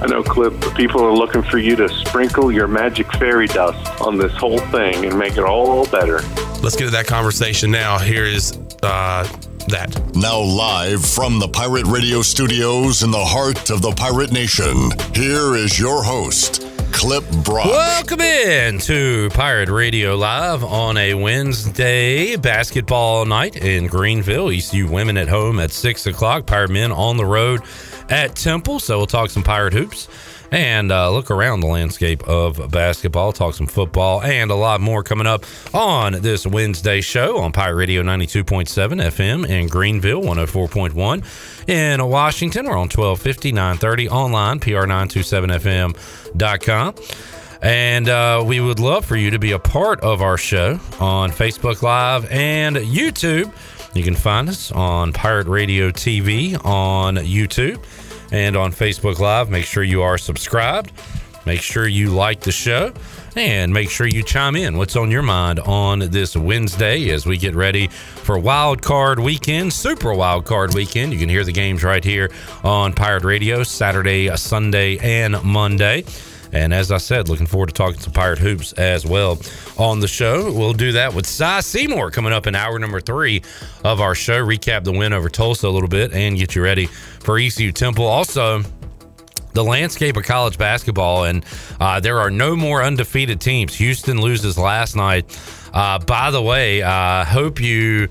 I know, Clip, the people are looking for you to sprinkle your magic fairy dust on this whole thing and make it all better. Let's get to that conversation now. Here is uh, that. Now, live from the Pirate Radio studios in the heart of the Pirate Nation, here is your host, Clip Brock. Welcome in to Pirate Radio Live on a Wednesday basketball night in Greenville. ECU women at home at six o'clock. Pirate men on the road at Temple. So we'll talk some pirate hoops and uh, look around the landscape of basketball. Talk some football and a lot more coming up on this Wednesday show on Pirate Radio ninety two point seven FM in Greenville, one hundred four point one in Washington. We're on 1250, 930 online, pr927fm.com. And uh, we would love for you to be a part of our show on Facebook Live and YouTube. You can find us on Pirate Radio TV on YouTube and on Facebook Live. Make sure you are subscribed. Make sure you like the show and make sure you chime in what's on your mind on this Wednesday as we get ready for wild card weekend, super wild card weekend. You can hear the games right here on Pirate Radio Saturday, Sunday, and Monday. And as I said, looking forward to talking to Pirate Hoops as well on the show. We'll do that with Cy Seymour coming up in hour number three of our show. Recap the win over Tulsa a little bit and get you ready for ECU Temple. Also, the landscape of college basketball, and uh, there are no more undefeated teams. Houston loses last night. Uh, by the way, I hope you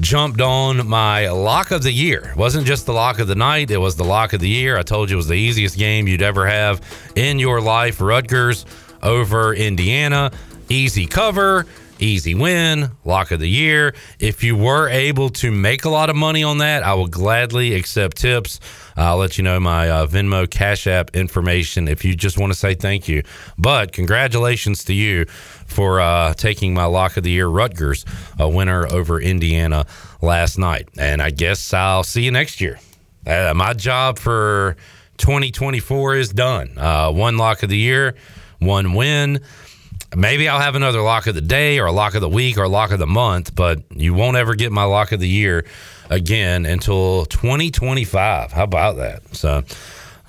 jumped on my lock of the year. It wasn't just the lock of the night, it was the lock of the year. I told you it was the easiest game you'd ever have in your life. Rutgers over Indiana. Easy cover, easy win, lock of the year. If you were able to make a lot of money on that, I will gladly accept tips. I'll let you know my uh, Venmo Cash App information if you just want to say thank you. But congratulations to you for uh, taking my lock of the year Rutgers, a winner over Indiana last night. And I guess I'll see you next year. Uh, my job for 2024 is done. Uh, one lock of the year, one win. Maybe I'll have another lock of the day or a lock of the week or a lock of the month, but you won't ever get my lock of the year again until 2025. How about that? So,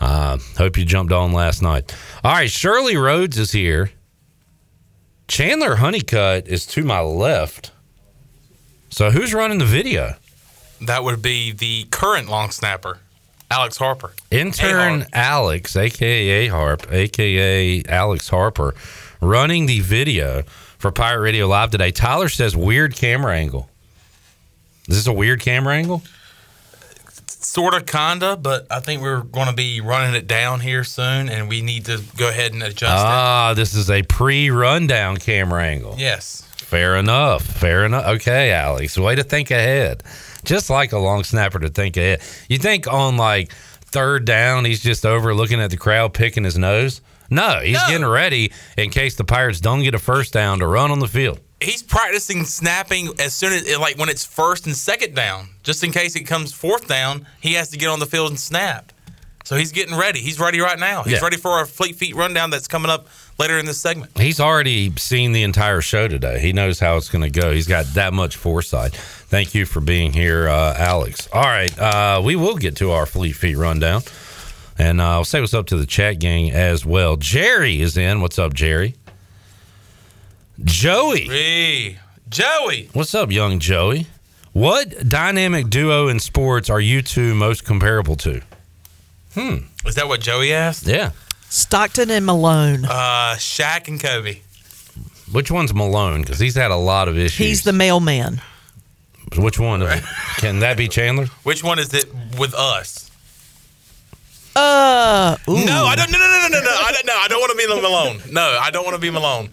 uh, hope you jumped on last night. All right, Shirley Rhodes is here. Chandler Honeycutt is to my left. So, who's running the video? That would be the current long snapper, Alex Harper. Intern A-Harp. Alex, aka Harp, aka Alex Harper, running the video for Pirate Radio Live today. Tyler says weird camera angle. Is this a weird camera angle? Sort of, kinda, but I think we're going to be running it down here soon, and we need to go ahead and adjust Ah, this is a pre-rundown camera angle. it. Yes. Fair enough. Fair enough. Okay, Alex. Way to think ahead. Just like a long snapper to think ahead. You think on like third down, he's just over looking at the crowd, picking his nose? No, he's No. getting ready in case the Pirates don't get a first down to run on the field. He's practicing snapping as soon as, like, when it's first and second down, just in case it comes fourth down, he has to get on the field and snap. So he's getting ready. He's ready right now. He's Yeah. ready for our Fleet Feet rundown that's coming up later in this segment. He's already seen the entire show today. He knows how it's going to go. He's got that much foresight. Thank you for being here, uh, Alex. All right, uh, we will get to our Fleet Feet rundown. And uh, I'll say what's up to the chat gang as well. Jerry is in. What's up, Jerry? Joey. Hey, Joey. What's up, young Joey? What dynamic duo in sports are you two most comparable to? Is that what Joey asked? Yeah. Stockton and Malone. Uh, Shaq and Kobe. Which one's Malone? Because he's had a lot of issues. He's the mailman. Which one? of- Can that be Chandler? Which one is it with us? Uh, ooh, No, I don't. No, no, no, no, no, no. I don't. No, I don't want to be Malone. No, I don't want to be Malone.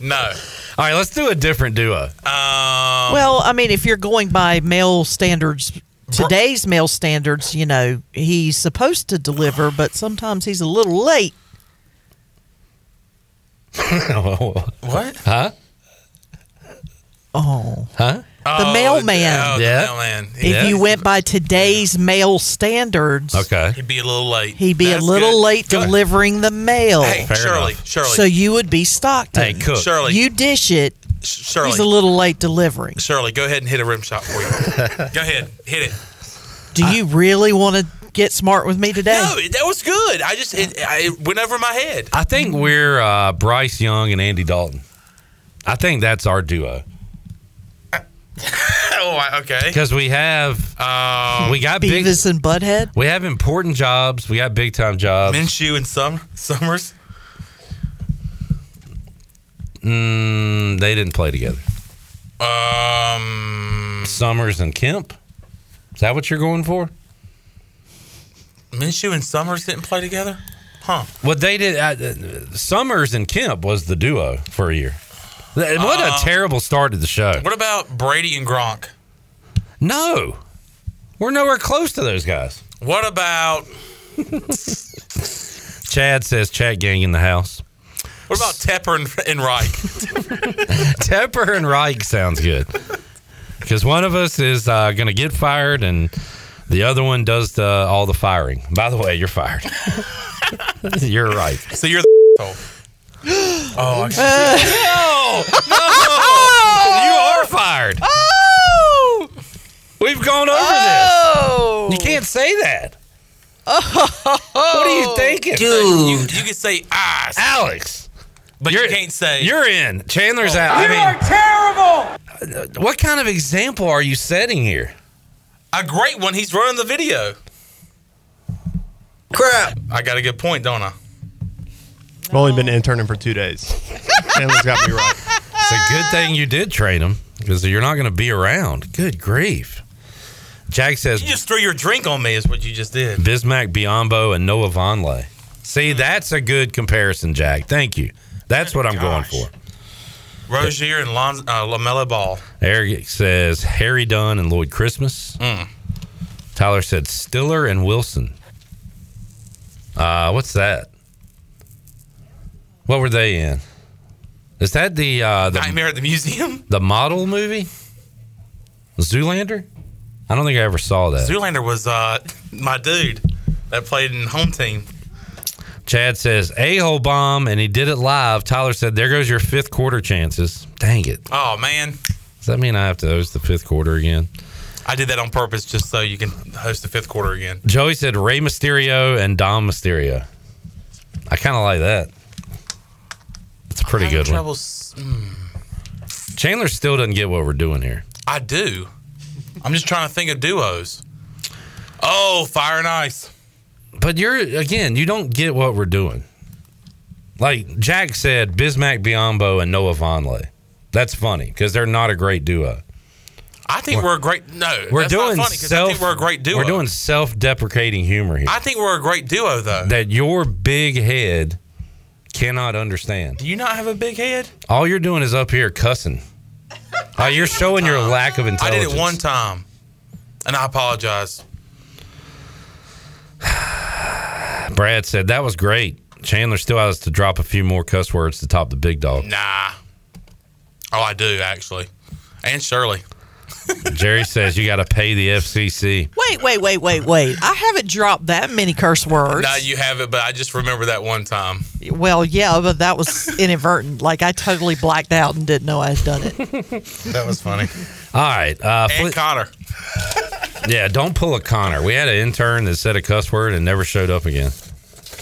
No. All right, let's do a different duo. Um, well, I mean, if you're going by male standards, today's mail standards, you know, he's supposed to deliver, but sometimes he's a little late. What? huh? Oh, Huh? Oh, mailman. Oh, the Yeah. mailman. if Yeah. you went by today's mail standards, Okay. He'd be a little late. he'd be That's a little good. late Good. delivering the mail. Hey, Fair Shirley, enough. Shirley, so you would be Stockton. Hey, cook. Shirley, You dish it. Sh- Shirley, He's a little late delivering. Shirley, go ahead and hit a rim shot for you. go ahead, hit it. Do you really want to get smart with me today? No, it- that was good. I just it, I, it went over my head. I think we're uh, Bryce Young and Andy Dalton. I think that's our duo Oh, I- okay. because we have Um, we got big Beavis and Butthead. we have important jobs. We got big time jobs. Minshew and Sum- Summers. Mm, they didn't play together. Mm. Um, Summers and Kemp. Is that what you're going for? Minshew and Summers didn't play together. Huh? Well, they did. Uh, uh, Summers and Kemp was the duo for a year. Th- What a terrible start to the show. What about Brady and Gronk? No, we're nowhere close to those guys. What about Chad says Chad gang in the house. what about Tepper and, and Reich? Tepper and Reich sounds good because one of us is uh, going to get fired and the other one does the, all the firing. By the way, you're fired. you're right. So you're the asshole. Oh, I can- You are fired. Oh, we've gone over Oh. this. You can't say that. Oh! what are you thinking, you, you can say ah, Alex? but you You're- can't say You're in. Chandler's out. I mean, you are terrible. What kind of example are you setting here? a great one. He's running the video. Crap! I got a good point, don't I? I've only been interning for two days. Chandler's got me right. It's a good thing you did train him because you're not going to be around. Good grief. Jack says You just threw your drink on me, is what you just did. Bismack Biombo and Noah Vonleh. See, Mm. that's a good comparison, Jack. Thank you. That's what I'm going for. Rozier and Lon, uh, Lamelo Ball. Eric says Harry Dunn and Lloyd Christmas. Mm. Tyler said Stiller and Wilson. Uh, what's that? What were they in? Is that the uh, the, Nightmare at the Museum. the model movie? Zoolander? I don't think I ever saw that. Zoolander was uh, my dude that played in Home Team. Chad says a hole bomb, and he did it live. Tyler said, "There goes your fifth quarter chances." Dang it! Oh man, Does that mean I have to host the fifth quarter again? I did that on purpose just so you can host the fifth quarter again. Joey said Ray Mysterio and Dom Mysterio. I kind of like that. It's a pretty I'm having good one. trouble s- Chandler still doesn't get what we're doing here. I do. I'm just trying to think of duos. Oh, Fire and Ice. But you're again, you don't get what we're doing. Like Jack said, Bismack Biombo and Noah Vonleh. That's funny because they're not a great duo. I think we're, a great. No, We're that's not doing funny 'cause I self. think we're a great duo. We're doing self-deprecating humor here. I think we're a great duo though. that your big head cannot understand. Do you not have a big head? All you're doing is up here cussing. Uh, you're showing your lack of I did intelligence. it one time, and I apologize. Brad said that was great. Chandler still has to drop a few more cuss words to top the big dog. Nah. Oh, I do actually, and Shirley. Jerry says you got to pay the FCC. Wait, wait, wait, wait, wait. I haven't dropped that many curse words. No, you have it, but I just remember that one time. well, yeah, but that was inadvertent. Like I totally blacked out and didn't know I had done it. That was funny. All right, uh, and Fle- Connor. yeah, don't pull a Connor. We had an intern that said a cuss word and never showed up again.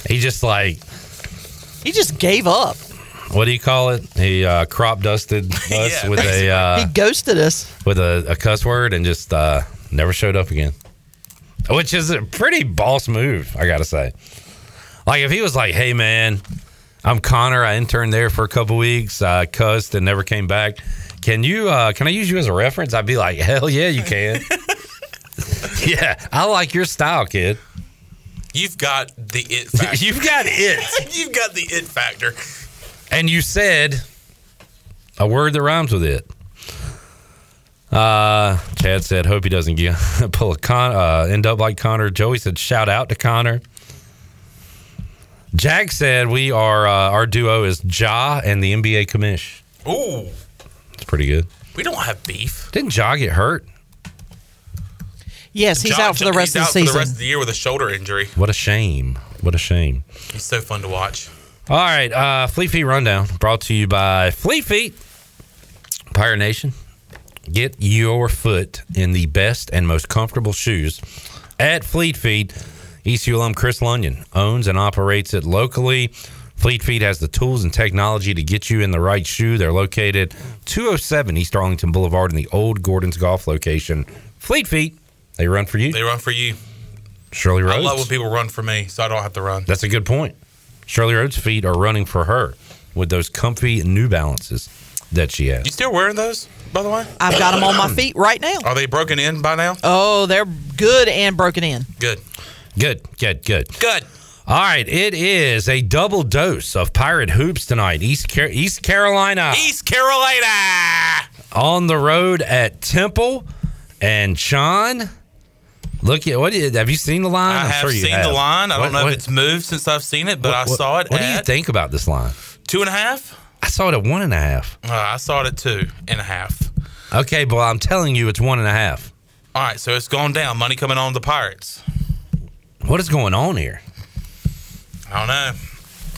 He just like He just gave up. what do you call it? He uh, crop dusted us Yeah, with a he uh, ghosted us. with a, a cuss word and just uh, never showed up again, which is a pretty boss move, I gotta say. Like if he was like, "Hey man, I'm Connor. I interned there for a couple weeks. I cussed and never came back. Can you? Uh, can I use you as a reference?" I'd be like, "Hell yeah, you can." yeah, I like your style, kid. You've got the it factor. You've got it, You've got the it factor. and you said a word that rhymes with it. Uh, Chad said, "Hope he doesn't get, pull a con, uh, end up like Connor." Joey said, "Shout out to Connor." Jack said, "We are uh, our duo is Ja and the NBA commish. Ooh, It's pretty good. we don't have beef. Didn't Ja get hurt? Yes, he's John- out for the he's rest of the out For the rest season. of the year with a shoulder injury. What a shame! What a shame!" He's so fun to watch. All right, uh, Fleet Feet Rundown brought to you by Fleet Feet. Pirate Nation, get your foot in the best and most comfortable shoes at Fleet Feet. ECU alum Chris Lunyon owns and operates it locally. Fleet Feet has the tools and technology to get you in the right shoe. They're located 207 East Arlington Boulevard in the old Gordon's Golf location. Fleet Feet, they run for you. They run for you. Shirley Rhodes. I love when people run for me, so I don't have to run. That's a good point. Shirley Rhodes' feet are running for her with those comfy New Balances that she has. You still wearing those, by the way? I've got him on my feet right now. Are they broken in by now? Oh, they're good and broken in. Good. Good, good, good. Good. All right, it is a double dose of Pirate Hoops tonight. East Car- East Carolina East Carolina. on the road at Temple and Sean. Look at what is, have you seen the line? I I'm have sure you seen the have. line. I What- don't know what- if it's moved since I've seen it, but I what- saw it What do at you think about this line? two and a half. I saw it at one and a half. Uh, I saw it at two and a half. Okay, but I'm telling you, it's one and a half. All right, so it's gone down. Money coming on the Pirates. What is going on here? I don't know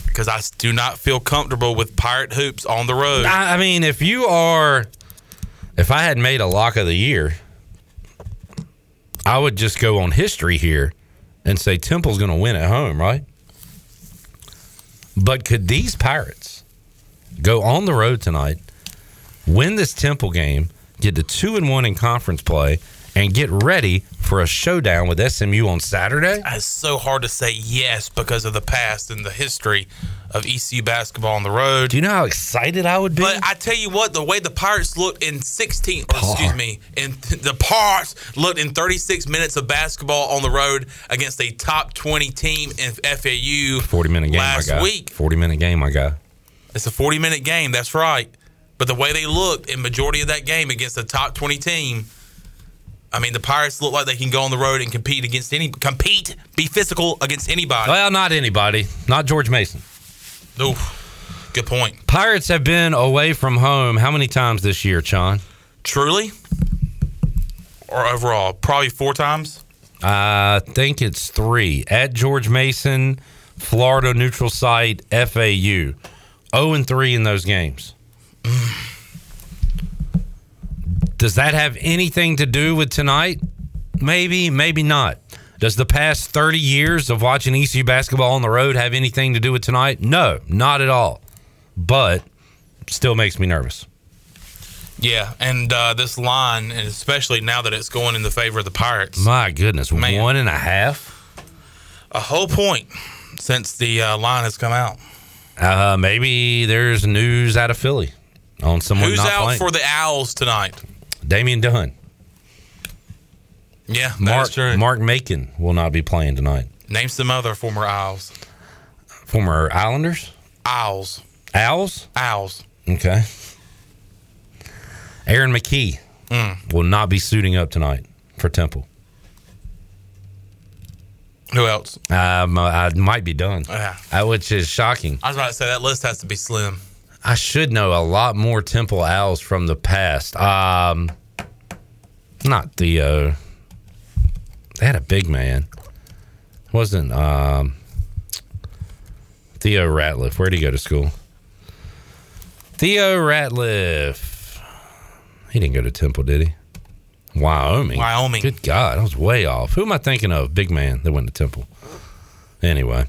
because I s- do not feel comfortable with Pirate hoops on the road. I, I mean, if you are, if I had made a lock of the year, I would just go on history here and say Temple's going to win at home, right? But could these Pirates go on the road tonight, win this Temple game, get to two and one in conference play, and get ready for a showdown with SMU on Saturday? It's so hard to say yes because of the past and the history of ECU basketball on the road. Do you know how excited I would be? But I tell you what, the way the Pirates looked in 16, or excuse me, in the Pirates looked in 36 minutes of basketball on the road against a top 20 team in FAU. 40 minute game, last my guy. week. 40 minute game, my guy. It's a 40 minute game. That's right. But the way they looked in majority of that game against a top 20 team, I mean, the Pirates look like they can go on the road and compete against any, compete, be physical against anybody. Well, not anybody, not George Mason. Oof. Good point. Pirates have been away from home how many times this year, Chon? Truly, or overall, probably four times. I think it's three at George Mason, Florida neutral site, FAU. 0 and 3 in those games. Does that have anything to do with tonight? Maybe, maybe not. Does the past 30 years of watching ECU basketball on the road have anything to do with tonight? No, not at all. But still makes me nervous. Yeah, and uh, this line, and especially now that it's going in the favor of the Pirates, My goodness, Man. one and a half? a whole point since the uh, line has come out. Uh, maybe there's news out of Philly on someone Who's not out playing. for the Owls tonight? Damian Dunn. Yeah, Mark that's true. Mark Macon will not be playing tonight. Name some other former Owls. Former Islanders, Owls. Owls. Owls. Okay. Aaron McKee Mm. will not be suiting up tonight for Temple. Who else? Um, I might be done, Yeah. uh, which is shocking. I was about to say that list has to be slim. I should know a lot more Temple Owls from the past. Um, not Theo. They had a big man. It wasn't um, Theo Ratliff. Where'd he go to school? Theo Ratliff. He didn't go to Temple, did he? Wyoming. Wyoming. Good God, I was way off. Who am I thinking of? Big man that went to Temple. Anyway,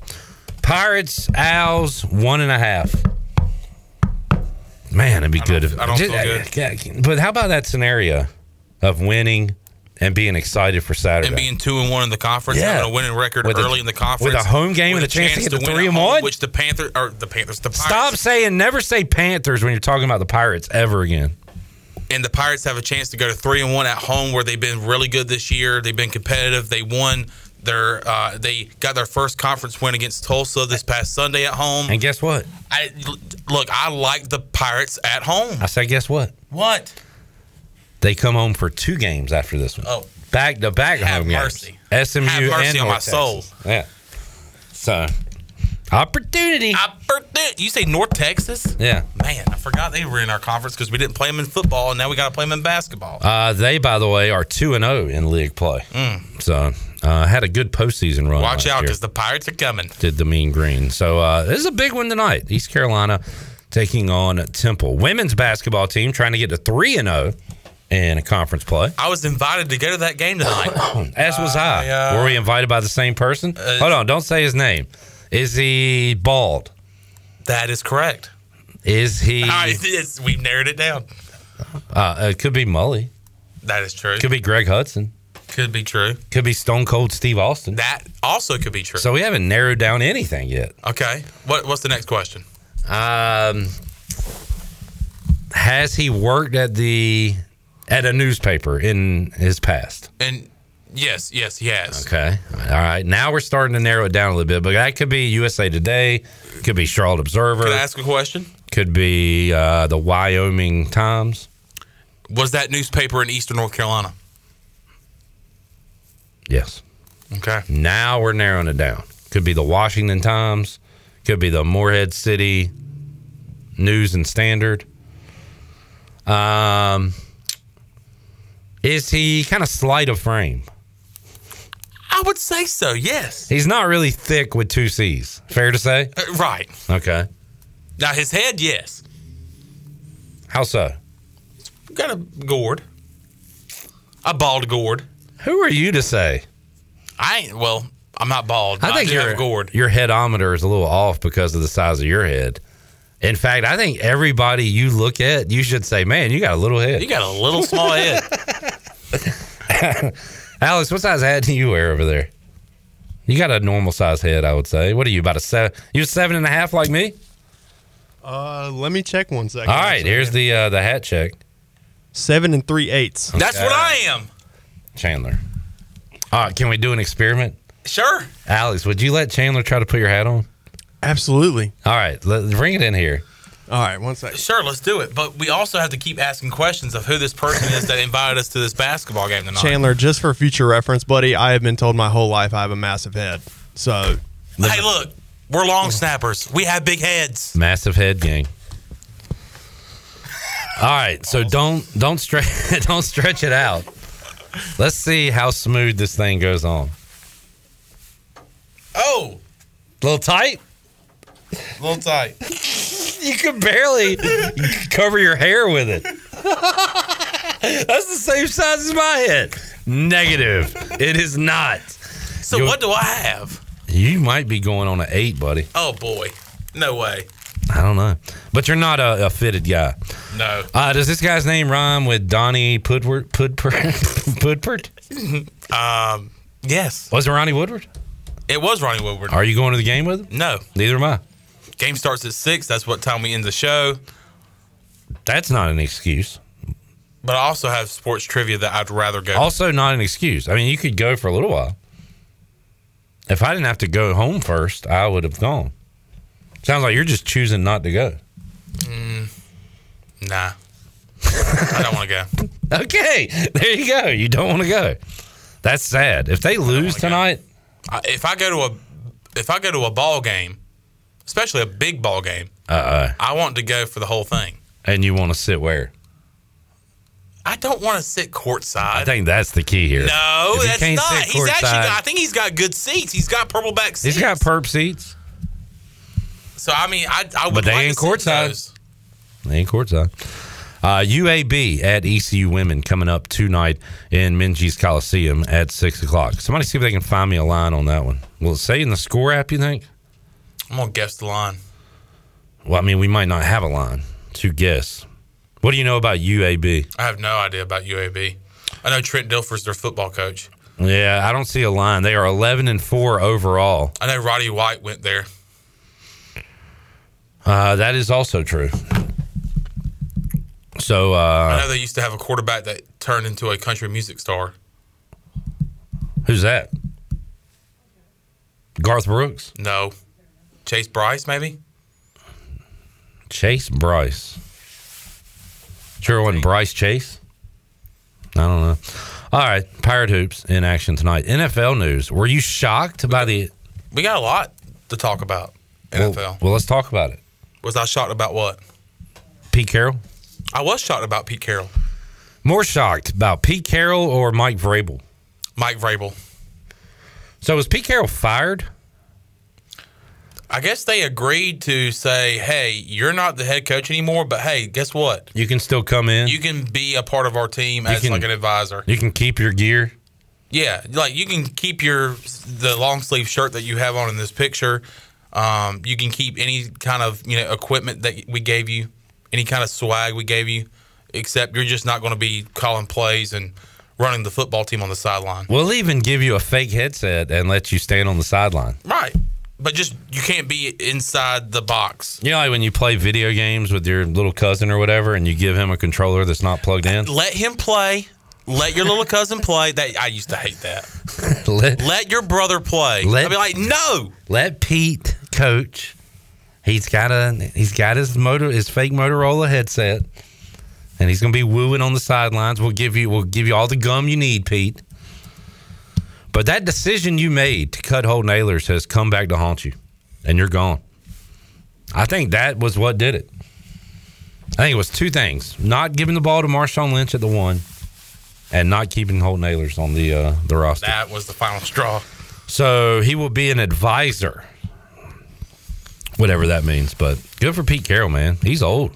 Pirates, Owls, one and a half. Man, it'd be good if I don't feel good. good. But how about that scenario of winning and being excited for Saturday? And being two and one in the conference, Yeah. having a winning record With a- early in the conference, with a home game and a chance to get to win three at and home, one? which the Panthers or the Panthers, the Stop Pirates, saying never say Panthers when you're talking about the Pirates ever again. and the Pirates have a chance to go to three and one at home, where they've been really good this year. They've been competitive. They won their, uh, they got their first conference win against Tulsa this past Sunday at home. And guess what? I, look, I like the Pirates at home. I said guess what? What? They come home for two games after this one. Oh. back to back Have home games. mercy. SMU Have mercy and on my North Texas. soul. Yeah. So opportunity. Opportunity. You say North Texas? yeah. Man, I forgot they were in our conference because we didn't play them in football, and now we got to play them in basketball. Uh, they, by the way, are two and zero in league play. So uh, had a good postseason run. Mm. last Watch out year. because the Pirates are coming. did the mean green. So uh, this is a big one tonight. East Carolina taking on Temple. Women's basketball team trying to get to three and zero in a conference play. I was invited to go to that game tonight. As was I. I, uh, Were we invited by the same person? Hold on, don't say his name. Is he bald? that is correct. Is he? All right, it's- we've narrowed it down. Uh, it could be Mully. That is true. Could be Greg Hudson. Could be true. Could be Stone Cold Steve Austin. That also could be true. So we haven't narrowed down anything yet. okay. What What's the next question? Um, has he worked at the at a newspaper in his past? And yes, yes, he has. Okay. All right. Now we're starting to narrow it down a little bit, but that could be USA Today, could be Charlotte Can I Observer, ask a question? could be uh, the Wyoming Times. Was that newspaper in Eastern North Carolina? Yes. Okay. Now we're narrowing it down. Could be the Washington Times, could be the Moorhead City News and Standard. Um, is he kind of slight of frame? I would say so. Yes. He's not really thick with two C's. Fair to say? Uh, right. Okay. Now his head, yes. How so? Got a gourd. A bald gourd. Who are you to say? I ain't. Well, I'm not bald. but I think do have your a gourd. your headometer is a little off because of the size of your head. In fact, I think everybody you look at, you should say, "Man, you got a little head." You got a little small head. Alex, what size hat do you wear over there? You got a normal size head, I would say. What are you about a seven? You're seven and a half, like me. Uh, let me check one second. All right, here's the uh, the hat check, seven and three eighths. That's what I am. Chandler. All right, can we do an experiment? Sure. Alex, would you let Chandler try to put your hat on? Absolutely. All right, let, bring it in here. All right, one second. Sure, let's do it. But we also have to keep asking questions of who this person is that invited us to this basketball game tonight. Chandler, just for future reference, buddy, I have been told my whole life I have a massive head. So Hey, look, we're long snappers. We have big heads. Massive head gang. All right, so don't don't stretch don't stretch it out. Let's see how smooth this thing goes on. Oh, A little tight. a little tight. You could barely cover your hair with it. That's the same size as my head. Negative. It is not. So You're- what do I have? You might be going on an eight, buddy. Oh boy, no way, I don't know, but you're not a, a fitted guy. no. Uh, does this guy's name rhyme with Donnie Pudward? Pudpert? Pudpert? Um, yes, Was it Ronnie Woodward? it was Ronnie Woodward. Are you going to the game with him? No, Neither am I. game starts at six. That's what time we end the show. That's not an excuse. But I also have sports trivia that I'd rather go. Also, not an excuse. I mean, you could go for a little while. If I didn't have to go home first, I would have gone. Sounds like you're just choosing not to go. nah, I don't want to go. Okay, there you go. You don't want to go. That's sad. If they lose tonight, I, if I go to a if I go to a ball game, especially a big ball game, uh, I want to go for the whole thing. and you want to sit where? I don't want to sit I courtside. think that's the key here. No, If you that's can't not. sit He's actually. courtside- Got, I think he's got good seats. He's got purple back seats. He's got perp seats. so I mean, I I would. But they like ain't to sit in courtside. those. They ain't courtside. Uh, UAB at ECU Women coming up tonight in Minji's Coliseum at 6 o'clock. Somebody see if they can find me a line on that one. Will it say in the score app, you think? I'm gonna guess the line. Well, I mean, we might not have a line to guess. What do you know about UAB? I have no idea about UAB. I know Trent Dilfer's their football coach. Yeah, I don't see a line. They are 11 and 4 overall. I know Roddy White went there. Uh, that is also true. So, I uh, know they used to have a quarterback that turned into a country music star. who's that? Garth Brooks? No, Chase Bryce maybe. Chase Bryce. Sure, it wasn't Bryce Chase. I don't know. All right, Pirate Hoops in action tonight. NFL news. Were you shocked by the We got a lot to talk about. well, NFL. Well, let's talk about it. Was I shocked about what? Pete Carroll. I was shocked about Pete Carroll, More shocked about Pete Carroll or Mike Vrabel? Mike Vrabel. So was Pete Carroll fired? I guess they agreed to say, "Hey, you're not the head coach anymore, but hey, guess what? You can still come in. You You, can be a part of our team as can- like an advisor. can keep your gear. Yeah, like you can keep your the long sleeve shirt that you have on in this picture. Um, you can keep any kind of you know equipment that we gave you, any kind of swag we gave you, except you're just not going to be calling plays and running the football team on the sideline. We'll even give you a fake headset and let you stand on the sideline. Right. But just you can't be inside the box. You know, like when you play video games with your little cousin or whatever, and you give him a controller that's not plugged in. Let him play. Let your little cousin play. That I used to hate that. Let, Let your brother play. Let- I'd be like, no. let Pete coach. He's got a he's got his motor his fake Motorola headset, and he's gonna be wooing on the sidelines. We'll give you we'll give you all the gum you need, Pete. But that decision you made to cut whole nailers has come back to haunt you, and you're gone. I think that was what did it. I think it was two things: not giving the ball to Marshawn Lynch at the one, and not keeping Holt Nailers on the uh, the roster. That was the final straw. So he will be an advisor, whatever that means. But good for Pete Carroll, man. He's old.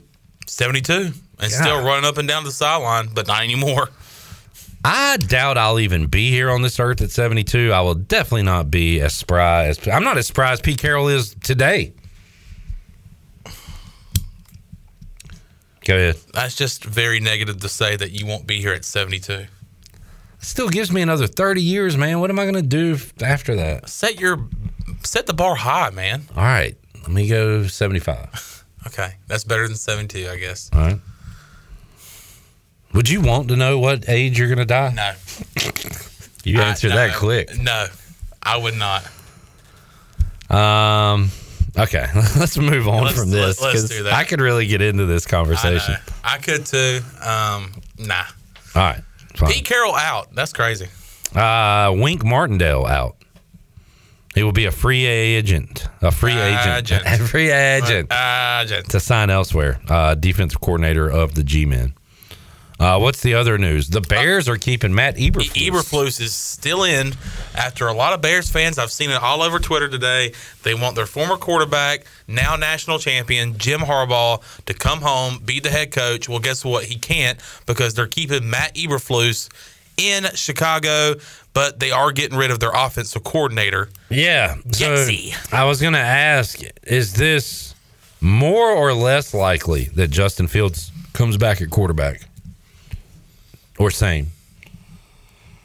Seventy two. And still God. running up and down the sideline, but not anymore. I doubt I'll even be here on this earth at 72. I will definitely not be as spry as I'm not as spry as Pete Carroll is today. Go ahead. That's just very negative to say that you won't be here at 72. Still gives me another 30 years, man. What am I going to do f- after that? Set your set the bar high, man. All right. Let me go 75. Okay, that's better than 72, I guess. All right. Would you want to know what age you're going to die? No, You answered I- that no. quick. No, I would not. Um. Okay, let's move on Let's- from this. let's- let's 'cause do that. I could really get into this I, conversation. know. I could too. Um, nah. All right. Pete Carroll out. That's crazy. Uh, Wink Martindale out. He will be a free agent. A free agent. Agent. A free agent Ah, just- to sign elsewhere. Uh, defensive coordinator of the G-men. Uh, what's the other news? The Bears are keeping Matt Eberflus. E- Eberflus is still in after a lot of Bears fans. I've seen it all over Twitter today. They want their former quarterback, now national champion Jim Harbaugh, to come home, be the head coach. Well, guess what? He can't because they're keeping Matt Eberflus in Chicago, but they are getting rid of their offensive coordinator. Yeah. So Yahtzee. I was going to ask: Is this more or less likely that Justin Fields comes back at quarterback, or same?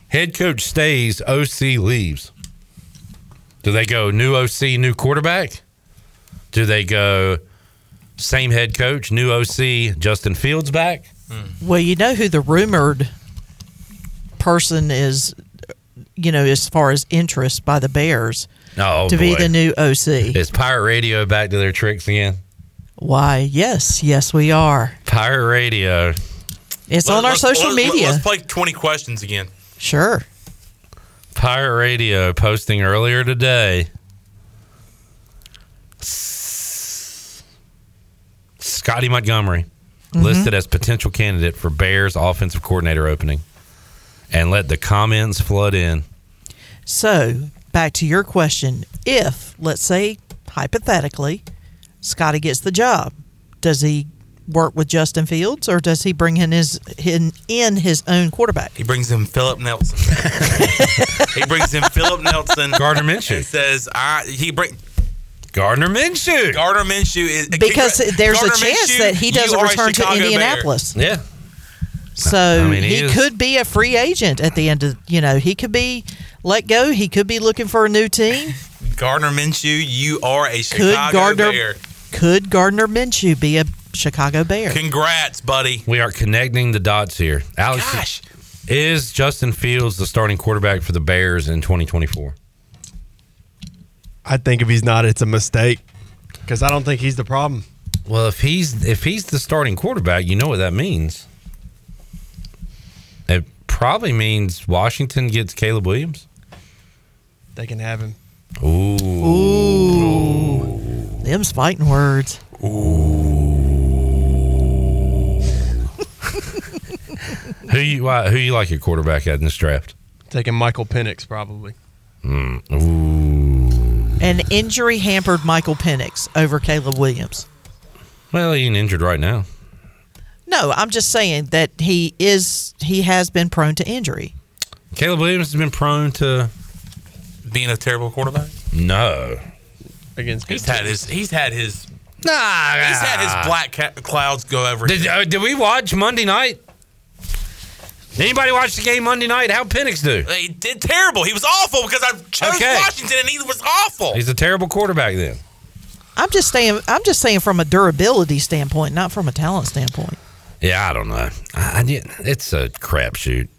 Head coach stays, OC leaves. Do they go new OC, new quarterback? Do they go same head coach, new OC, Justin Fields back? Well, you know who the rumored person is, you know, as far as interest by the Bears Oh, to be boy. the new OC. is Pirate Radio back to their tricks again? Why, yes, yes, we are. Pirate Radio. It's on Let- our let's- social let- let- media. Let's play 20 questions again. Sure. Pirate Radio posting earlier today. Scotty Montgomery listed as potential candidate for Bears offensive coordinator opening. And let the comments flood in. So, back to your question. If, let's say, hypothetically, Scotty gets the job, does he work with Justin Fields or does he bring in his in, in his own quarterback? He brings in Philip Nelson. he brings in Philip Nelson. Gardner Minshew. and says, "I." He bring Gardner Minshew. Gardner Minshew is uh, Because there's Gardner a chance Minshew, that he you doesn't are a return to Chicago Bear. Indianapolis. yeah. So I mean, he he is- could be a free agent at the end of you know he could be let go. He could be looking for a new team. Gardner Minshew, you are a Chicago Gardner- Bear. Could Gardner Minshew be a Chicago Bear? Congrats, buddy. We are connecting the dots here. Alex, Gosh, is Justin Fields the starting quarterback for the Bears in 2024? I think if he's not, it's a mistake because I don't think he's the problem. Well, if he's if he's the starting quarterback, you know what that means. It probably means Washington gets Caleb Williams. They can have him. Them's fighting words. Who you why, who you like your quarterback at in this draft? Taking Michael Penix probably. An injury hampered Michael Penix over Caleb Williams. Well, he ain't injured right now. No, I'm just saying that he is he has been prone to injury. Caleb Williams has been prone to Being a terrible quarterback, no. Against he's had his he's had his Nah, he's had his black ca- clouds go over. Ah. Did, him. uh, did we watch Monday night? Anybody watch the game Monday night? How Penix do? He did terrible. He was awful because I chose Okay. Washington and he was awful. He's a terrible quarterback then. I'm just saying I'm just saying from a durability standpoint, not from a talent standpoint. Yeah, I don't know. I, I did, it's a crapshoot.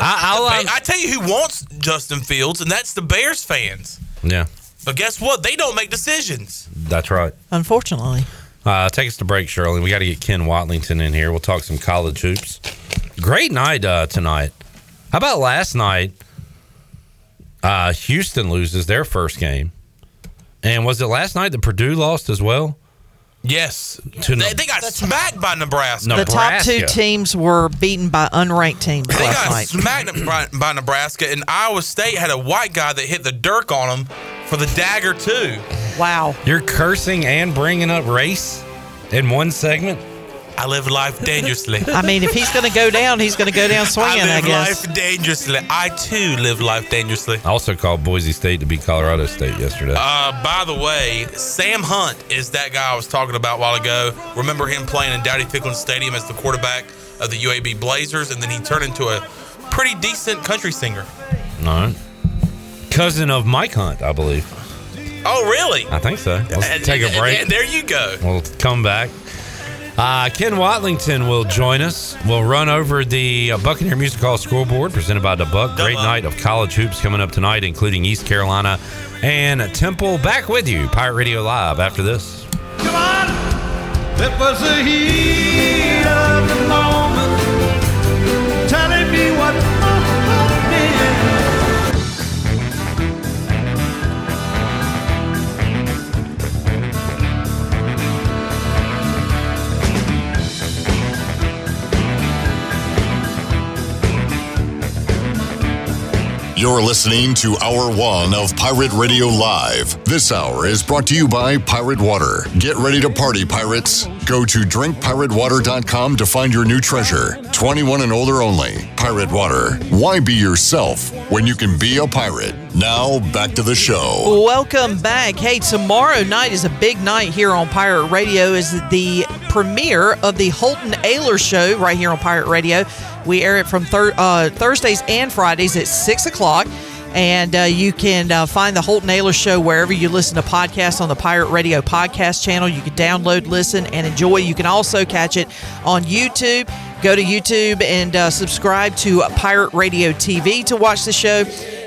I, I'll, Ba- um, I tell you who wants Justin Fields, and that's the Bears fans. yeah, But guess what? They don't make decisions. that's right. Unfortunately, Uh, take us to break, Shirley. We got to get Ken Watlington in here. We'll talk some college hoops. Great night uh, tonight. How about last night? Uh, Houston loses their first game, and was it last night that Purdue lost as well? Yes, To they, they got smacked by Nebraska. No. the top two Nebraska. teams were beaten by unranked teams They got last night. smacked by, by Nebraska, and Iowa State had a white guy that hit the dirk on him for the dagger too. Wow. You're cursing and bringing up race in one segment. I live life dangerously. I mean, if he's going to go down, he's going to go down swinging, I I, live guess. life dangerously. I too live life dangerously. I also called Boise State to beat Colorado State yesterday. Uh, by the way, Sam Hunt is that guy I was talking about a while ago. Remember him playing in Dowdy Ficklin Stadium as the quarterback of the UAB Blazers, and then he turned into a pretty decent country singer. no, cousin of Mike Hunt, I believe. Oh, really? I think so. Let's take a break. And there you go. We'll come back. Uh, Ken Watlington will join us. We'll run over the uh, Buccaneer Music Hall scoreboard presented by DeBuck. Great DeBuck. night of college hoops coming up tonight, including East Carolina and Temple. Back with you, Pirate Radio Live, after this. You're listening to Hour One of Pirate Radio Live. This hour is brought to you by Pirate Water. Get ready to party, pirates. Go to drinkpiratewater.com to find your new treasure. 21 and older only. Pirate Water. Why be yourself when you can be a pirate? Now, back to the show. Welcome back. Hey, tomorrow night is a big night here on Pirate Radio. Is the premiere of the Holton Ayler Show right here on Pirate Radio. We air it from thir- uh, Thursdays and Fridays at six o'clock, and uh, you can uh, find the Holton Ayler Show wherever you listen to podcasts on the Pirate Radio podcast channel. You can download, listen, and enjoy. You can also catch it on YouTube. Go to YouTube and uh, subscribe to Pirate Radio TV to watch the show.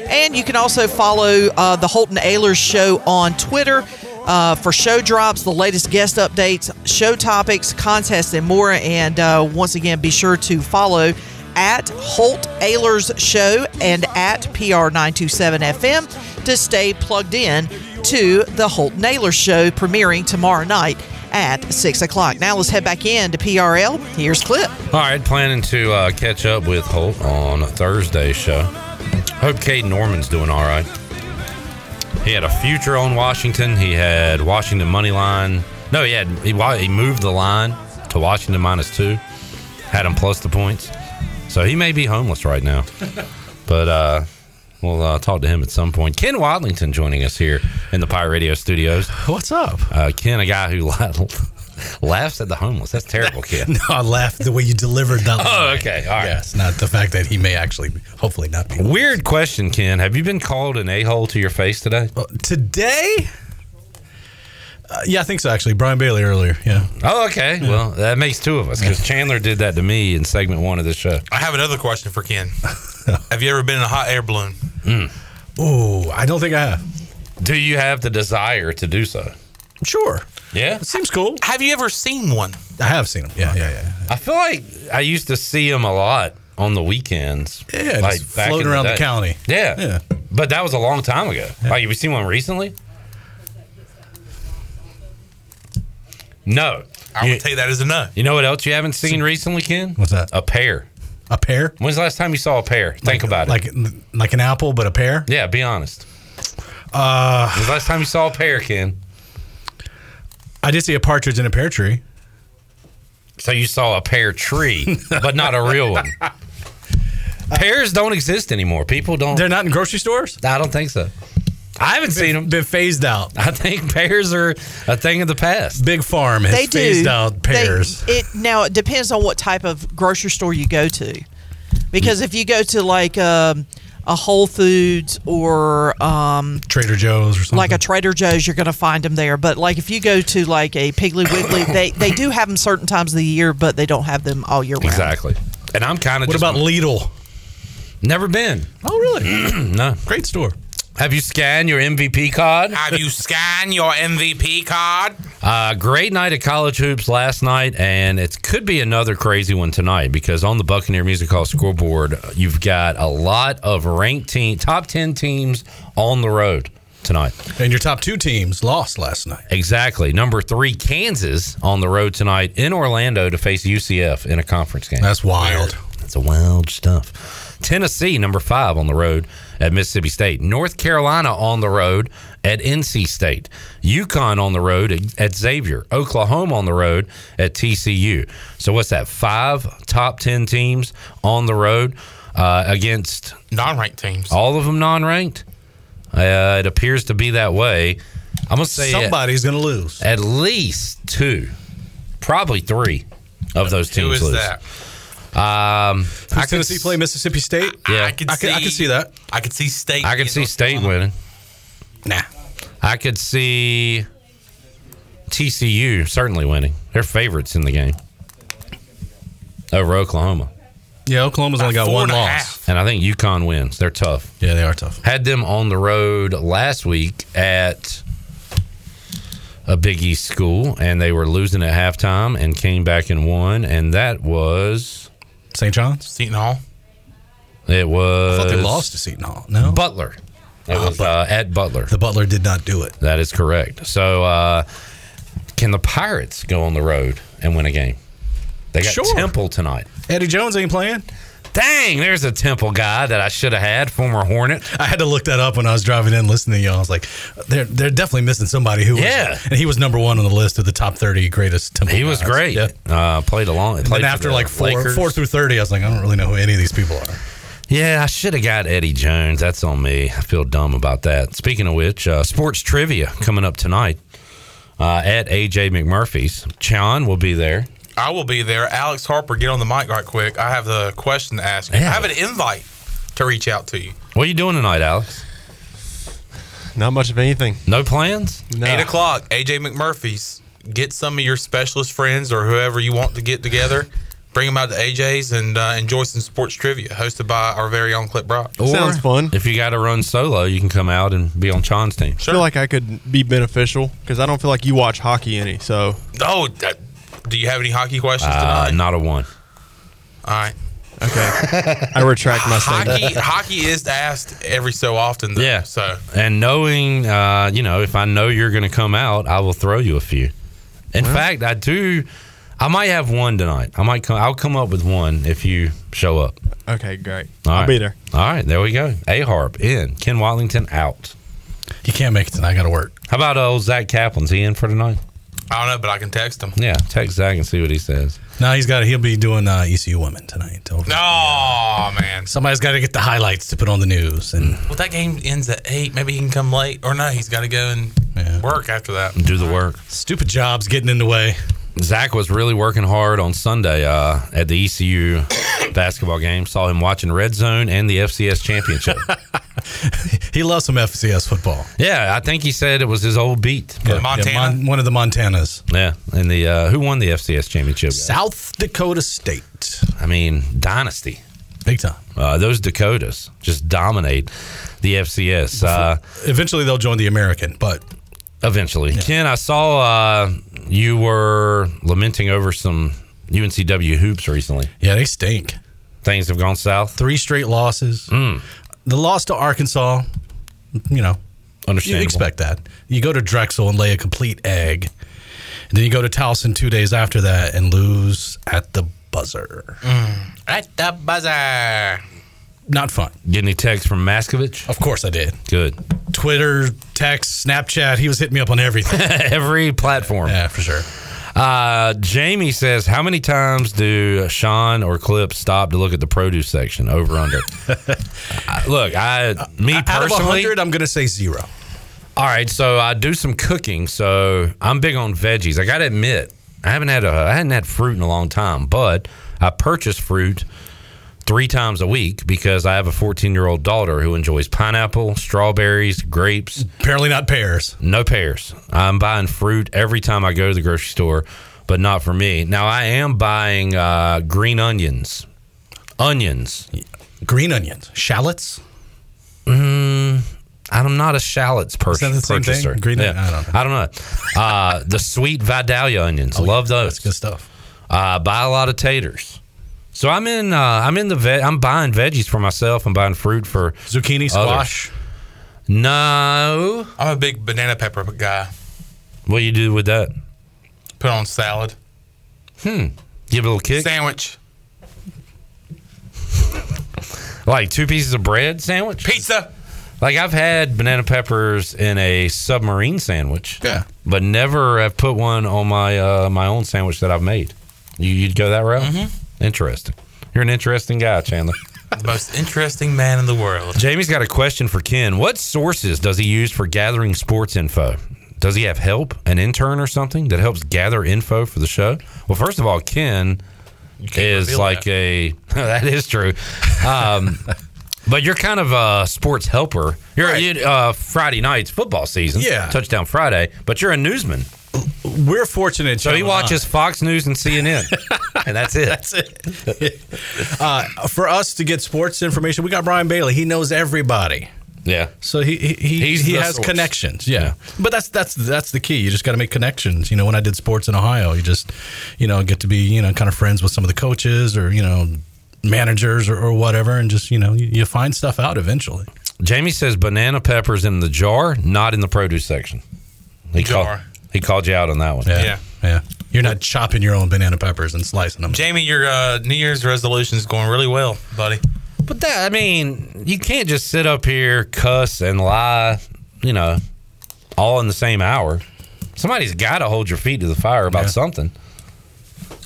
And you can also follow uh, the Holton Ayler Show on Twitter uh, for show drops, the latest guest updates, show topics, contests, and more. And uh, once again, be sure to follow at Holt Ayler's Show and at PR927FM to stay plugged in to the Holton Ayler Show premiering tomorrow night at 6 o'clock. Now let's head back in to PRL. Here's Clip. All right, planning to uh, catch up with Holt on Thursday's show. Hope Cade Norman's doing all right. He had a future on Washington. He had Washington money line. No, he had he, wa- he moved the line to Washington minus two. Had him plus the points, so he may be homeless right now. but uh, we'll uh, talk to him at some point. Ken Wadlington joining us here in the Pirate Radio Studios. What's up? Uh, Ken, a guy who laughs at the homeless. That's terrible, Ken. No, I laughed the way you delivered that. Oh, okay. All right. Yes, not the fact that he may actually, hopefully, not be Weird question, Ken. Have you been called an a hole to your face today? Uh, today. Uh, yeah, I think so. Actually, Brian Bailey earlier. Yeah, Oh, okay. Well, that makes two of us because Chandler did that to me in segment one of the show. I have another question for Ken. have you ever been in a hot air balloon? Oh, I don't think I have. Do you have the desire to do so? Sure. Yeah. It seems cool. Have you ever seen one? I have seen him. Yeah, yeah, yeah. I feel like I used to see him a lot on the weekends. Yeah, just back floating in around the day. county. Yeah. Yeah. But that was a long time ago. Like, have you seen one recently? No. I would take that as a no. You know what else you haven't seen recently, Ken? What's that? A pear. A pear? When's the last time you saw a pear? Think about like it. like an apple, but a pear. Yeah, be honest. Uh, When's the last time you saw a pear, Ken? I did see a partridge in a pear tree. So you saw a pear tree, but not a real one. Pears don't exist anymore. People don't. They're not in grocery stores. I don't think so. I haven't seen them. Been phased out. I think pears are a thing of the past. Big farm they do. They- it now it depends on what type of grocery store you go to, because if you go to like um, a Whole Foods or um, Trader Joe's or something. like a Trader Joe's, you're going to find them there. But like if you go to like a Piggly Wiggly, they they do have them certain times of the year, but they don't have them all year round. Exactly. And I'm kind of. What about Lidl? Never been. Oh really? no. Great store. Have you scanned your MVP card? Have you scanned your MVP card? Uh, great night at College Hoops last night, and it could be another crazy one tonight because on the Buccaneer Music Hall scoreboard, you've got a lot of ranked team, top 10 teams on the road tonight. And your top two teams lost last night. Exactly. Number three, Kansas on the road tonight in Orlando to face UCF in a conference game. That's wild. That's a wild stuff. Tennessee, number five on the road at Mississippi State. North Carolina on the road at NC State. Yukon on the road at, at Xavier. Oklahoma on the road at TCU. So what's that? Five top ten teams on the road uh, against non-ranked teams. All of them non-ranked. Uh, it appears to be that way. I'm gonna say at- Somebody's going to lose. at least two, probably three of those teams is lose. that? Um, Does Tennessee play Mississippi State? Yeah, I could I could- I could see- see that. I could see state. I could see state winning. Nah, I could see TCU certainly winning. They're favorites in the game over Oklahoma. Yeah, Oklahoma's only got one loss. and I think UConn wins. They're tough. Yeah, they are tough. Had them on the road last week at a Big East school, and they were losing at halftime and came back and won. And that was St. John's, Seton Hall. It was. I thought they lost to Seton Hall. No, Oh, Butler. Uh, It was uh, at Butler. The Butler did not do it. That is correct. So, uh, can the Pirates go on the road and win a game? They got Sure. Temple tonight. Eddie Jones ain't playing. Dang, there's a Temple guy that I should have had, former Hornet. I had to look that up when I was driving in listening to y'all. I was like, they're they're definitely missing somebody who was Yeah. and he was number one on the list of the top thirty greatest Temple. He was guys. great. Yeah. Uh, played along. And played then for after the like four Lakers. four through thirty, I was like, I don't really know who any of these people are. Yeah, I should have got Eddie Jones. That's on me. I feel dumb about that. Speaking of which, uh, sports trivia coming up tonight uh, at AJ McMurphy's. Chon will be there. I will be there. Alex Harper, get on the mic right quick. I have the question to ask you. I have an invite to reach out to you. What are you doing tonight, Alex? Not much of anything. No plans? No. Eight o'clock, AJ McMurphy's. Get some of your specialist friends or whoever you want to get together. Bring them out to AJ's and uh, enjoy some sports trivia hosted by our very own Clip Brock. fun. If you got to run solo, you can come out and be on Chon's team. I feel like I could be beneficial because I don't feel like you watch hockey any. So Oh, that- do you have any hockey questions Uh, tonight? not a one. All right. okay, I retract my statement. Hockey, hockey is asked every so often. Though, Yeah. So And knowing, uh, you know, if I know you're going to come out, I will throw you a few. In fact, I do. I might have one tonight. I might come. I'll come up with one if you show up. Okay, great. All I'll right. be there. All right, there we go. A Harp in. Ken Watlington out. He can't make it tonight. I got to work. How about old Zach Kaplan's he in for tonight? I don't know, but I can text him. Yeah, text Zach and see what he says. No, he's got he'll be doing uh, ECU women tonight. Over- Oh man. Somebody's got to get the highlights to put on the news and Well, that game ends at eight. Maybe he can come late, or no, he's got to go and work after that. Do the work. Stupid jobs getting in the way. Zach was really working hard on Sunday uh, at the ECU basketball game. Saw him watching Red Zone and the FCS championship. he loves some FCS football. yeah, I think he said it was his old beat. Yeah, Mon- one of the Montanas. Yeah, and the uh, who won the FCS championship? South Dakota State. I mean, dynasty. Big time. Uh, those Dakotas just dominate the FCS. Uh, Eventually, they'll join the American, but eventually, Ken, I saw uh, you were lamenting over some UNCW hoops recently. Yeah, they stink. Things have gone south. Three straight losses. The loss to Arkansas, you know, Understandable. You expect that. You go to Drexel and lay a complete egg, and then you go to Towson two days after that and lose at the buzzer. At the buzzer. Not fun. Get any texts from Maskovich? Of course I did. Good. Twitter, text, Snapchat. He was hitting me up on everything. Every platform. Yeah, for sure. Uh, Jamie says, How many times do Sean or Clip stop to look at the produce section over under? Uh, look, I, me Out of personally, 100, I'm going to say zero. All right, so I do some cooking, so I'm big on veggies. I gotta admit, I haven't had a, I hadn't had fruit in a long time, but I purchase fruit three times a week because I have a 14 year old daughter who enjoys pineapple, strawberries, grapes. Apparently not pears. No pears. I'm buying fruit every time I go to the grocery store, but not for me. Now I am buying uh, green onions, onions. Green onions, shallots. Mm, I'm not a shallots per- Is that the same thing? purchaser. Green- I don't know. Oh, I don't know. Uh, the sweet Vidalia onions. Love those. good stuff. Uh, buy a lot of taters. So I'm in. Uh, I'm in the. Ve- I'm buying veggies for myself. I'm buying fruit for zucchini, squash. No, I'm a big banana pepper guy. What do you do with that? Put it on salad. Hmm. Give it a little kick. Sandwich. Like two pieces of bread sandwich. Pizza. Like I've had banana peppers in a submarine sandwich. Yeah. But never have put one on my uh, my own sandwich that I've made. You, you'd go that route. Mm-hmm. Interesting. You're an interesting guy, Chandler. The most interesting man in the world. Jamie's got a question for Ken. What sources does he use for gathering sports info? Does he have help, an intern or something that helps gather info for the show? Well, first of all, Ken is reveal like a that is true, um, but you're kind of a sports helper. You're you- uh, Friday nights football season, Yeah. touchdown Friday, but you're a newsman. Oh, We're fortunate. So he John and I- watches Fox News and CNN, and that's it. That's it. uh, for us to get sports information, we got Brian Bailey. He knows everybody. Yeah. So he he he, He's he the has source. connections. Yeah. But that's that's that's the key. You just got to make connections. You know, when I did sports in Ohio, you just you know get to be you know kind of friends with some of the coaches or you know managers or, or whatever, and just you know you, you find stuff out eventually. Jamie says banana peppers in the jar, not in the produce section. He Jar. Called, he called you out on that one. Yeah. Yeah. You're not chopping your own banana peppers and slicing them. Jamie, your uh, New Year's resolution is going really well, buddy. But that, I mean, you can't just sit up here, cuss, and lie, you know, all in the same hour. Somebody's got to hold your feet to the fire about something.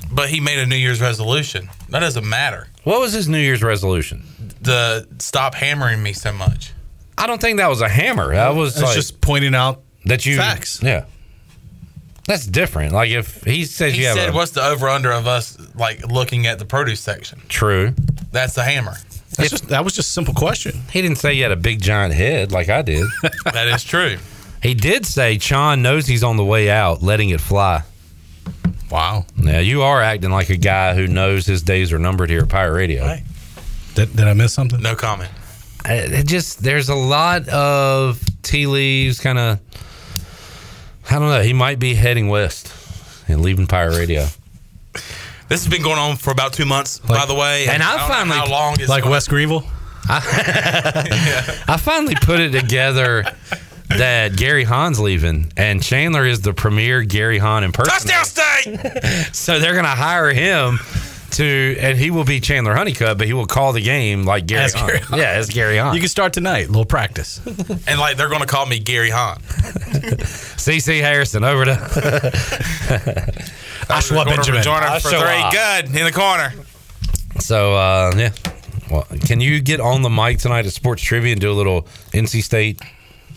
But he made a New Year's resolution. That doesn't matter. What was his New Year's resolution? The stop hammering me so much. I don't think that was a hammer. That was It's like, just pointing out that you facts. Yeah, that's different. Like if he says He you have said, a, "What's the over under of us like looking at the produce section?" true, That's the hammer. That's just, that was just a simple question. He didn't say you had a big giant head like I did. that is true. He did say Chon knows he's on the way out, letting it fly. Wow. Now you are acting like a guy who knows his days are numbered here at Pirate Radio. Did, did I miss something? No comment. it it just there's a lot of tea leaves kind of i don't know he might be heading west and leaving pirate radio This has been going on for about two months, by the way. and I don't know finally- how long is Like West Greenville. i finally put it together that gary hahn's leaving and chandler is the premier gary hahn impersonator Touchdown state. so they're gonna hire him to and he will be chandler honeycutt but he will call the game like gary, As hahn. Gary Hahn. yeah as gary hahn You can start tonight. Little practice. and like they're going to call me Gary Hahn. cc harrison over to Ashwa Going to Benjamin. rejoin her for Oshawa. three. Good in the corner. So uh, yeah, well, can you get on the mic tonight at Sports Trivia and do a little NC State,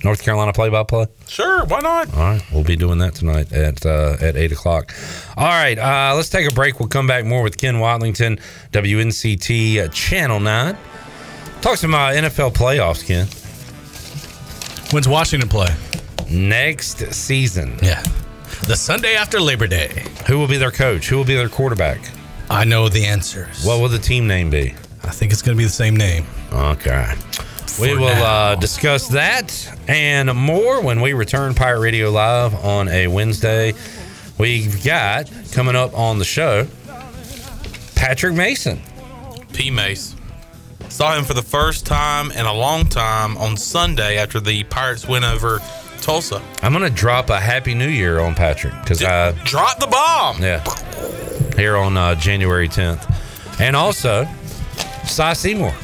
North Carolina play-by-play? Sure, why not? All right, we'll be doing that tonight at uh, at eight o'clock. All right, uh, let's take a break. We'll come back more with Ken Watlington, WNCT uh, Channel Nine. Talk some uh, NFL playoffs, Ken. When's Washington play? Next season, Yeah. The Sunday after Labor Day. who will be their coach? Who will be their quarterback? I know the answers. What will the team name be? I think it's going to be the same name. Okay. We will uh, discuss that and more when we return Pirate Radio Live on a Wednesday. We've got coming up on the show Patrick Mason. P Mace. Saw him for the first time in a long time on Sunday after the Pirates win over Tulsa. I'm gonna drop a Happy New Year on Patrick because I drop the bomb. Yeah, here on uh, January 10th, and also Cy Seymour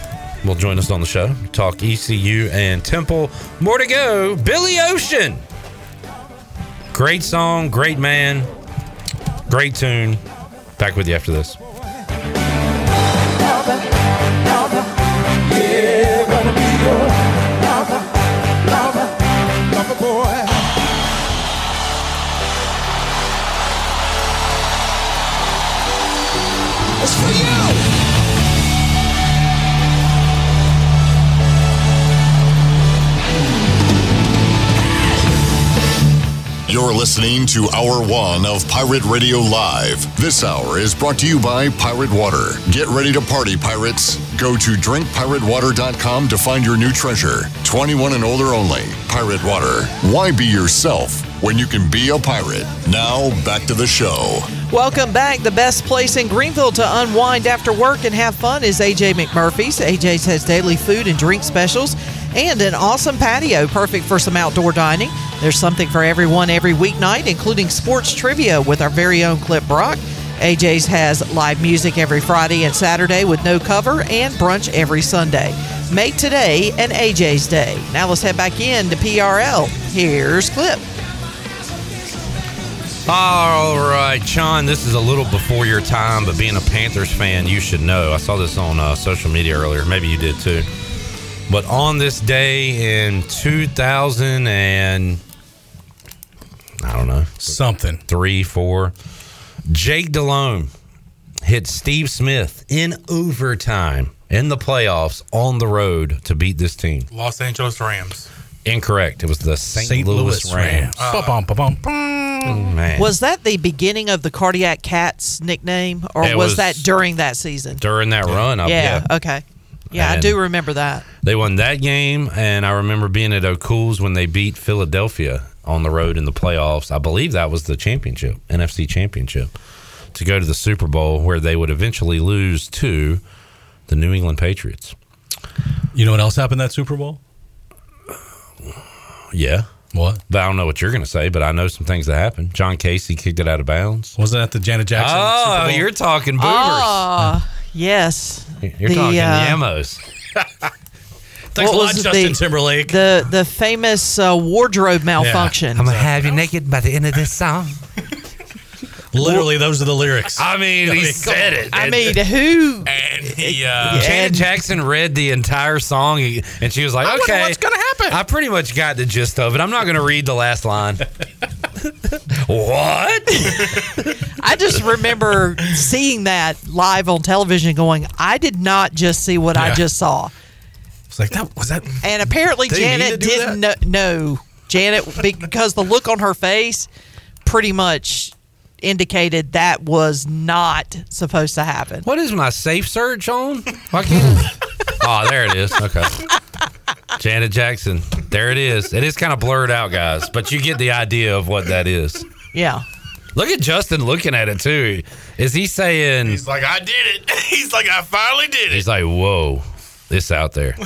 will join us on the show. Talk ECU and Temple. More to go. Billy Ocean. Great song, great man, great tune. Back with you after this. It's for you. You're listening to Hour One of Pirate Radio Live. This hour is brought to you by Pirate Water. Get ready to party, pirates. Go to drinkpiratewater.com to find your new treasure. 21 and older only. Pirate Water. Why be yourself when you can be a pirate? Now, back to the show. Welcome back. The best place in Greenville to unwind after work and have fun is AJ McMurphy's. AJ's has daily food and drink specials and an awesome patio perfect for some outdoor dining. There's something for everyone every weeknight, including sports trivia with our very own Clip Brock. AJ's has live music every Friday and Saturday with no cover and brunch every Sunday. Make today an AJ's day. Now let's head back in to PRL. Here's Clip. All right, Sean, this is a little before your time, but being a Panthers fan, you should know. I saw this on uh, social media earlier. Maybe you did too. But on this day in 2000 and I don't know, something, three, four, Jake DeLone hit Steve Smith in overtime in the playoffs on the road to beat this team. Los Angeles Rams. Incorrect. It was the St. Louis, Rams. Ba-bum, ba-bum, bum. Man. Was that the beginning of the Cardiac Cats nickname, or It was, was- that during that season? during that run. I, yeah, Okay. Yeah, I And- do remember that. They won that game, and I remember being at O'Cool's when they beat Philadelphia on the road in the playoffs. I believe that was the championship, NFC championship, to go to the Super Bowl where they would eventually lose to the New England Patriots. You know what else happened that Super Bowl? Uh, Yeah. What? But I don't know what you're going to say, but I know some things that happened. John Casey kicked it out of bounds. Wasn't that the Janet Jackson? Oh, Super Bowl? you're talking boomers. Ah, yes. You're talking uh, the Emos. Thanks what a lot, was it, Justin Uh, the, Timberlake. The the famous uh, wardrobe malfunction. I'm going to have you naked by the end of this song. Literally, those are the lyrics. I mean, he said it. I mean, who? And he, uh, Janet Jackson read the entire song and she was like, wonder "Okay, what's gonna happen." I pretty much got the gist of it. I'm not going to read the last line. what? I just remember seeing that live on television, going, "I did not just see what I Yeah. just saw." It's like that was that. And apparently, They need to Janet do didn't know. No, Janet, because the look on her face pretty much indicated that was not supposed to happen. What is my safe search on? Why can't? oh, there it is. Okay. Janet Jackson. There it is. It is kind of blurred out, guys, but you get the idea of what that is. Yeah. Look at Justin looking at it too. Is he saying? He's like, I did it. He's like, I finally did it. He's like, "Whoa, it's out there."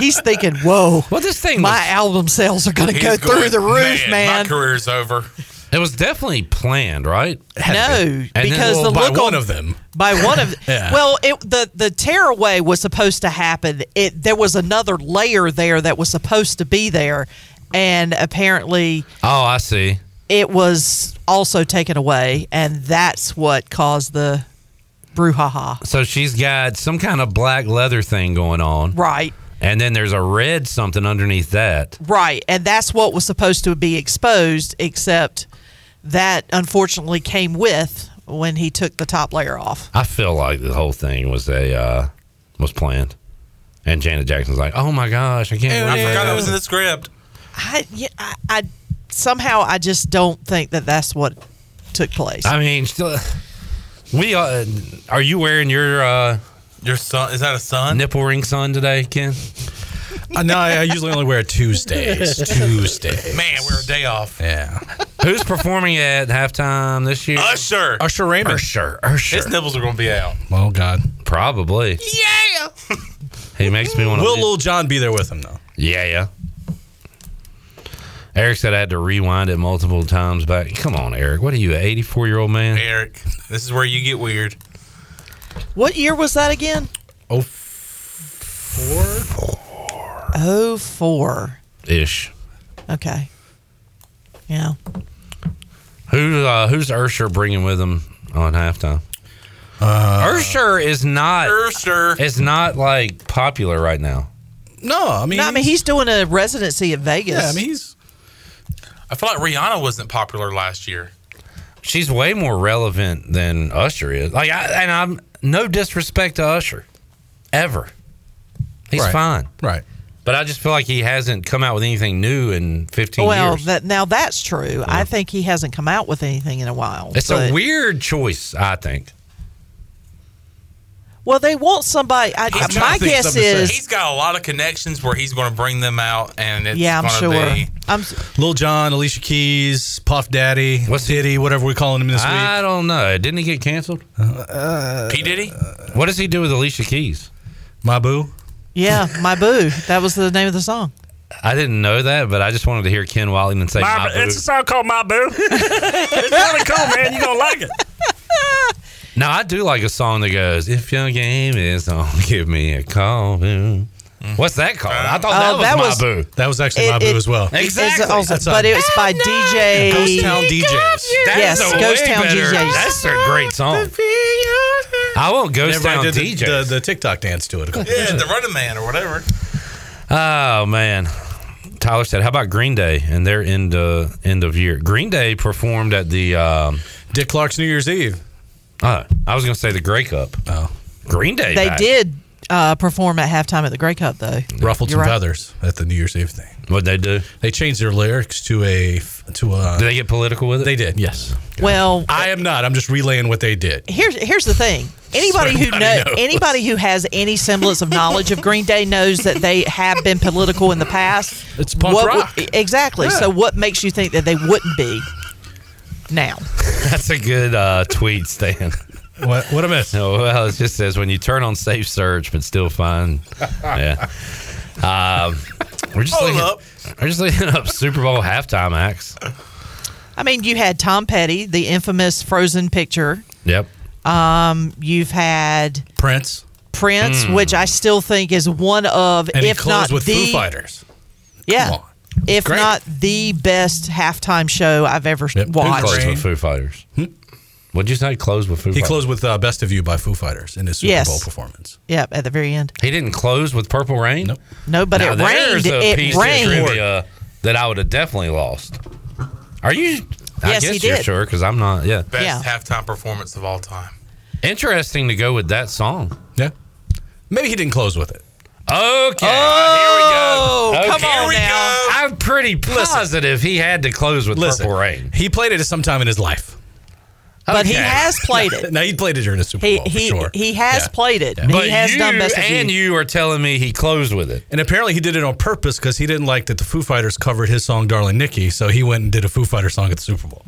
He's thinking, whoa, Well, this thing was my album sales are going to He's go going, through the roof, man. My career's over. It was definitely planned, right? No, then- because well, the by look one on, of them. by one of Yeah. well, it, the the tearaway was supposed to happen. It there was another layer there that was supposed to be there, and apparently Oh, I see. it was also taken away, and that's what caused the brouhaha. So she's got some kind of black leather thing going on. Right, And then there's a red something underneath that. right, and that's what was supposed to be exposed, except that unfortunately came with when he took the top layer off. I feel like the whole thing was a uh, was planned. And Janet Jackson's like, "Oh my gosh, I can't." I believe that." forgot that was in the script. I, yeah, I, I somehow I just don't think that that's what took place. I mean, still, we uh, are you wearing your uh, Your son is that a son? nipple ring sun today, Ken? Uh, no, I, I usually only wear it Tuesdays. Tuesday. Man, we're a day off. Yeah. Who's performing at halftime this year? Usher. Usher Raymond. Usher. Usher. His nipples are going to be out. Oh God. Probably. Yeah. He makes me want to. Will Lil John be there with him though? Yeah, yeah. Eric said I had to rewind it multiple times back. Come on, Eric. What are you, an 84 year old man? Eric, this is where you get weird. What year was that again? Oh, Oh four. Ish. Okay. Yeah. Who uh, who's Ursher bringing with him on halftime? Uh, Ursher is not Ursher is not like popular right now. No, I mean, no, I mean he's doing a residency at Vegas. Yeah, I mean he's. I feel like Rihanna wasn't popular last year. She's way more relevant than Usher is. Like, I, and I'm no disrespect to Usher, ever. He's Right. fine, right? But I just feel like he hasn't come out with anything new in 15 well, years. that now that's true. I think he hasn't come out with anything in a while. it's but- a weird choice, I think. Well, they want somebody. I, He's my trying to think guess something to say. is, he's got a lot of connections where he's going to bring them out, and it's yeah, I'm gonna sure. Be, I'm s- Lil John, Alicia Keys, Puff Daddy, What's Diddy, whatever we're calling him this Uh, I don't know. Didn't he get canceled? P Diddy, What does he do with Alicia Keys? week. My boo. yeah, my boo. That was the name of the song. I didn't know that, but I just wanted to hear Ken Wildington say my, boo. song called My Boo. it's really cool, man. You're going to like it. Now I do like a song that goes, "If your game is on, give me a call." Boo. What's that called? I thought that Oh, was that my was- boo. That was actually my It- boo it- as well. it's- it's Exactly. also- That's a- but it was by DJ. Ghost Town DJs. That yes, is a Ghost way Town better- DJs. That's a great song. I won't Ghost Town Everybody did DJ. the, the, the TikTok dance to it. yeah, the Running Man or whatever. oh man, Tyler said, "How about Green Day and their end uh, end of year?" Green Day performed at the. Um, Dick Clark's New Year's Eve. oh, I was going to say the Grey Cup. Oh. Green Day. They back. did uh, perform at halftime at the Grey Cup, though. Ruffled You're some right. feathers at the New Year's Eve thing. What they do? They changed their lyrics to a to a. Did they get political with it? They did, yes. Well, I am not. I'm just relaying what they did. here's here's the thing. Anybody who know, Everybody knows. anybody who has any semblance of knowledge of Green Day knows that they have been political in the past. It's punk What would- rock. exactly. So what makes you think that they wouldn't be now? That's a good uh, tweet, Stan. What, what a mess. No, well, it just says when you turn on safe search, but still find. Yeah. Um, we're just Hold looking, up. We're just looking up Super Bowl halftime acts. I mean, you had Tom Petty, the infamous Frozen picture. Yep. You've had Prince. Hmm. Prince, which I still think is one of, And he if closed not with the, Foo Fighters. yeah, Come on. if Great. not the best halftime show I've ever Yep. Who watched. Close Train. with Foo Fighters. What'd you say? Close with Foo Hmm? He Fighters. closed with uh, Best of You by Foo Fighters in his Super Yes. Bowl performance. Yep, at the very end. He didn't close with Purple Rain. Nope. No, but Now, it there's rained. a piece It of rained. trivia that I would have definitely lost. Are you? I Yes, guess he you're did. sure because I'm not. Yeah. Best Yeah. halftime performance of all time. Interesting to go with that song. Yeah. Maybe he didn't close with it. Okay. Oh, Here we go. come Okay. on Here we now. go. I'm pretty positive he had to close with Listen, Purple Rain. he played it at some time in his life. But he Okay. has played it. Now he played it during the Super He Bowl. for he sure. he has Yeah. played it. But He has you done best of and you. you are telling me he closed with it. And apparently he did it on purpose because he didn't like that the Foo Fighters covered his song "Darling Nikki," so he went and did a Foo Fighter song at the Super Bowl.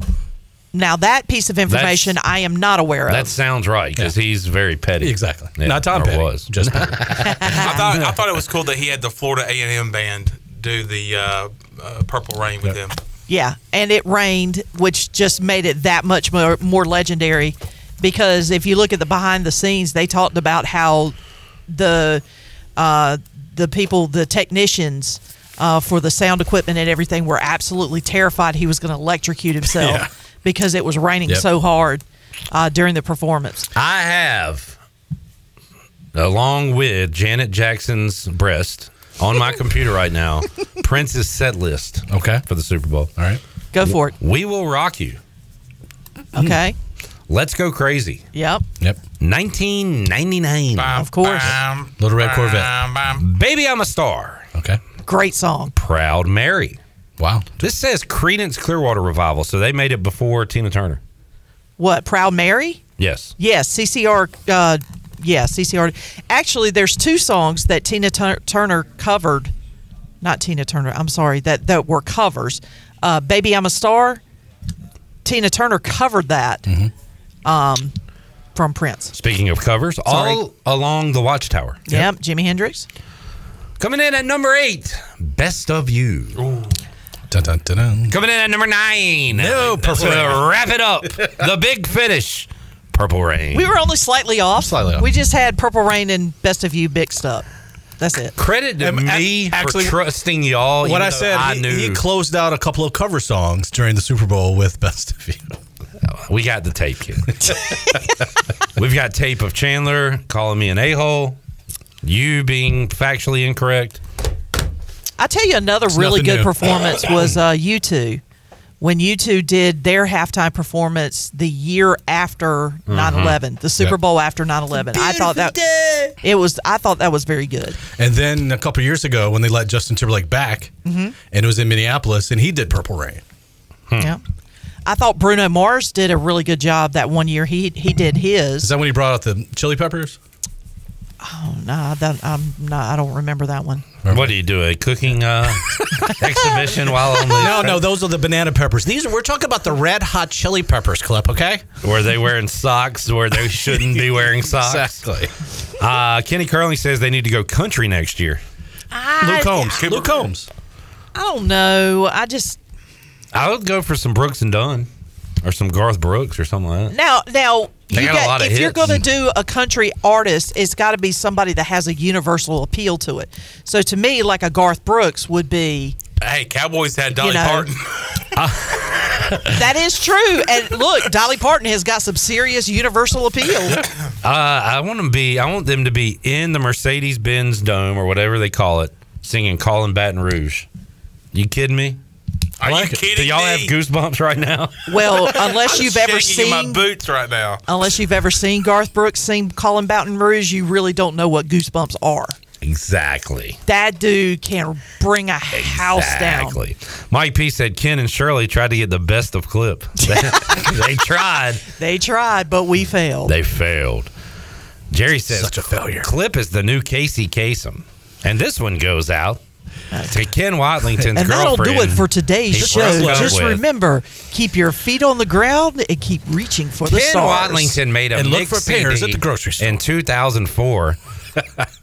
Now that piece of information I am not aware That of. sounds right because he's very petty. Exactly. Yeah, Not Tom or Petty. was. Just Petty. I thought I thought it was cool that he had the Florida A and M band do the uh, uh, Purple Rain with him. Yeah, and it rained, which just made it that much more more legendary. Because if you look at the behind the scenes, they talked about how the uh, the people, the technicians uh, for the sound equipment and everything, were absolutely terrified he was going to electrocute himself because it was raining Yep. so hard uh, during the performance. I have, along with Janet Jackson's breast, on my computer right now, Prince's set list okay. for the Super Bowl. All right. Go for it. We Will Rock You. Okay. Let's Go Crazy. Yep. Yep. 1999. Of course. Little Red Corvette. Baby, I'm a Star. Okay. Great song. Proud Mary. Wow. This says Credence Clearwater Revival, so they made it before Tina Turner. What? Proud Mary? Yes. Yes, CCR. Uh, yeah, CCR. Actually, there's two songs that Tina Tur- Turner covered. Not Tina Turner. I'm sorry. That that were covers. Uh, Baby, I'm a Star, Tina Turner covered that Mm-hmm. um, from Prince. Speaking of covers, Sorry. all along the Watchtower. Yep. Jimi Hendrix. Coming in at number eight, Best of You. Dun, dun, dun, dun. Coming in at number nine. No, Purple To Rain. wrap it up, the big finish, Purple Rain. We were only slightly off. Slightly off. We just had Purple Rain and Best of You mixed up. That's it. Credit to me for trusting y'all. What even I though said, I he, knew he closed out a couple of cover songs during the Super Bowl with Best of You. we got the tape, kid. We've got tape of Chandler calling me an a hole, you being factually incorrect. I tell you another It's really nothing good new. performance was uh, U2 when U2 did their halftime performance the year after 9/11, the Super Yep. Bowl after 9/11. I thought that it was I thought that was very good. And then a couple of years ago, when they let Justin Timberlake back, Mm-hmm. Mhm. and it was in Minneapolis, and he did Purple Rain. Yeah. I thought Bruno Mars did a really good job that one year. He he did his. Is that when he brought out the Chili Peppers? Oh no, that, I'm not. I don't remember that one. What do you do? A cooking uh, exhibition while on the No, no, those are the banana peppers. These are, we're talking about the Red Hot Chili Peppers clip, okay? Were they wearing socks where they shouldn't be wearing socks? Exactly. Uh, Kenny Curling says they need to go country next year. I, Luke Combs. I don't know. I just I would go for some Brooks and Dunn or some Garth Brooks or something like that. now now. They you got a lot of if you're hits. going to do a country artist, it's got to be somebody that has a universal appeal to it. So to me, like a Garth Brooks would be. Hey, Cowboys had Dolly You know. Parton. That is true. And look, Dolly Parton has got some serious universal appeal. Uh, I want them to be. I want them to be in the Mercedes Benz Dome or whatever they call it, singing "Calling Baton Rouge." You kidding me? Are you Do kidding y'all have me? goosebumps right now? Well, unless you've ever Shaking in my seen boots right now. unless you've ever seen Garth Brooks sing Colin Baton Rouge, you really don't know what goosebumps are. Exactly. That dude can bring a house down. Exactly. Mike P said Ken and Shirley tried to get the best of clip. they tried. They tried, but we failed. They failed. Jerry says Such a failure. Clip is the new Casey Kasem, and this one goes out to Ken Watlington's and that'll girlfriend. do it for today's he show. broke up Just with. remember, keep your feet on the ground and keep reaching for the Ken stars. Watlington made a And look mix for pears CD at the grocery store. in 2004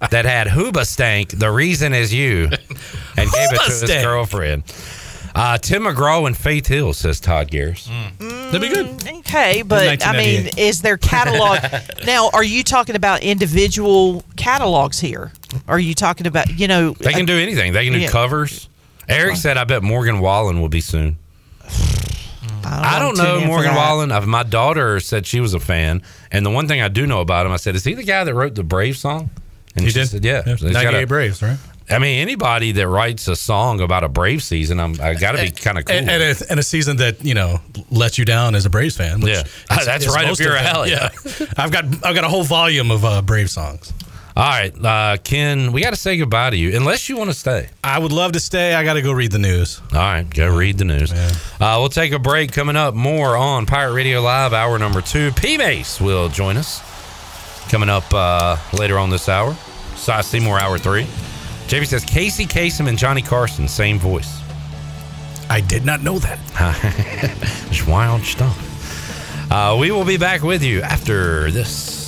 that had Hooba Stank, The Reason Is You, and gave it to his Hoobastank. girlfriend. Uh, Tim McGraw and Faith Hill, says Todd Garris. Mm. That'd be good. Okay, but I mean, 1998. is there catalog now? Are you talking about individual catalogs here? Are you talking about you know They can do anything. They can do Yeah. covers. Eric said, I bet Morgan Wallen will be soon. I wanna don't tune know in for Morgan that. Wallen. I've, my daughter said she was a fan. And the one thing I do know about him, I said, is he the guy that wrote the Brave song? And He she did? said, yeah. So he's got 98 a- Braves, right? I mean, anybody that writes a song about a Brave season, I'm, I got to be kind of cool. And, and a, and a season that, you know, let you down as a Braves fan. Which Yeah. is- That's is right up most of your them. alley. Yeah. I've got I've got a whole volume of uh, Brave songs. All right, uh, Ken, we got to say goodbye to you, unless you want to stay. I would love to stay. I got to go read the news. All right, go read the news. Uh, we'll take a break. Coming up, more on Pirate Radio Live, hour number two. P Mace will join us coming up uh, later on this hour. Cy Seymour, hour three. JB says Casey Kasem and Johnny Carson, same voice. I did not know that. it's wild stuff. Uh, we will be back with you after this.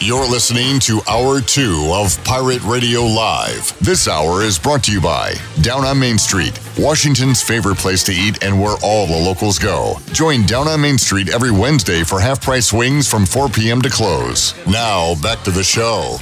You're listening to Hour 2 of Pirate Radio Live. This hour is brought to you by Down on Main Street, Washington's favorite place to eat and where all the locals go. Join Down on Main Street every Wednesday for half price wings from 4 p.m. to close. Now, back to the show.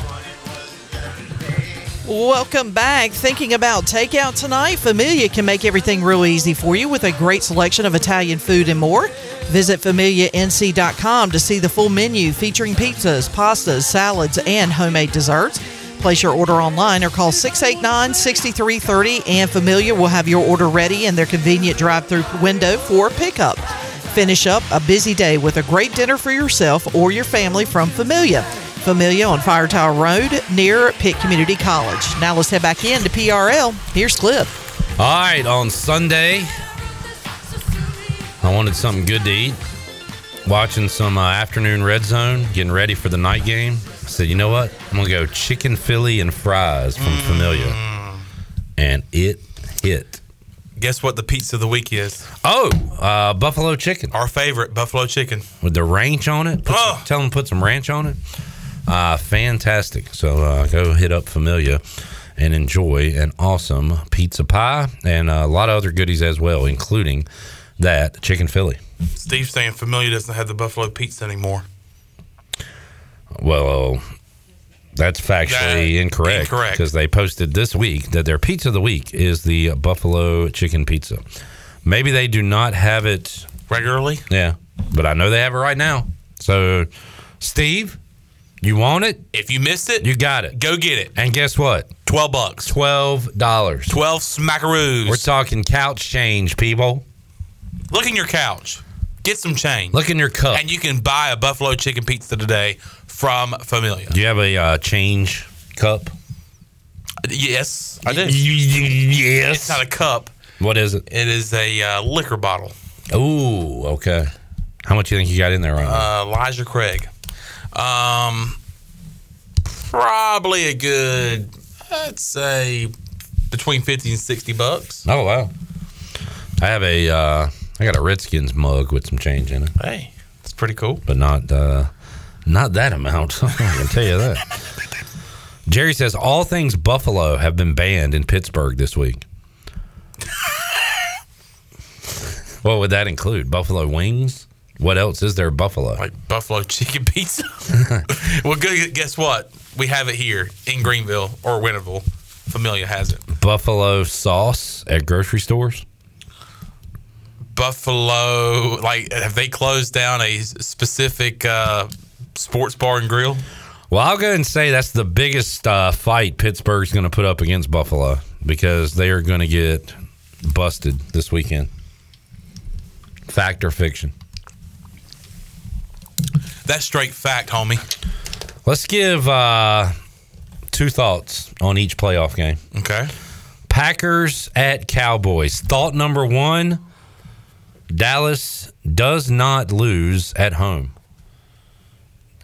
Welcome back. Thinking about takeout tonight? Familia can make everything real easy for you with a great selection of Italian food and more. Visit FamiliaNC.com to see the full menu featuring pizzas, pastas, salads, and homemade desserts. Place your order online or call 689 6330, and Familia will have your order ready in their convenient drive through window for pickup. Finish up a busy day with a great dinner for yourself or your family from Familia. Familia on Fire Tower Road near Pitt Community College. Now let's head back in to PRL. Here's Cliff. All right, on Sunday, I wanted something good to eat. Watching some uh, afternoon red zone, getting ready for the night game. I said, you know what? I'm gonna go chicken Philly and fries from Familia, and it hit. Guess what the pizza of the week is? Oh, uh, buffalo chicken. Our favorite buffalo chicken. with the ranch on it. Put some- tell them to put some ranch on it. Uh, fantastic. So uh, go hit up Familia and enjoy an awesome pizza pie and a lot of other goodies as well, including that chicken Philly. Steve's saying Familia doesn't have the buffalo pizza anymore. Well, that's factually incorrect. incorrect. Because they posted this week that their pizza of the week is the buffalo chicken pizza. Maybe they do not have it regularly. Yeah. But I know they have it right now. So, Steve, you want it? If you missed it, you got it. Go get it. And guess what? 12 bucks. $12. 12 smackaroos. We're talking couch change, people. Look in your couch. Get some change. Look in your cup. And you can buy a buffalo chicken pizza today from Familia. Do you have a uh, change cup? Yes, I do. Yes. It's not a cup. What is it? It is a uh, liquor bottle. Ooh, okay. How much you think you got in there right now? Uh, Elijah Craig. Um, probably a good, I'd say, between 50 and 60 bucks. Oh, wow. I have a, uh, I got a Redskins mug with some change in it. Hey, that's pretty cool. But not, uh, not that amount. I can tell you that. Jerry says all things Buffalo have been banned in Pittsburgh this week. what would that include? Buffalo wings? What else is there? Buffalo. Buffalo chicken pizza. well, good. Guess what? We have it here in Greenville or Winterville. Familia has it. buffalo sauce at grocery stores. Buffalo, like, have they closed down a s- specific uh, sports bar and grill? Well, I'll go and say that's the biggest uh, fight Pittsburgh's going to put up against Buffalo because they are going to get busted this weekend. Fact or fiction? That's straight fact, homie. Let's give uh, two thoughts on each playoff game. Okay. Packers at Cowboys. Thought number one Dallas does not lose at home.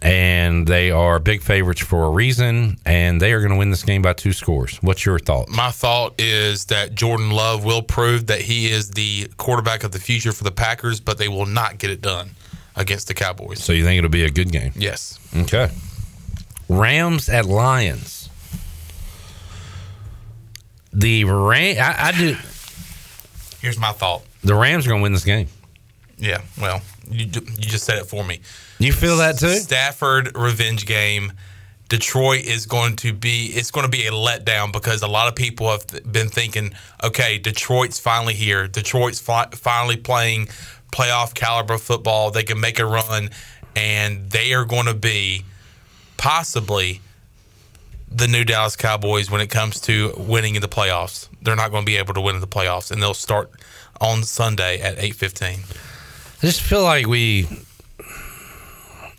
And they are big favorites for a reason, and they are going to win this game by two scores. What's your thought? My thought is that Jordan Love will prove that he is the quarterback of the future for the Packers, but they will not get it done against the Cowboys. So you think it'll be a good game? Yes. Okay. Rams at Lions. The Ram, I, I do. Here's my thought. The Rams are going to win this game. Yeah. Well, you, ju- you just said it for me. You feel that too? Stafford revenge game. Detroit is going to be it's going to be a letdown because a lot of people have th- been thinking, okay, Detroit's finally here. Detroit's fi- finally playing playoff caliber football. They can make a run, and they are going to be possibly the new Dallas Cowboys when it comes to winning in the playoffs. They're not going to be able to win in the playoffs, and they'll start on Sunday at eight fifteen. I just feel like we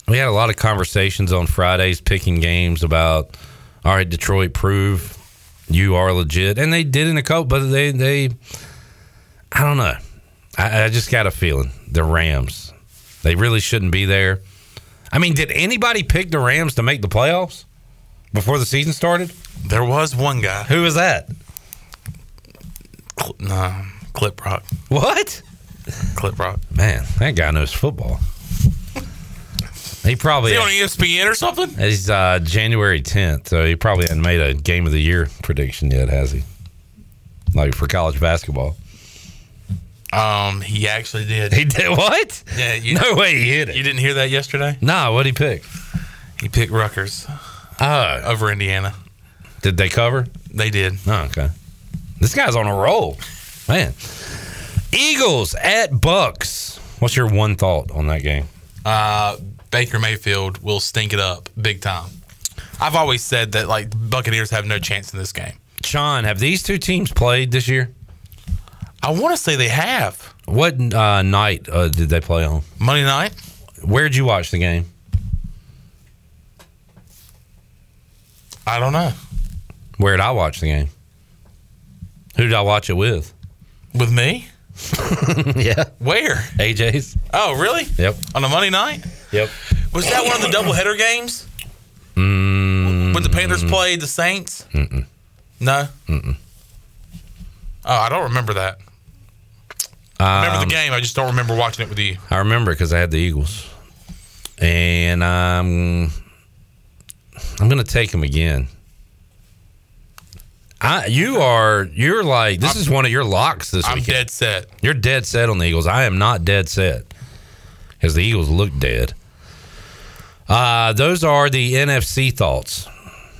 we had a lot of conversations on Fridays picking games about all right, Detroit, prove you are legit, and they did in a couple, but they they I don't know. I, I just got a feeling the Rams they really shouldn't be there. I mean, did anybody pick the Rams to make the playoffs before the season started? There was one guy. Who was that? No, Clip Rock. What? Clip Rock. Man, that guy knows football. He probably Is he on E ESPN or something? It's uh, January 10th, so he probably hasn't made a game of the year prediction yet, has he? Like for college basketball. Um, he actually did. He did what? Yeah, you, No way he hit it. You didn't hear that yesterday? Nah, what'd he pick? He picked Rutgers Oh, over Indiana. did they cover? They did. Oh, okay. This guy's on a roll. Man. Eagles at Bucks. What's your one thought on that game? Uh, Baker Mayfield will stink it up big time. I've always said that like Buccaneers have no chance in this game. Sean, have these two teams played this year? I want to say they have. What uh, night uh, did they play on? Monday night. Where'd you watch the game? I don't know. Where'd I watch the game? Who did I watch it with? With me? yeah. Where? AJ's. Oh, really? Yep. On a Monday night? Yep. Was that one of the doubleheader games Mm, when the Panthers played the Saints? Mm-mm. No. Mm-mm. Oh, I don't remember that. I Um, remember the game. I just don't remember watching it with you. I remember because I had the Eagles, and I'm I'm gonna take them again. I you are you're like this is one of your locks this I'm weekend. dead set. You're dead set on the Eagles. I am not dead set because the Eagles look dead. Uh, those are the NFC thoughts.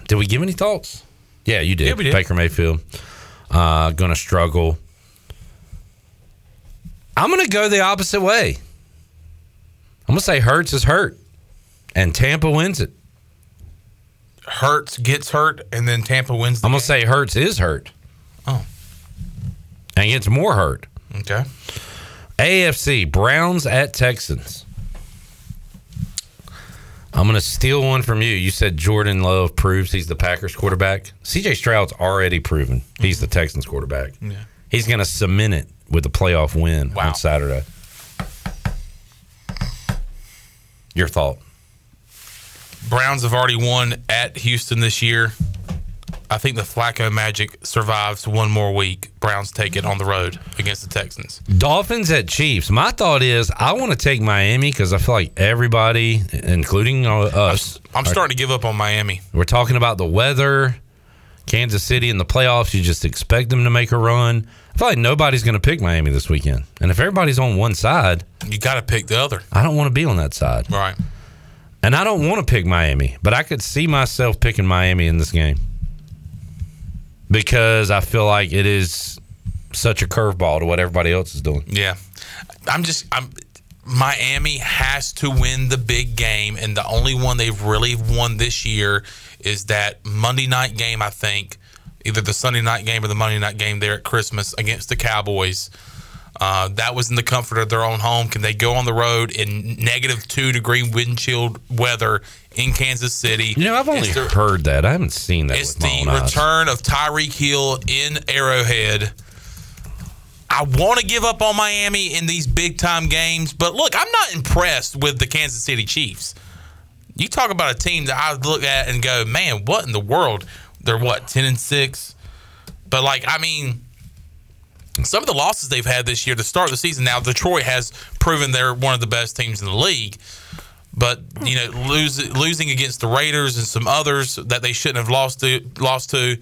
Did we give any thoughts? Yeah, you did. Yeah, we did. Baker Mayfield uh, going to struggle. I'm going to go the opposite way. I'm going to say Hurts is hurt, and Tampa wins it. Hurts gets hurt, and then Tampa wins. The I'm going to say Hurts is hurt. Oh. And gets more hurt. Okay. AFC Browns at Texans. I'm going to steal one from you. You said Jordan Love proves he's the Packers quarterback. CJ Stroud's already proven he's the Texans quarterback. Yeah. He's going to cement it with a playoff win Wow. on Saturday. Your thought. Browns have already won at Houston this year. I think the Flacco magic survives one more week. Browns take it on the road against the Texans. Dolphins at Chiefs. My thought is I want to take Miami because I feel like everybody, including uh, us, I'm are- starting to give up on Miami. We're talking about the weather, Kansas City in the playoffs. You just expect them to make a run. I feel like nobody's going to pick Miami this weekend. And if everybody's on one side, You got to pick the other. I don't want to be on that side. Right. And I don't want to pick Miami, but I could see myself picking Miami in this game because I feel like it is such a curveball to what everybody else is doing. Yeah. I'm just I'm Miami has to win the big game and the only one they've really won this year is that Monday night game I think either the Sunday night game or the Monday night game there at Christmas against the Cowboys. Uh, that was in the comfort of their own home. Can they go on the road in negative two degree wind chilled weather in Kansas City? You know, I've only It's the- heard that. I haven't seen that. it's with my the own eyes. return of Tyreek Hill in Arrowhead. I want to give up on Miami in these big time games, but look, I'm not impressed with the Kansas City Chiefs. You talk about a team that I look at and go, man, what in the world? They're what, 10 and 6? But, like, I mean, some of the losses they've had this year to start the season. Now, Detroit has proven they're one of the best teams in the league. But you know, lose, losing against the Raiders and some others that they shouldn't have lost to, lost to.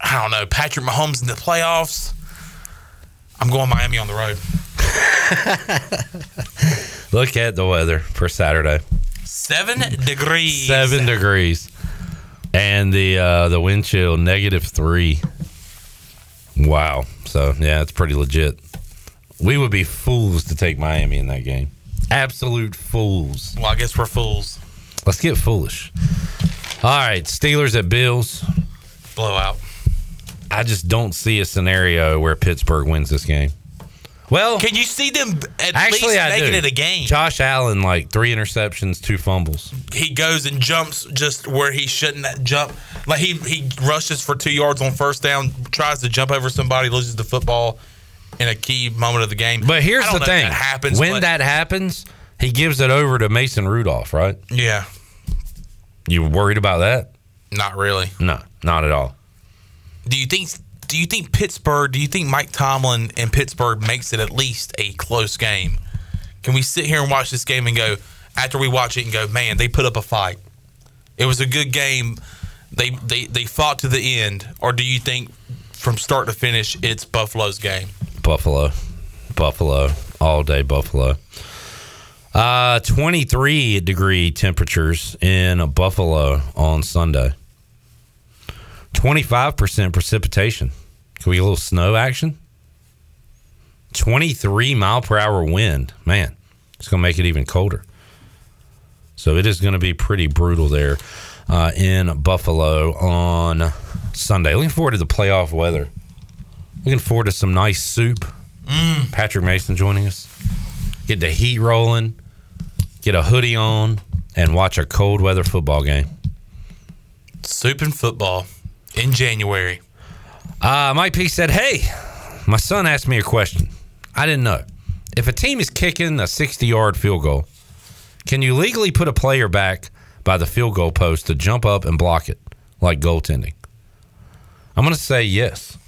I don't know. Patrick Mahomes in the playoffs. I'm going Miami on the road. Look at the weather for Saturday. Seven degrees. seven degrees, and the uh, the wind chill negative three. Wow. So yeah, it's pretty legit. We would be fools to take Miami in that game. Absolute fools. Well, I guess we're fools. Let's get foolish. All right, Steelers at Bills. Blowout. I just don't see a scenario where Pittsburgh wins this game. Well, Can you see them at actually, least I making do. it a game? Josh Allen like three interceptions, two fumbles. he goes and jumps just where he shouldn't jump. Like he he rushes for two yards on first down, tries to jump over somebody, loses the football in a key moment of the game. But here's I don't the know if thing: that happens when but- that happens, he gives it over to Mason Rudolph, right? yeah, You worried about that? not really. No, not at all. Do you think? Do you think Pittsburgh? Do you think Mike Tomlin and Pittsburgh makes it at least a close game? Can we sit here and watch this game and go after we watch it and go, man, they put up a fight. It was a good game. They they they fought to the end. Or do you think from start to finish it's Buffalo's game? Buffalo, Buffalo, all day Buffalo. Uh, 23 degree temperatures in Buffalo on Sunday. 25% precipitation. Can we get a little snow action? 23 mile per hour wind. Man, it's going to make it even colder. So it is going to be pretty brutal there. uh, in Buffalo on Sunday. Looking forward to the playoff weather. Looking forward to some nice soup. Patrick Mason joining us. Get the heat rolling. Get a hoodie on and watch a cold weather football game. Soup and football in January. Uh, Mike P said, Hey, my son asked me a question. I didn't know. If a team is kicking a 60 yard field goal, can you legally put a player back by the field goal post to jump up and block it like goaltending? I'm going to say yes.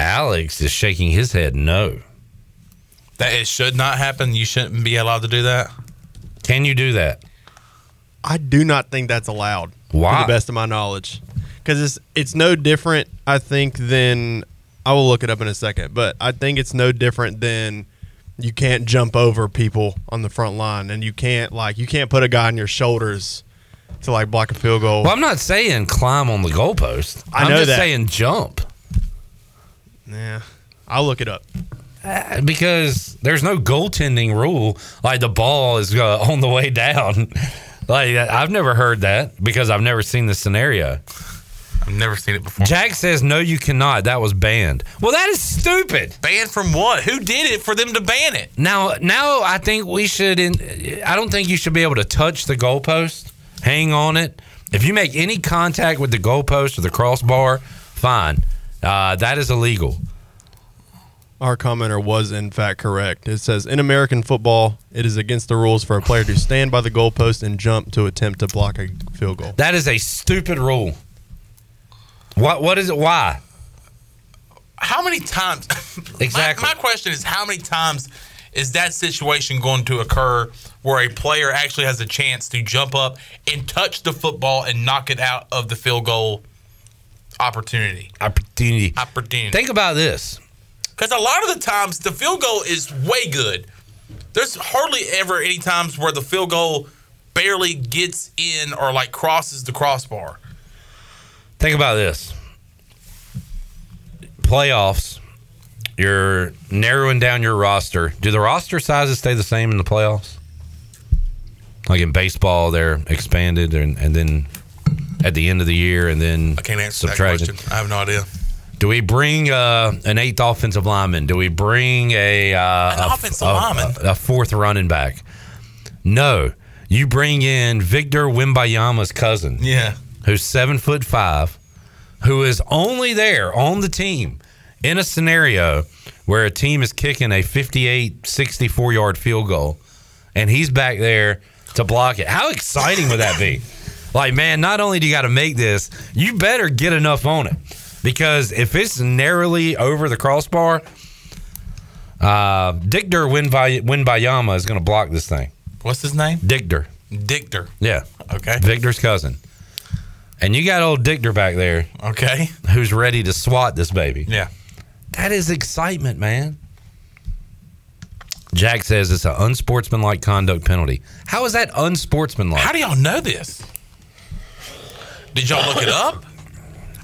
Alex is shaking his head no. That it should not happen. You shouldn't be allowed to do that. Can you do that? I do not think that's allowed. Why? To the best of my knowledge, because it's it's no different. I think than I will look it up in a second, but I think it's no different than you can't jump over people on the front line, and you can't like you can't put a guy on your shoulders to like block a field goal. Well, I'm not saying climb on the goalpost. I I'm know just that. saying jump. Yeah, I'll look it up. Uh, because there's no goaltending rule. Like the ball is uh, on the way down. like I- I've never heard that because I've never seen the scenario. I've never seen it before. Jack says no, you cannot. That was banned. Well, that is stupid. Banned from what? Who did it for them to ban it? Now, now I think we should. In, I don't think you should be able to touch the goalpost, hang on it. If you make any contact with the goalpost or the crossbar, fine. Uh, that is illegal. Our commenter was in fact correct. It says in American football, it is against the rules for a player to stand by the goalpost and jump to attempt to block a field goal. That is a stupid rule. What? What is it? Why? How many times? Exactly. My, my question is, how many times is that situation going to occur where a player actually has a chance to jump up and touch the football and knock it out of the field goal opportunity? Opportunity. Opportunity. Think about this. Because a lot of the times the field goal is way good. There's hardly ever any times where the field goal barely gets in or like crosses the crossbar. Think about this. Playoffs, you're narrowing down your roster. Do the roster sizes stay the same in the playoffs? Like in baseball, they're expanded and, and then at the end of the year and then I can't answer subtracted. that question. I have no idea. Do we bring uh, an eighth offensive lineman? Do we bring a uh, a- offensive a- lineman? a, a fourth running back? No, you bring in Victor Wimbayama's cousin. Yeah, who's seven foot five, who is only there on the team in a scenario where a team is kicking a 58, 64 yard field goal, and he's back there to block it. How exciting would that be? Like, man, not only do you got to make this, you better get enough on it. Because if it's narrowly over the crossbar, uh, Dichter Winby- Winbayama is going to block this thing. What's his name? Dichter. Dictor. Yeah. Okay. Victor's cousin. And you got old Dictor back there. Okay. Who's ready to swat this baby. Yeah. That is excitement, man. Jack says it's an unsportsmanlike conduct penalty. How is that unsportsmanlike? How do y'all know this? Did y'all look it up?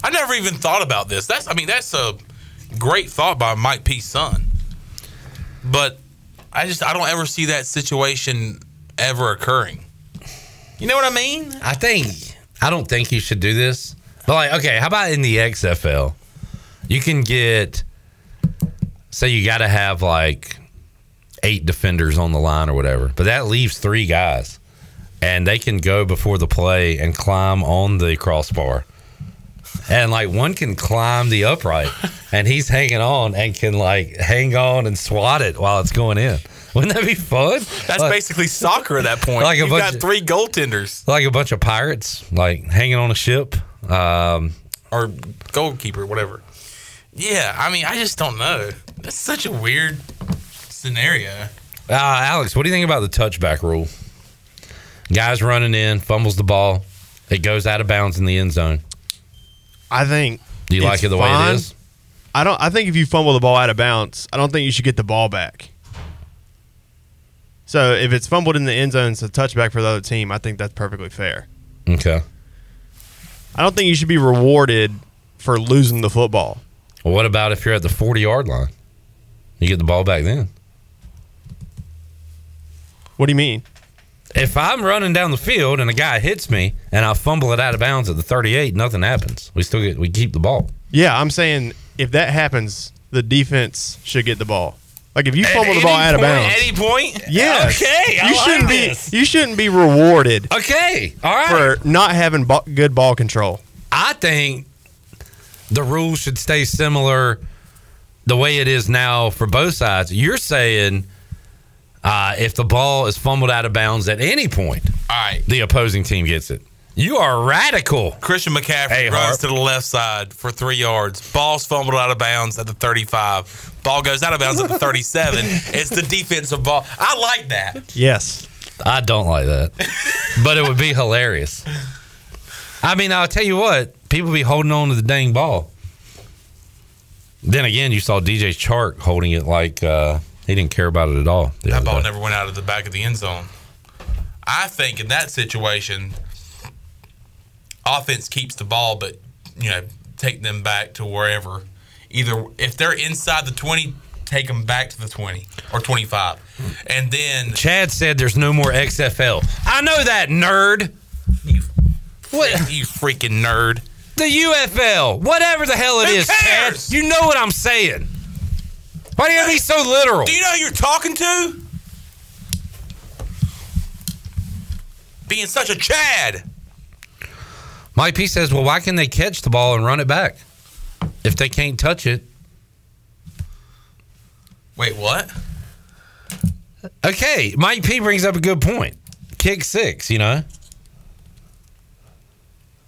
I never even thought about this. That's I mean that's a great thought by Mike P's son. But I just I don't ever see that situation ever occurring. You know what I mean? I think I don't think you should do this. But like, okay, how about in the XFL? You can get say you got to have like eight defenders on the line or whatever, but that leaves three guys, and they can go before the play and climb on the crossbar, and like one can climb the upright, and he's hanging on and can like hang on and swat it while it's going in. Wouldn't that be fun? That's Like- basically soccer at that point. Like a You've bunch got of- three goaltenders like a bunch of pirates, like hanging on a ship. Um, or goalkeeper, whatever. Yeah, I mean I just don't know. That's such a weird scenario. uh, Alex, what do you think about the touchback rule? Guys running in, fumbles the ball, it goes out of bounds in the end zone. I think. Do you it's like it the way it fine. is? I don't. I think if you fumble the ball out of bounds, I don't think you should get the ball back. So if it's fumbled in the end zone, it's a touchback for the other team. I think that's perfectly fair. Okay. I don't think you should be rewarded for losing the football. Well, what about if you're at the 40 yard line? You get the ball back then. What do you mean? If I'm running down the field and a guy hits me and I fumble it out of bounds at the 38, nothing happens. We still get we keep the ball. Yeah, I'm saying if that happens, the defense should get the ball. Like if you fumble the ball Any out of point- bounds, Any point? yeah, Okay. I you like shouldn't this. be you shouldn't be rewarded. Okay, all right. for not having ba- good ball control. I think the rules should stay similar the way it is now for both sides. You're saying uh, if the ball is fumbled out of bounds at any point, all right, the opposing team gets it. You are radical. Christian McCaffrey runs to the left side for three yards. Ball's fumbled out of bounds at the 35. Ball goes out of bounds at the 37. it's the defensive ball. I like that. Yes. I don't like that. but it would be hilarious. I mean, I'll tell you what, people be holding on to the dang ball. Then again, you saw DJ Chark holding it like uh, he didn't care about it at all. the That other ball day. never went out of the back of the end zone. I think in that situation, offense keeps the ball, but you know, take them back to wherever. Either if they're inside the twenty, take them back to the twenty or twenty-five, and then Chad said there's no more XFL. I know that, nerd. What? You freaking nerd. The UFL, whatever the hell it Who is, cares? Chad. You know what I'm saying. Why do you gotta be so literal? Do you know who you're talking to? Being such a Chad. Mike P says, well, why can they catch the ball and run it back? If they can't touch it, Wait, what? Okay, Mike P brings up a good point. Kick six, you know.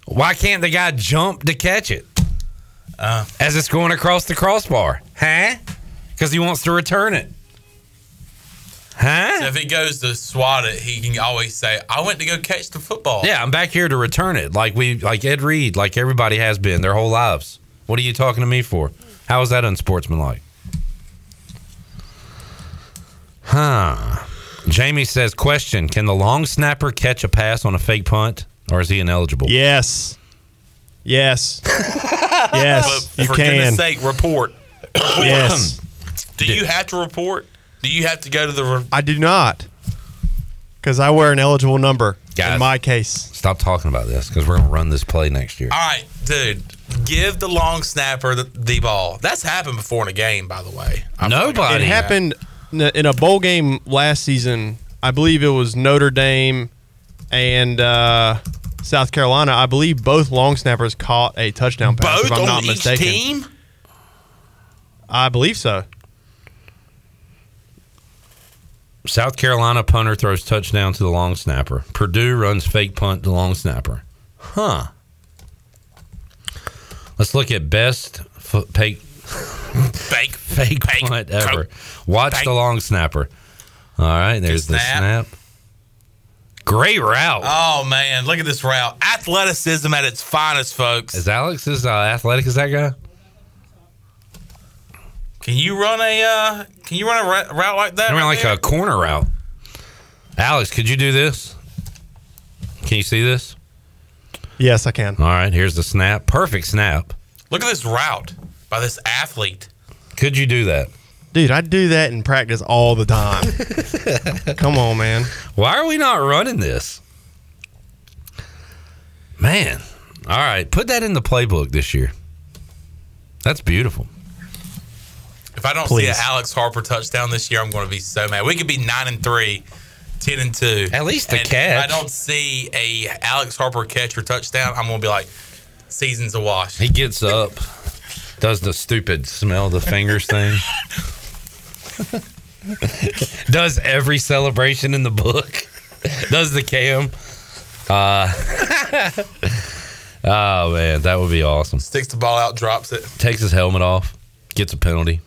Why can't the guy jump to catch it uh, as it's going across the crossbar? Huh? Because he wants to return it. Huh? So if he goes to swat it, he can always say, I went to go catch the football. Yeah, I'm back here to return it, like we, like Ed Reed, like everybody has been their whole lives. What are you talking to me for? How is that unsportsmanlike? Huh. Jamie says, question: Can the long snapper catch a pass on a fake punt, or is he ineligible? Yes. Yes. yes. you But Uh, for can. goodness sake, report. Yes. Do you have to report? Do you have to go to the. Re- I do not. Because I wear an eligible number Guys. in my case. Stop talking about this because we're gonna run this play next year. All right, dude. Give the long snapper the, the ball. That's happened before in a game, by the way. It happened in a- in a bowl game last season. I believe it was Notre Dame and uh, South Carolina. I believe both long snappers caught a touchdown pass. Both if I'm on not each mistaken. team? I believe so. South Carolina punter throws touchdown to the long snapper. Purdue runs fake punt to long snapper. Huh. Let's look at best fo- fake fake fake punt ever. Watch the long snapper. All right, there's the snap. snap. Great route. Oh, man. Look at this route. Athleticism at its finest, folks. Is Alex as uh, athletic as that guy? Can you run a uh, can you run a ra- route like that? I mean, right like there? a corner route. Alex, could you do this? Can you see this? Yes, I can. All right, here's the snap. Perfect snap. Look at this route by this athlete. Could you do that? Dude, I do that in practice all the time. Come on, man. Why are we not running this? Man. All right. Put that in the playbook this year. That's beautiful. If I don't see an Please. Alex Harper touchdown this year, I'm going to be so mad. We could be nine and three, 10 and two. At least the and catch. If I don't see a Alex Harper catch or touchdown, I'm going to be like, season's a wash. He gets up, does the stupid smell the fingers thing, does every celebration in the book, does the cam. Uh, oh, man. That would be awesome. Sticks the ball out, drops it. Takes his helmet off, gets a penalty.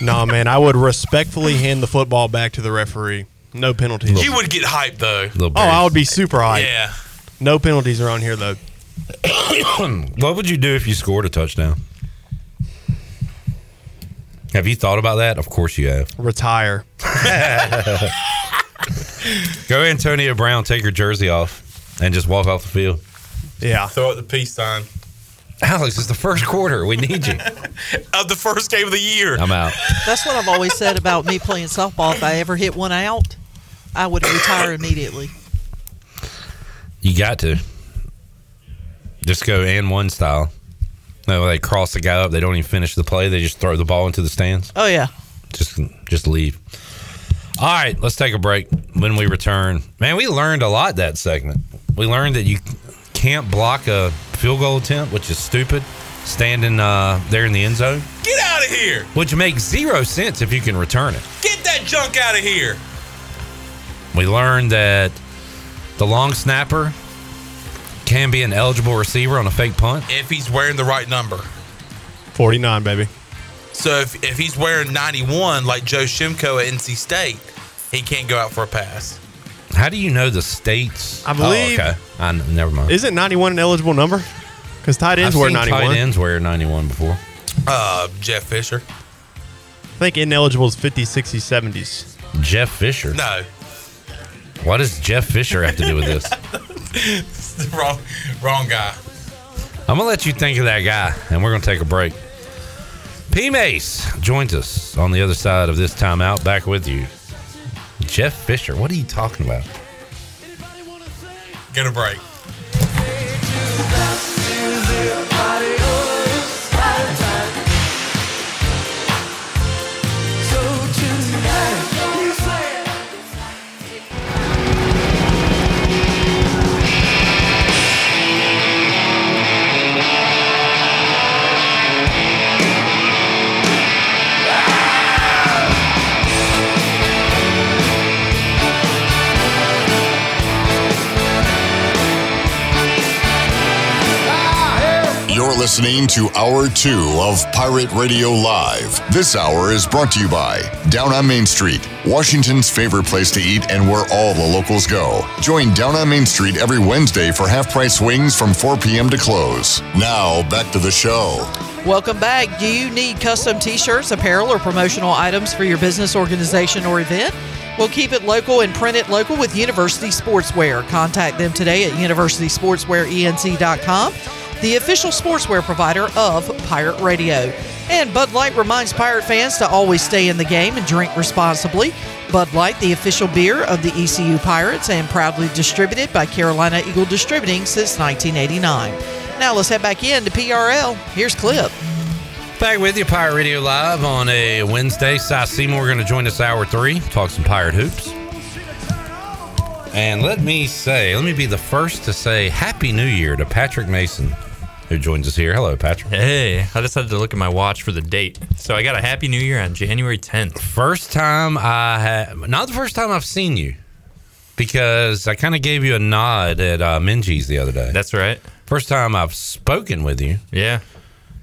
nah, man. I would respectfully hand the football back to the referee. No penalties. You would get hyped though. Little Oh, I would be super high. Yeah. No penalties around here though. Hmm, what would you do if you scored a touchdown? Have you thought about that? Of course you have. Retire. Go Antonio Brown, take your jersey off, and just walk off the field. Yeah. Throw out the peace sign Alex, it's the first quarter. We need you. of the first game of the year. I'm out. That's what I've always said about me playing softball. If I ever hit one out, I would retire immediately. You got to. Just go and one style. No, they cross the guy up. They don't even finish the play. They just throw the ball into the stands. Oh yeah. Just just leave. All right, let's take a break. When we return, man, we learned a lot that segment. We learned that you can't block a field goal attempt, which is stupid. Standing uh, there in the end zone, Get out of here. which makes zero sense if you can return it. Get that junk out of here. We learned that the long snapper can be an eligible receiver on a fake punt. If he's wearing the right number. 49, baby. So if, if he's wearing 91 like Joe Shimko at NC State, he can't go out for a pass. How do you know the states? Oh, I believe- okay. I, kn- never mind. Isn't 91 an eligible number? Because tight I've ends were seen 91. Tight ends wear 91 before. Uh, Jeff Fisher. I think ineligible is 50, 60, 70s. Jeff Fisher. No, Why does Jeff Fisher have to do with this? it's the wrong wrong guy. I'm gonna let you think of that guy, and we're gonna take a break. P Mace joins us on the other side of this timeout. Back with you, Jeff Fisher. What are you talking about? Get a break. You're listening to Hour 2 of Pirate Radio Live. This hour is brought to you by Down on Main Street, Washington's favorite place to eat and where all the locals go. Join Down on Main Street every Wednesday for half price wings from 4 p.m. to close. Now, back to the show. Welcome back. Do you need custom t shirts, apparel, or promotional items for your business, organization, or event? We'll keep it local and print it local with University Sportswear. Contact them today at E universitysportswearenc.com, the official sportswear provider of Pirate Radio. And Bud Light reminds Pirate fans to always stay in the game and drink responsibly. Bud Light, the official beer of the ECU Pirates and proudly distributed by Carolina Eagle Distributing since 1989. Now let's head back in to PRL. Here's Clip. Back with you, Pirate Radio Live on a Wednesday. Cy Seymour going to join us hour three, talk some pirate hoops. And let me say, let me be the first to say Happy New Year to Patrick Mason, who joins us here. Hello, Patrick. Hey, I just had to look at my watch for the date. So I got a Happy New Year on January 10th. First time I had, not the first time I've seen you, because I kind of gave you a nod at uh, Minji's the other day. That's right. First time I've spoken with you. Yeah.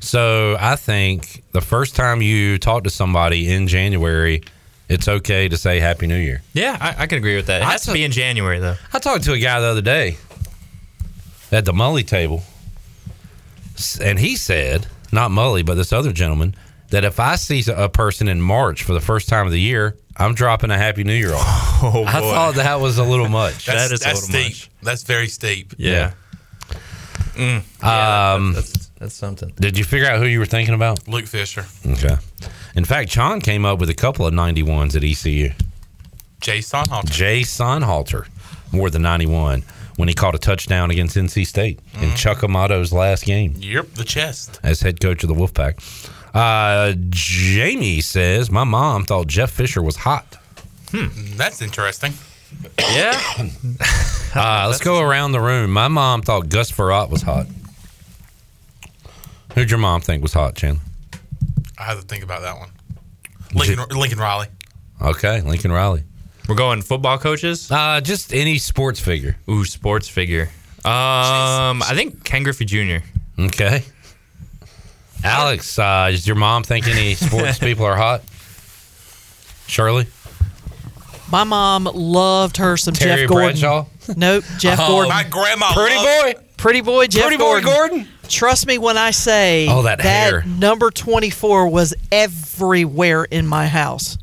So I think the first time you talk to somebody in January, it's okay to say Happy New Year. Yeah, I, I can agree with that. It I has to be in January, though. I talked to a guy the other day at the Mully table, s- and he said, not Mully, but this other gentleman, that if I see a person in March for the first time of the year, I'm dropping a Happy New Year on. Oh, I boy. thought that was a little much. That's, that's steep. That's very steep. Yeah. Mm. um, that's, that's something. Did you figure out who you were thinking about? Luke Fisher, Okay. In fact, Sean came up with a couple of 91s at E ECU. Jay Sonhoff. Jay Sonhalter, more than 91, when he caught a touchdown against NC State in Mm-hmm. Chuck Amato's last game Yep, the chest. as head coach of the Wolfpack. Uh, Jamie says, My mom thought Jeff Fisher was hot. Hmm. That's interesting. Yeah. Uh, let's go around the room. My mom thought Gus Farrat was hot. Who'd your mom think was hot, Chandler? I have to think about that one. Lincoln, Lincoln Riley. Okay, Lincoln Riley. We're going football coaches? Uh, just any sports figure. Ooh, sports figure. Um, I think Ken Griffey Jr. Okay. Alex, uh, does your mom think any sports people are hot? Shirley? My mom loved her some Terry Jeff Gordon. Bradshaw? Nope, Jeff Oh, Gordon. my grandma Pretty loved- boy. Pretty boy Jeff Pretty boy Gordon. Trust me when I say Oh, that hair. number 24 was everywhere in my house.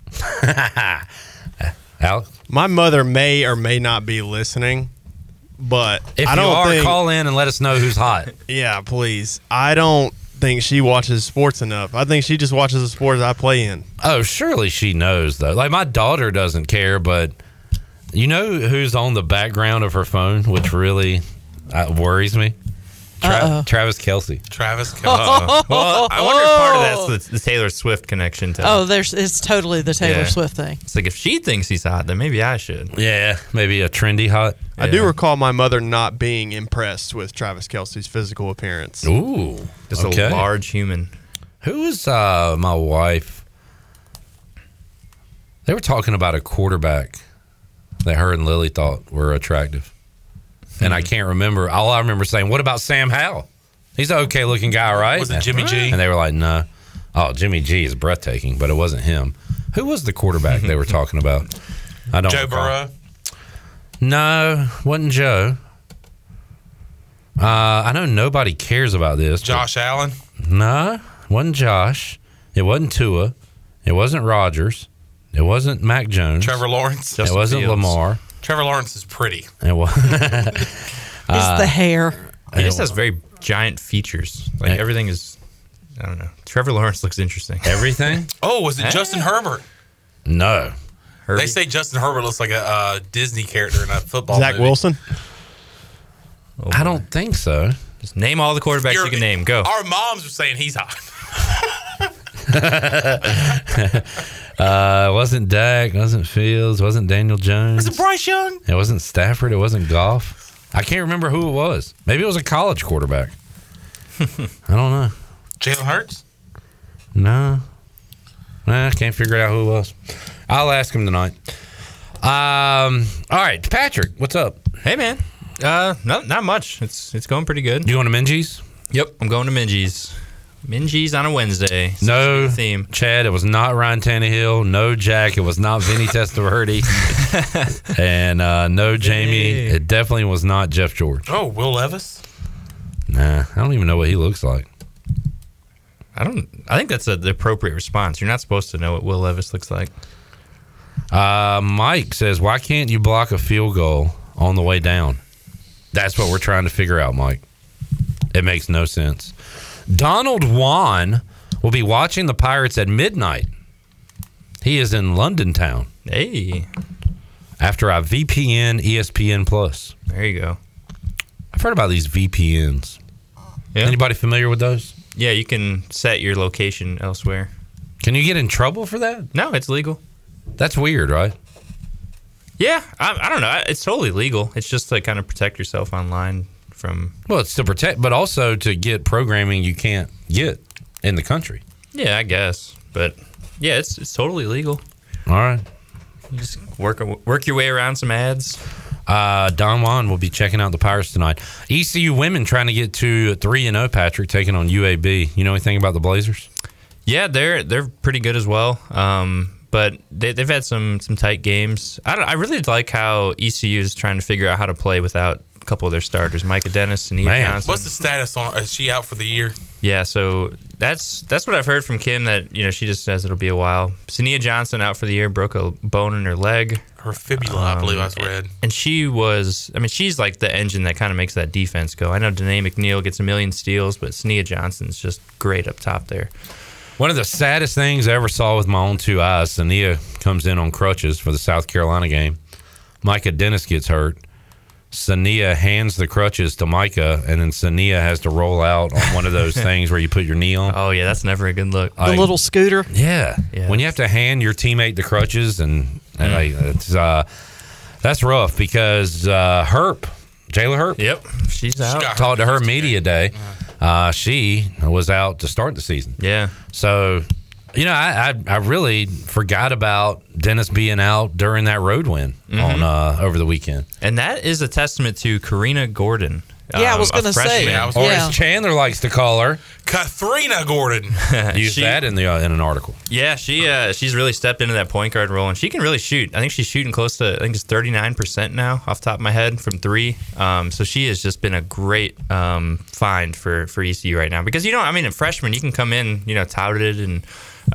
Alex? My mother may or may not be listening, but If I you don't are, think, call in and let us know who's hot. Yeah, please. I don't think she watches sports enough. I think she just watches the sports I play in. Oh, surely she knows though. Like my daughter doesn't care, but You know who's on the background of her phone, which really uh, worries me? Uh-oh. Tra- Travis Kelsey. Travis Uh, well, I wonder if part of that's the, the Taylor Swift connection to. Oh, there's it's totally the Taylor Yeah. Swift thing. It's like if she thinks he's hot, then maybe I should. Yeah, maybe a trendy hot. I do recall my mother not being impressed with Travis Kelsey's physical appearance. Ooh, Just a large human. Who was uh, my wife? They were talking about a quarterback that her and Lily thought were attractive, and Hmm. I can't remember. All I remember saying, "What about Sam Howell? He's an okay-looking guy, right?" Was it Jimmy G? And they were like, "No." Oh, Jimmy G is breathtaking, but it wasn't him. Who was the quarterback they were talking about? I don't. Joe recall. Burrow. No, wasn't Joe. Uh, I know nobody cares about this. but- Josh Allen. no, wasn't Josh. It wasn't Tua. It wasn't Rogers. It wasn't Mac Jones. Trevor Lawrence. it wasn't Lamar. Trevor Lawrence is pretty. It was. Uh, It's the hair. He just has very giant features. Like everything is. I don't know. Trevor Lawrence looks interesting. Everything? Oh, was it Eh? Justin Herbert? no. They say Justin Herbert looks like a uh, Disney character in a football Zach movie. Wilson. I don't think so. Oh, Just name all the quarterbacks You're- you can name. Go. Our moms are saying he's hot. uh, it wasn't Dak. Wasn't Fields. Wasn't Daniel Jones. Is it Bryce Young? It wasn't Stafford. It wasn't Goff. I can't remember who it was. Maybe it was a college quarterback. I don't know. Jalen Hurts? No. Nah, I can't figure out who it was. I'll ask him tonight. Um. All right, Patrick, what's up? Hey, man. Uh, no, not much. It's it's going pretty good. You going to Minji's? Yep, I'm going to Minji's. Minji's on a Wednesday. Seems to be No the theme. Chad. It was not Ryan Tannehill. No Jack. It was not Vinny Testaverde. and uh, no Jamie. Hey. It definitely was not Jeff George. Oh, Will Levis? Nah, I don't even know what he looks like. I don't. I think that's a, the appropriate response. You're not supposed to know what Will Levis looks like. Uh, Mike says, "Why can't you block a field goal on the way down?" That's what we're trying to figure out, Mike. It makes no sense. Donald Wan will be watching the Pirates at midnight. He is in London town. Hey, after I VPN ESPN Plus. There you go. I've heard about these VPNs. Anybody familiar with those? Yeah, you can set your location elsewhere. Can you get in trouble for that? No, it's legal. That's weird, right? Yeah, I, I don't know. It's totally legal. It's just to kind of protect yourself online from. Well, it's to protect, but also to get programming you can't get in the country. Yeah, I guess, but yeah, it's it's totally legal. All right. You just work a- work your way around some ads. Uh, Don Juan will be checking out the Pirates tonight. ECU women trying to get to three and zero. Patrick taking on UAB. You know anything about the Blazers? Yeah, they're they're pretty good as well. Um, but they, they've had some some tight games. I don't, I really like how ECU is trying to figure out how to play without a couple of their starters, Micah Dennis and Eve Johnson. What's the status on Is she out for the year? Yeah, so that's that's what I've heard from Kim. That you know she just says it'll be a while. Sania Johnson out for the year, broke a bone in her leg, her fibula, Um, I believe I read. And she was, I mean, she's like the engine that kind of makes that defense go. I know Danae McNeil gets a million steals, but Sania Johnson's just great up top there. One of the saddest things I ever saw with my own two eyes, Sania comes in on crutches for the South Carolina game. Micah Dennis gets hurt. Sania hands the crutches to Micah, and then Sania has to roll out on one of those things where you put your knee on. Oh, yeah, that's never a good look. the little scooter. Yeah. When you have to hand your teammate the crutches and, and like, it's uh, that's rough because uh, Herp, Jayla Herp. Yep, she's out. Talked to her media day. Uh, she was out to start the season. Yeah. So, you know, I I, I really forgot about Dennis being out during that road win Mhm. on uh, over the weekend. And that is a testament to Karina Gordon. um, Yeah, I was a gonna say. freshman. Yeah, I was- Or as Chandler likes to call her, Katharina Gordon. Use She- that in the uh, in an article. Yeah, she uh, she's really stepped into that point guard role, and she can really shoot. I think she's shooting close to I think it's thirty nine percent now, off the top of my head, from three. Um, so she has just been a great um, find for for ECU right now because you know, I mean, a freshman, you can come in, you know, touted and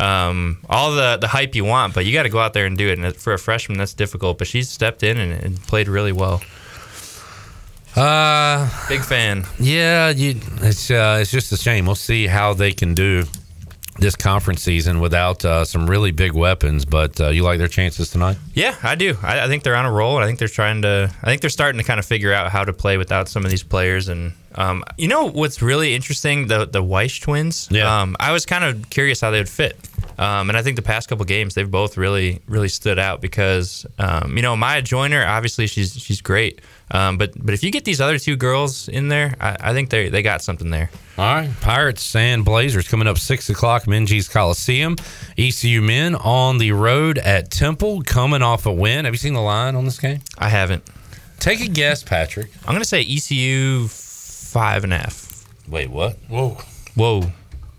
um, all the the hype you want, but you got to go out there and do it. And for a freshman, that's difficult. But she's stepped in and, and played really well. Uh, Big fan. Yeah, you, it's uh, it's just a shame. We'll see how they can do this conference season without uh, some really big weapons. But uh, you like their chances tonight? Yeah, I do. I, I think they're on a roll, and I think they're trying to. I think they're starting to kind of figure out how to play without some of these players. And um, you know what's really interesting? The the Weish twins. Yeah. Um, I was kind of curious how they would fit. Um, and I think the past couple games they've both really really stood out because um, you know Maya Joyner obviously she's she's great, um, but but if you get these other two girls in there, I, I think they they got something there. All right, Pirates and Blazers coming up six o'clock, Minji's Coliseum. ECU men on the road at Temple, coming off a win. Have you seen the line on this game? I haven't. Take a guess, Patrick. I'm gonna say ECU five and a half. Wait, what? Whoa, whoa.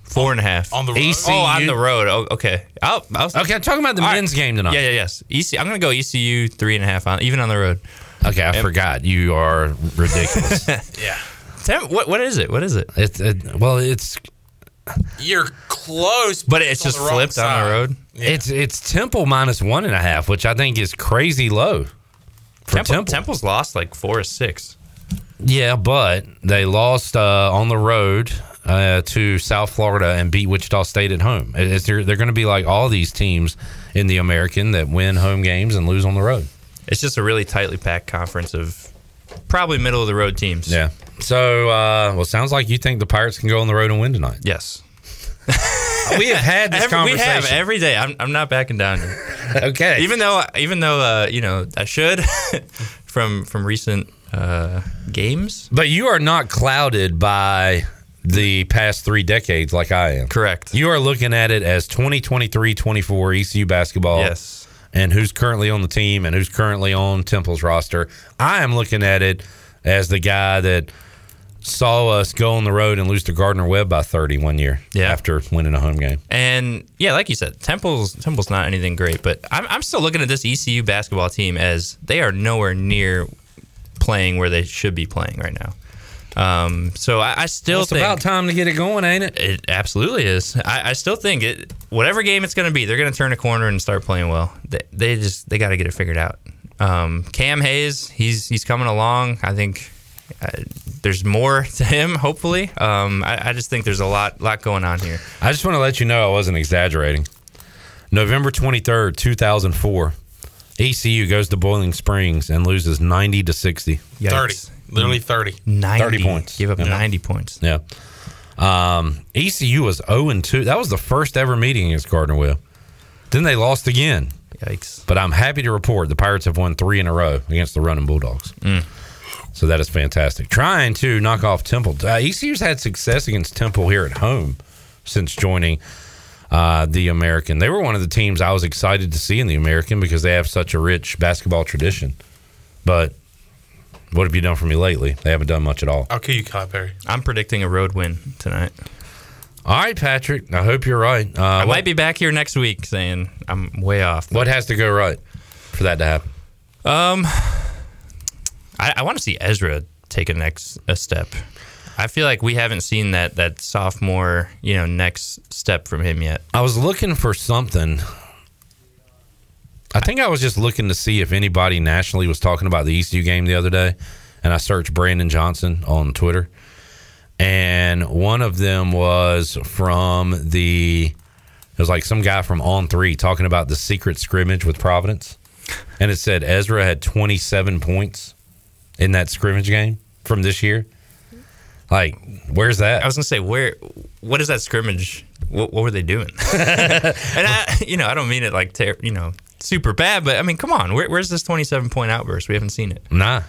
Four and a half On the road? Oh, on the road. Oh, okay. I'll, I'll, E Okay, I'm talking about the All right. men's game tonight. Yeah, yeah, yes. EC, I'm going to go ECU three and a half on even on the road. Okay, I forgot. You are ridiculous. yeah. Tell, what what is it? What is it? It's it, well, it's You're close, but it's on just the wrong flipped on the side. road. It's it's Temple minus one and a half, which I think is crazy low for Temple. Temple, Temple's lost like four or six. Yeah, but they lost uh, on the road uh, to South Florida and beat Wichita State at home. It- it's- they're going to be like all these teams in the American that win home games and lose on the road. It's just a really tightly packed conference of probably middle of the road teams. Yeah. So, uh, well, sounds like you think the Pirates can go on the road and win tonight. Yes. we have had this Every- We have conversation. every day. I'm, I'm not backing down. okay. Even though even though uh, you know I should from from recent uh, games. But you are not clouded by the past three decades like I am. Correct. You are looking at it as 2023 24 ECU E basketball. Yes. And who's currently on the team and who's currently on Temple's roster. I am looking at it as the guy that saw us go on the road and lose to Gardner Webb by 30 one year yeah. after winning a home game. And yeah, like you said, Temple's Temple's not anything great, but I'm, I'm still looking at this ECU basketball team as they are nowhere near playing where they should be playing right now. Um, so I, I still Well, it's think about time to get it going, ain't it? It absolutely is. I, I still think it. Whatever game it's going to be, they're going to turn a corner and start playing well. They, they just they got to get it figured out. Um, Cam Hayes, he's he's coming along. I think uh, there's more to him. Hopefully, um, I, I just think there's a lot lot going on here. I just want to let you know I wasn't exaggerating. November 23rd, 2004, ECU E goes to Boiling Springs and loses 90 to 60. Yikes. 30. Literally 30. 90. 30 points. Give up Yeah. 90 points. Yeah. Um, ECU was 0 and 2. That was the first ever meeting against Gardner Webb. Then they lost again. Yikes. But I'm happy to report the Pirates have won three in a row against the running Bulldogs. So that is fantastic. Trying to knock off Temple. Uh, ECU's had success against Temple here at home since joining uh, the American. They were one of the teams I was excited to see in the American because they have such a rich basketball tradition. But what have you done for me lately? They haven't done much at all. I'll kill you, Kyle Perry. I'm predicting a road win tonight. Uh, All right, Patrick. I hope you're right. Uh, I might be back here next week saying I'm way off. What has to go right for that to happen? Um, I, I want to see Ezra take a next a step. I feel like we haven't seen that that sophomore you know next step from him yet. I was looking for something. I think I was just looking to see if anybody nationally was talking about the ECU game the other day, and I searched Brandon Johnson on Twitter, and one of them was from the. It was like some guy from On Three talking about the secret scrimmage with Providence, and it said Ezra had 27 points in that scrimmage game from this year. Like, where's that? I was gonna say where, what is that scrimmage? What, what were they doing? and I, you know, I don't mean it like ter- you know super bad, but I mean, come on, where, where's this twenty-seven point outburst? We haven't seen it. Nah.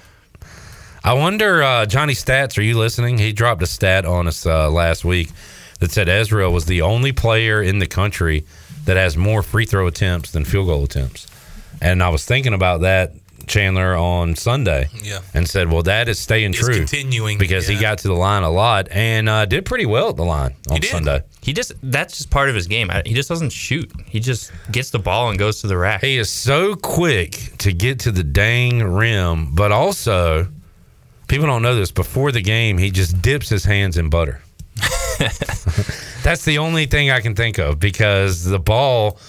I wonder, uh, Johnny Stats, are you listening? He dropped a stat on us uh, last week that said Ezra was the only player in the country that has more free throw attempts than field goal attempts. And I was thinking about that, Chandler, on Sunday. Yeah. And said, well, that is staying It's true. continuing, Because he yeah. got to the line a lot and uh, did pretty well at the line on Sunday. He just that's just part of his game. I, he just doesn't shoot. He just gets the ball and goes to the rack. He is so quick to get to the dang rim, but also people don't know this. Before the game, he just dips his hands in butter. That's the only thing I can think of because the ball,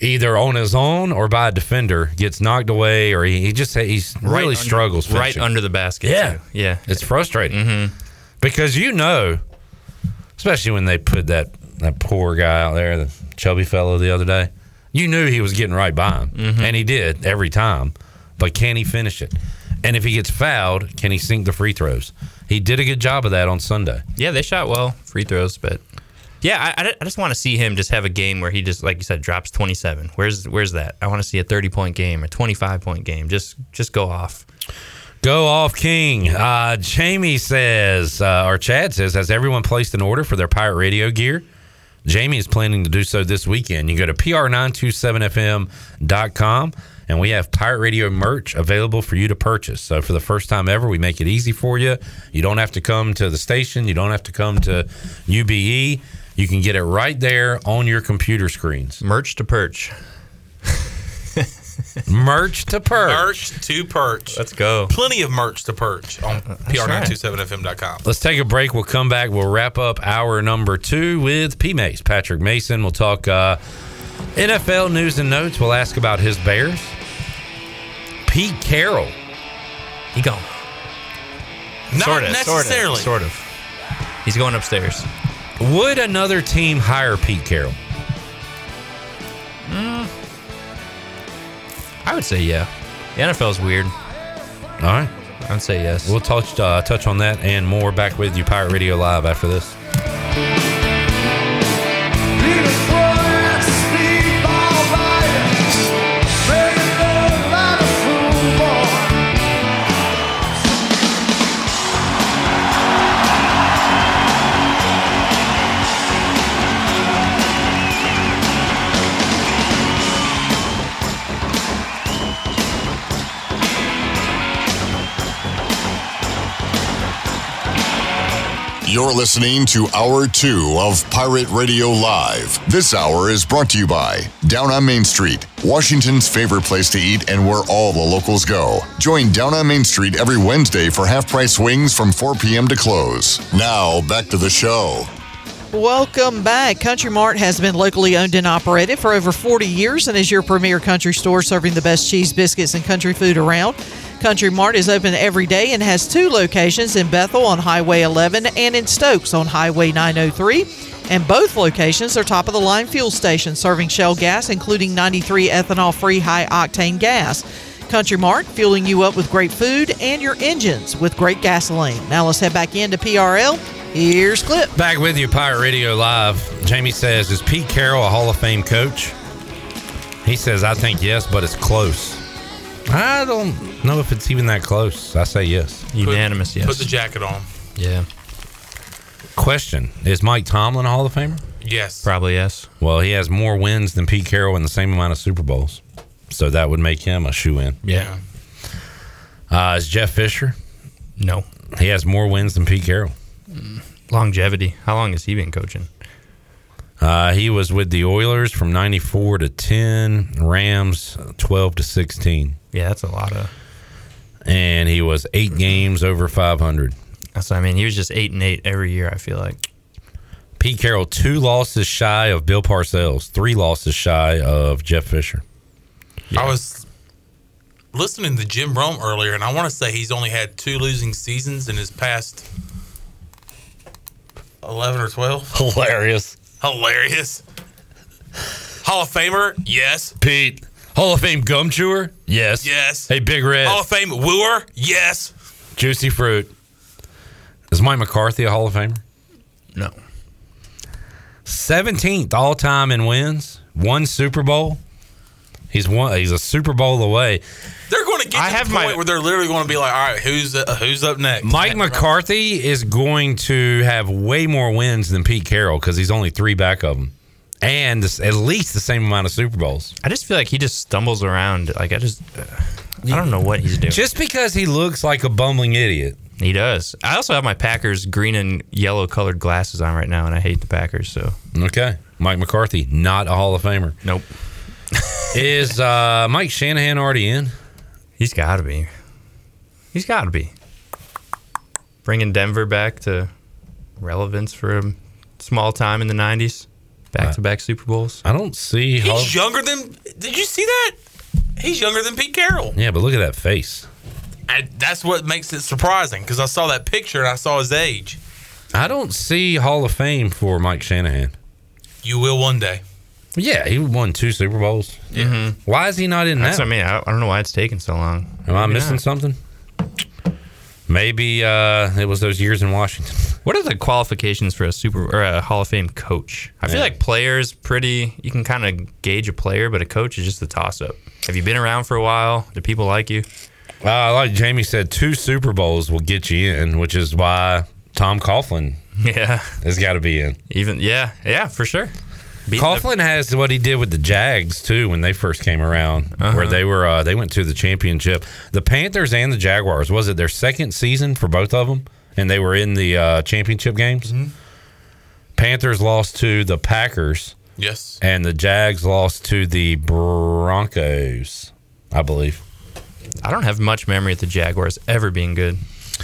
either on his own or by a defender, gets knocked away, or he, he just he Right really under- struggles right finishing. under the basket, Yeah, too. yeah, it's frustrating because you know, especially when they put that that poor guy out there, the chubby fellow the other day. You knew he was getting right by him, and he did every time. But can he finish it? And if he gets fouled, can he sink the free throws? He did a good job of that on Sunday. Yeah, they shot well, free throws, but yeah, I, I- I just want to see him just have a game where he just, like you said, drops 27. Where's where's that? I want to see a 30 point game or 25 point game. Just just go off. Go off, King. Uh, Jamie says, uh, or Chad says, has everyone placed an order for their pirate radio gear? Jamie is planning to do so this weekend. You go to pr927fm.com and we have pirate radio merch available for you to purchase. So, for the first time ever, we make it easy for you. You don't have to come to the station, you don't have to come to UBE. You can get it right there on your computer screens. Merch to perch. merch to perch. Merch to perch. Uh, Let's go. Plenty of merch to perch on pr927fm.com. Let's take a break. We'll come back. We'll wrap up hour number two with P Mace, Patrick Mason. We'll talk uh, NFL news and notes. We'll ask about his Bears. Pete Carroll. He gone. Not Sorta, necessarily. Sort of. He's going upstairs. Would another team hire Pete Carroll? Mm. I would say yeah. The NFL's weird. All right. I'd say yes. We'll touch uh, touch on that and more back with you, Pirate Radio Live, after this. You're listening to Hour 2 of Pirate Radio Live. This hour is brought to you by Down on Main Street, Washington's favorite place to eat and where all the locals go. Join Down on Main Street every Wednesday for half price wings from 4 p.m. to close. Now, back to the show. Welcome back. Country Mart has been locally owned and operated for over 40 years and is your premier country store serving the best cheese, biscuits, and country food around. Country Mart is open every day and has two locations in Bethel on Highway 11 and in Stokes on Highway 903. And both locations are top of the line fuel stations serving shell gas, including 93 ethanol free high octane gas. Country Mart fueling you up with great food and your engines with great gasoline. Now let's head back into PRL. Here's Clip. Back with you, Pirate Radio Live. Jamie says, Is Pete Carroll a Hall of Fame coach? He says, I think yes, but it's close. I don't know if it's even that close. I say yes. Unanimous Put the jacket on. Yeah. Question Is Mike Tomlin a Hall of Famer? Yes. Probably yes. Well, he has more wins than Pete Carroll and the same amount of Super Bowls. So that would make him a shoe in. Yeah. Uh, is Jeff Fisher? No. He has more wins than Pete Carroll. Longevity. How long has he been coaching? Uh, he was with the Oilers from 94 to 10, Rams uh, 12 to 16. Yeah, that's a lot of. And he was eight games over 500. That's what I mean. He was just eight and eight every year. I feel like. Pete Carroll, two losses shy of Bill Parcells, three losses shy of Jeff Fisher. I was listening to Jim Rome earlier, and I want to say he's only had two losing seasons in his past 11 or 12. Hilarious. Hilarious. Hall of Famer? Yes. Pete. Hall of Fame gum chewer? Yes. Yes. Hey, Big Red. Hall of Fame wooer? Yes. Juicy fruit. Is Mike McCarthy a Hall of Famer? No. 17th all time in wins, one Super Bowl. He's one. He's a Super Bowl away. They're going to get to the point where they're literally going to be like, all right, who's uh, who's up next? Mike McCarthy is going to have way more wins than Pete Carroll because he's only three back of him, and this, at least the same amount of Super Bowls. I just feel like he just stumbles around. Like I just, uh, I don't know what he's doing. Just because he looks like a bumbling idiot. He does. I also have my Packers green and yellow colored glasses on right now, and I hate the Packers. So Okay, Mike McCarthy, not a Hall of Famer. Nope. is uh, Mike Shanahan already in? He's got to be. He's got to be bringing Denver back to relevance for a small time in the '90s. Back to back Super Bowls. I don't see He's younger than. Did you see that? He's younger than Pete Carroll. Yeah, but look at that face. I, that's what makes it surprising because I saw that picture and I saw his age. I don't see Hall of Fame for Mike Shanahan. You will one day. Yeah, he won two Super Bowls. Why is he not in Mm-hmm. That's that? what I mean. I, I don't know why it's taking so long. Am I missing something? Maybe uh, it was those years in Washington. What are the qualifications for a Super or a Hall of Fame coach? I feel Yeah. like players pretty. You can kind of gauge a player, but a coach is just a toss up. Have you been around for a while? Do people like you? Uh, like Jamie said, two Super Bowls will get you in, which is why Tom Coughlin yeah has got to be in. Even yeah, yeah, for sure. Coughlin has what he did with the Jags too when they first came around, where they were uh, they went to the championship. The Panthers and the Jaguars was it their second season for both of them, and they were in the uh, championship games. Panthers lost to the Packers. Yes. And the Jags lost to the Broncos, I believe. I don't have much memory of the Jaguars ever being good.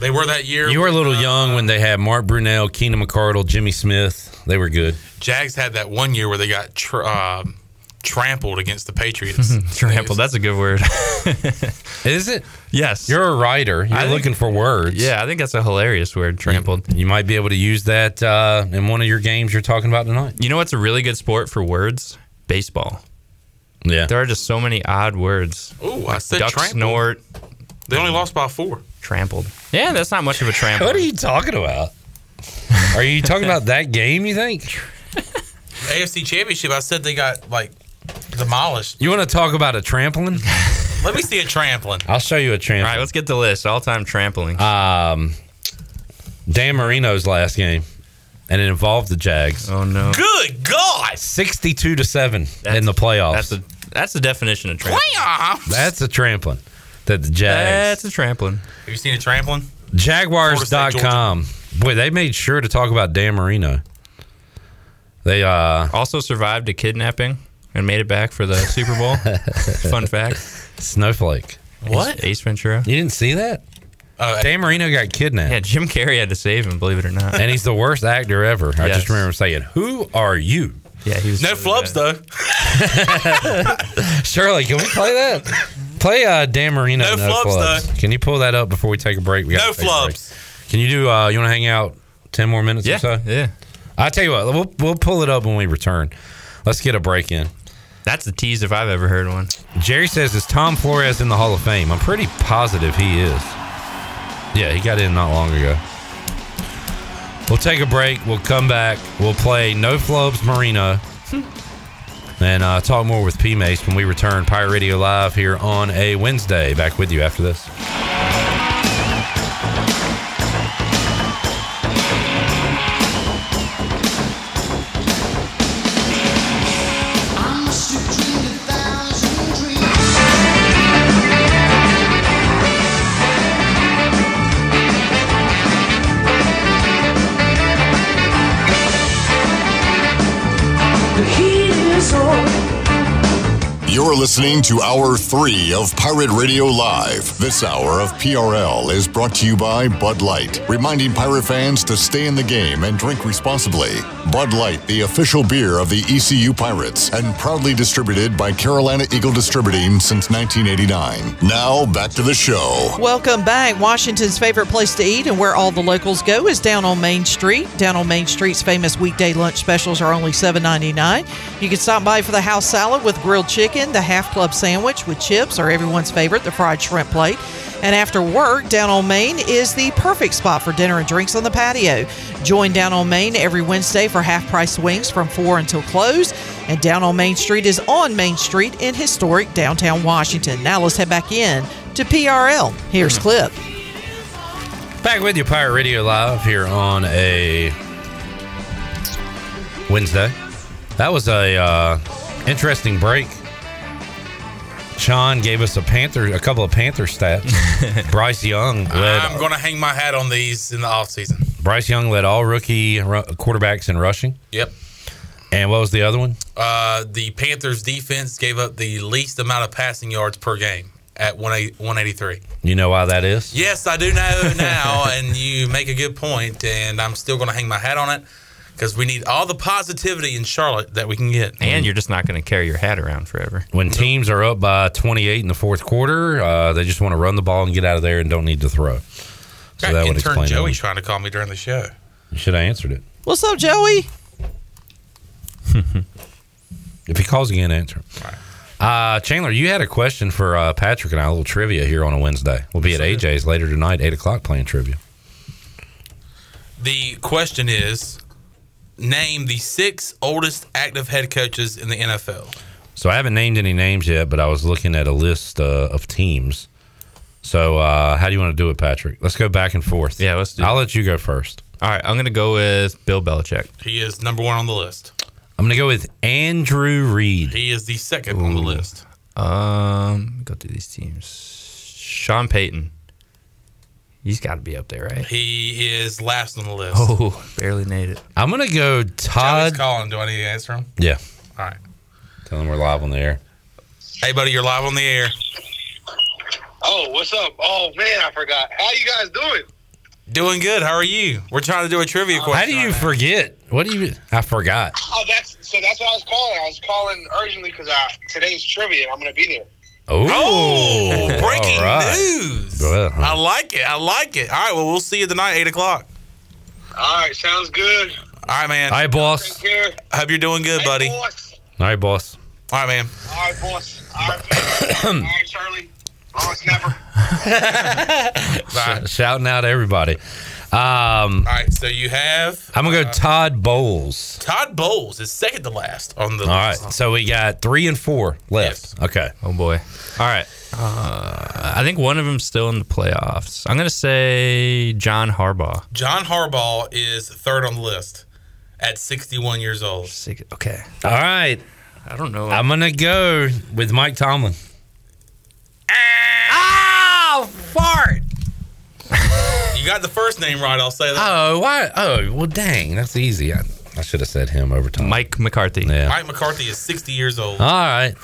They were that year. You were a little young when they had Mark Brunell, Keenan McCardle, Jimmy Smith. They were good. Jags had that one year where they got tr- uh, um trampled against the Patriots. Trampled. That's a good word. Is it? Yes. You're a writer. You're I think- looking for words. Yeah, I think that's a hilarious word, trampled. You, might be able to use that uh, in one of your games you're talking about tonight. You know what's a really good sport for words? Baseball. Yeah. There are just so many odd words. Ooh, I said duck trampled. snort, They only lost by four. trampled. Yeah, that's not much of a trample. What are you talking about? Are you talking about that game, you think? AFC Championship. I said they got like demolished. You want to talk about a trampling? Let me see a trampling. I'll show you a trampling. All right, let's get the list. All time trampling. Um, Dan Marino's last game, and it involved the Jags. Oh, no. Good God. 62 to 7 in the playoffs. That's a that's the definition of trampling. Playoffs. That's a trampling that the Jags. That's a trampling. Have you seen a trampling? Jaguars.com. Boy, they made sure to talk about Dan Marino. They uh also survived a kidnapping and made it back for the Super Bowl. Fun fact. Snowflake. What? Ace Ventura. You didn't see that? Oh, Dan Marino got kidnapped. Yeah, Jim Carrey had to save him, believe it or not. And he's the worst actor ever. I just Yes. remember saying, Who are you? Yeah, he was No flubs though. Shirley, can we play that? Play uh, Dan Marino. No flubs, Can you pull that up before we take a break? We No gotta take a break. flubs. Can you do? Uh, you want to hang out ten more minutes Yeah, or so? Yeah. I tell you what, we'll we'll pull it up when we return. Let's get a break in. That's the tease if I've ever heard one. Jerry says, "Is Tom Flores in the Hall of Fame?" I'm pretty positive he is. Yeah, he got in not long ago. We'll take a break. We'll come back. We'll play No Flubs Marino. And uh, talk more with P Mace when we return. Pirate Radio Live here on a Wednesday. Back with you after this. The heat is on. You're listening to Hour 3 of Pirate Radio Live. This hour of PRL is brought to you by Bud Light, reminding pirate fans to stay in the game and drink responsibly. Bud Light, the official beer of the ECU Pirates, and proudly distributed by Carolina Eagle Distributing since 1989. Now, back to the show. Welcome back. Washington's favorite place to eat and where all the locals go is down on Main Street. Down on Main Street's famous weekday lunch specials are only $7.99. You can stop by for the house salad with grilled chicken, the half club sandwich with chips, or everyone's favorite, the fried shrimp plate. And after work, Down on Main is the perfect spot for dinner and drinks on the patio. Join Down on Main every Wednesday for half price wings from 4 until close. And Down on Main Street is on Main Street in historic downtown Washington. Now let's head back in to PRL. Here's Clip. Back with you, Pirate Radio Live here on a Wednesday. That was a uh, interesting break. Sean gave us a Panther, a couple of Panther stats. Bryce Young led. I'm going to hang my hat on these in the offseason. Bryce Young led all rookie ru- quarterbacks in rushing. Yep. And what was the other one? Uh, the Panthers defense gave up the least amount of passing yards per game at 18 183. You know why that is? Yes, I do know now, and you make a good point, and I'm still going to hang my hat on it because we need all the positivity in Charlotte that we can get. And you're just not going to carry your hat around forever. When teams are up by 28 in the fourth quarter, uh, they just want to run the ball and get out of there and don't need to throw. So that would intern explain that Joey one. trying to call me during the show. You should have answered it. What's up, Joey? If he calls again, answer. Uh, Chandler, you had a question for uh, Patrick and I, a little trivia here on a Wednesday. We'll be at AJ's later tonight, 8 o'clock, playing trivia. The question is name the six oldest active head coaches in the NFL. So I haven't named any names yet, but I was looking at a list uh, of teams. So uh, how do you want to do it, Patrick? Let's go back and forth. Yeah, let's do I'll let you go first. All right, I'm going to go with Bill Belichick. He is number one on the list. I'm going to go with Andrew Reed. He is the second on the list. Um, go through these teams. Sean Payton. He's got to be up there, right? He is last on the list. Oh, barely made it. I'm going to go Johnny's Todd. calling. Do I need to answer him? Yeah. All right. Tell him we're live on the air. Hey, buddy, you're live on the air. Oh, what's up? Oh man, I forgot. How you guys doing? Doing good. How are you? We're trying to do a trivia question. How do you forget? What do you? I forgot. Oh, that's so. That's what I was calling. I was calling urgently because today's trivia. and I'm gonna be there. Oh, breaking All right. news. Well, I like it. I like it. All right. Well, we'll see you tonight, eight o'clock. All right, sounds good. All right, man. All right, boss. Take care. Hope you're doing good, buddy. All All right, boss. right, man. right, boss. All right, all right, Charlie. Long snapper. Sh- Shouting out to everybody. Um, All right. So you have I'm gonna go Todd Bowles. Todd Bowles is second to last on the All right, list. so we got three and four left. Okay. Oh boy. All right. Uh, I think one of them's still in the playoffs. I'm going to say John Harbaugh. John Harbaugh is third on the list at 61 years old. Six, okay. All right. I don't know. I'm gonna go with Mike Tomlin. Oh, fart. You got the first name right. I'll say that. Oh, why? Oh, well, dang, that's easy. I, I should have said him over Tomlin. Mike McCarthy. Yeah. Mike McCarthy is 60 years old. All right.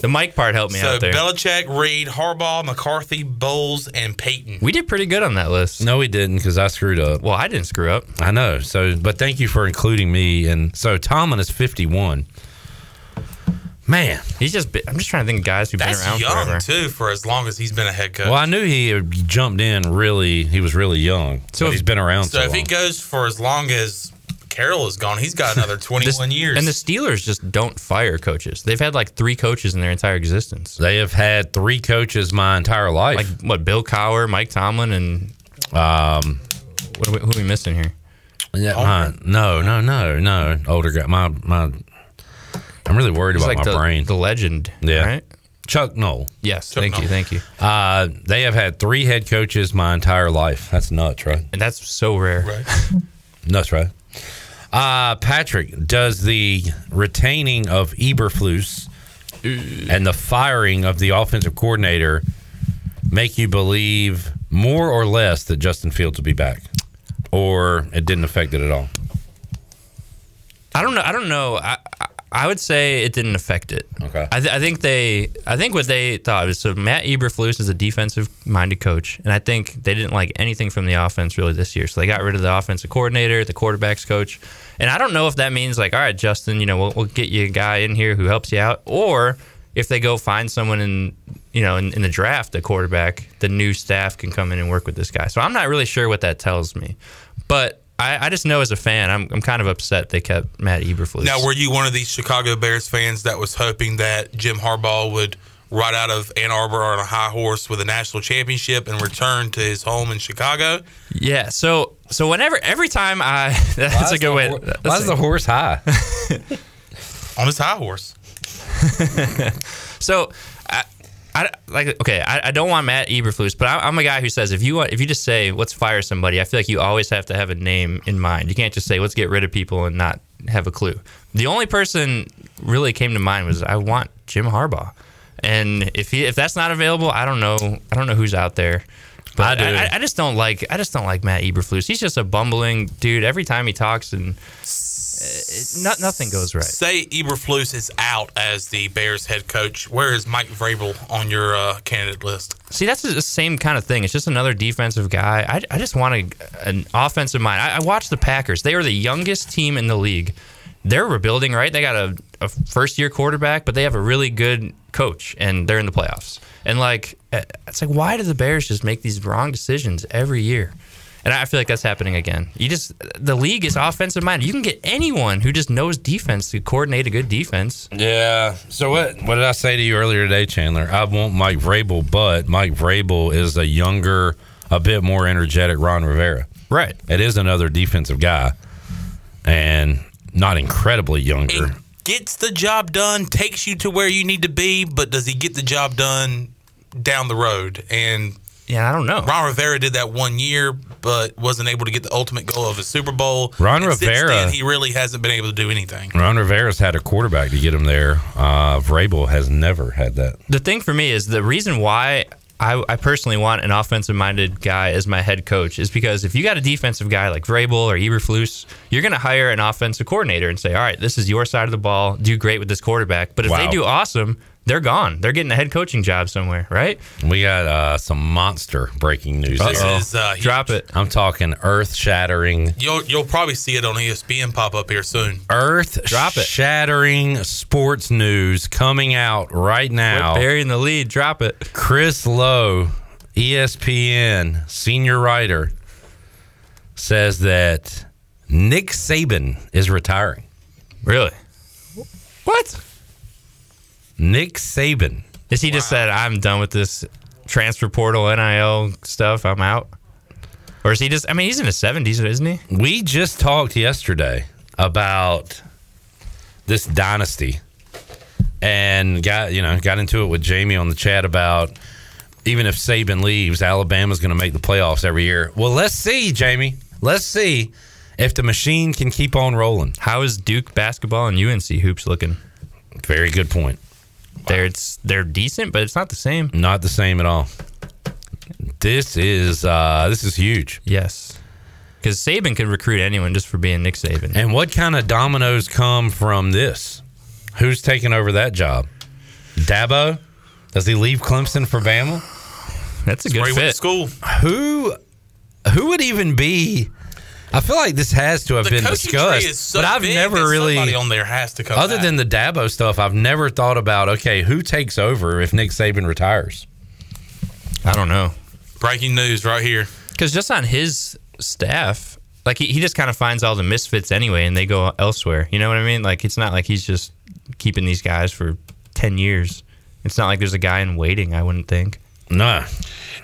The Mike part helped me so out there. Belichick, Reed, Harbaugh, McCarthy, Bowles, and Peyton. we did pretty good on that list. No, we didn't because I screwed up. Well, I didn't screw up. I know. So, but thank you for including me. And so Tomlin is 51. Man, he's just. Been, I'm just trying to think of guys who've That's been around young forever. too for as long as he's been a head coach. Well, I knew he had jumped in really. He was really young. So he's been around so so, if he long. goes for as long as Carroll is gone, he's got another 21 years. And the Steelers just don't fire coaches. They've had like three coaches in their entire existence. They have had three coaches my entire life. Like what? Bill Cowher, Mike Tomlin, and um, what? Are we, who are we missing here? Yeah, my, no, no, no, no. Older guy. My my. I'm really worried He's about like my the- brain. The legend. yeah. Right? Chuck Knoll. Yes. thank you. Thank you. Uh, they have had three head coaches my entire life. That's nuts, right? And that's so rare. Right. Nuts, right? Uh, Patrick, does the retaining of Eberflus and the firing of the offensive coordinator make you believe more or less that Justin Fields will be back, or it didn't affect it at all? I don't know. I don't know. I, I, I would say it didn't affect it. Okay. I, th- I think they. I think what they thought was so. Matt Eberflus is a defensive-minded coach, and I think they didn't like anything from the offense really this year. So they got rid of the offensive coordinator, the quarterbacks coach, and I don't know if that means like, all right, Justin, you know, we'll, we'll get you a guy in here who helps you out, or if they go find someone in you know in, in the draft, the quarterback, the new staff can come in and work with this guy. So I'm not really sure what that tells me, but. I, I just know as a fan, I'm, I'm kind of upset they kept Matt Eberflus. Now, were you one of these Chicago Bears fans that was hoping that Jim Harbaugh would ride out of Ann Arbor on a high horse with a national championship and return to his home in Chicago? Yeah. So so whenever every time I that's a good way. that's Why is a- the horse high? On his high horse. so I, I like okay. I, I don't want Matt Eberflus, but I, I'm a guy who says if you want if you just say let's fire somebody, I feel like you always have to have a name in mind. You can't just say let's get rid of people and not have a clue. The only person really came to mind was I want Jim Harbaugh, and if he if that's not available, I don't know I don't know who's out there. But I I, do. I, I just don't like I just don't like Matt Eberflus. He's just a bumbling dude. Every time he talks and uh, not, nothing goes right. Say Eberflus is out as the Bears head coach. uh, Where is Mike Vrabel on your uh, candidate list? See, that's the same kind of thing. It's just another defensive guy. I, I just want a, an offensive mind. I, I watched the Packers. They are the youngest team in the league. They're rebuilding, right? They got a, a first year quarterback, but they have a really good coach, and they're in the uh, playoffs. And like, eh, it's like, why do the Bears just make these wrong decisions every year? And I feel like that's happening again. You just the league is offensive minded. You can get anyone who just knows defense to coordinate a good defense. Yeah. So what? What did I say to you earlier today, Chandler? I want Mike Vrabel, but Mike Vrabel is a younger, a bit more energetic Ron Rivera. Right. It is another defensive guy, and not incredibly younger. Gets the job done, takes you to where you need to be, but does he get the job done down the road? And yeah, I don't know. Ron Rivera did that one year, but wasn't able to get the ultimate goal of a Super Bowl. Ron And since Rivera- then, he really hasn't been able to do anything. Ron Rivera's had a quarterback to get him there. Uh, Vrabel has never had that. The thing for me is the reason why I, I personally want an offensive minded guy as my head coach is because if you got a defensive guy like Vrabel or Eberflus, you're going to hire an offensive coordinator and say, all right, this is your side of the ball. Do great with this quarterback. But if they Wow. do awesome, they're gone. They're getting a head coaching job somewhere, right? We got uh, some monster breaking news. This here. is, uh, Drop it. I'm talking earth shattering, You'll you'll probably see it on E ESPN pop up here soon. earth shattering sports news coming out right now. Quit Oh. burying the lead. Drop it. Chris Lowe, E ESPN senior writer, says that Nick Saban is retiring. Really? What? Nick Saban. Is he just said, I'm done with this transfer portal, NIL stuff. I'm out? Or is he just, I mean, he's in his 70s, isn't he? We just talked yesterday about this dynasty and got, you know, got into it with Jamie on the chat about even if Saban leaves, Alabama's going to make the playoffs every year. Well, let's see, Jamie. Let's see if the machine can keep on rolling. How is Duke basketball and UNC hoops looking? Very good point. They're it's they're decent, but it's not the same. Not the same at all. This is uh this is huge. Yes. Because Saban could recruit anyone just for being Nick Saban. And what kind of dominoes come from this? Who's taking over that job? Dabo? Does he leave Clemson for Bama? That's a good where he went to fit. school. Who who would even be I feel like this has to have The been coaching discussed, tree is so but I've big never that really somebody on there has to come Other back. than the Dabo stuff, I've never thought about okay, who takes over if Nick Saban retires? I don't know. Breaking news right here. Because just on his staff, like he, he just kind of finds all the misfits anyway and they go elsewhere. You know what I mean? Like it's not like he's just keeping these guys for 10 years. It's not like there's a guy in waiting, I wouldn't think. No.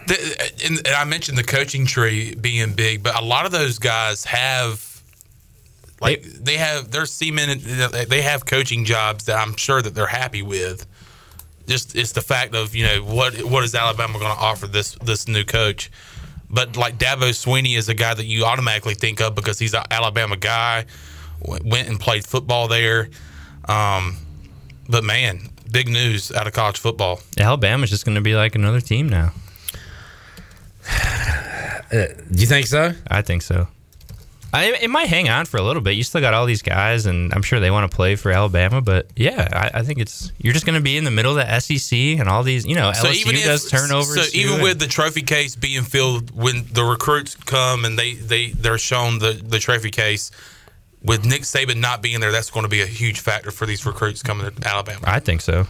The, and, and I mentioned the coaching tree being big, but a lot of those guys have, like, they have their seamen. They have coaching jobs that I'm sure that they're happy with. Just it's the fact of you know what what is Alabama going to offer this this new coach, but like Dabo Sweeney is a guy that you automatically think of because he's an Alabama guy, w- went and played football there, um, but man, big news out of college football. Alabama's just going to be like another team now. Do you think so? I think so. I, it might hang on for a little bit. You still got all these guys, and I'm sure they want to play for Alabama. But yeah, I, I think it's you're just going to be in the middle of the SEC and all these. You know, LSU if- does turnovers. So too, even and- with the trophy case being filled, when the recruits come and they they they're shown the the trophy case, with Nick Saban not being there, that's going to be a huge factor for these recruits coming to Alabama. I think so.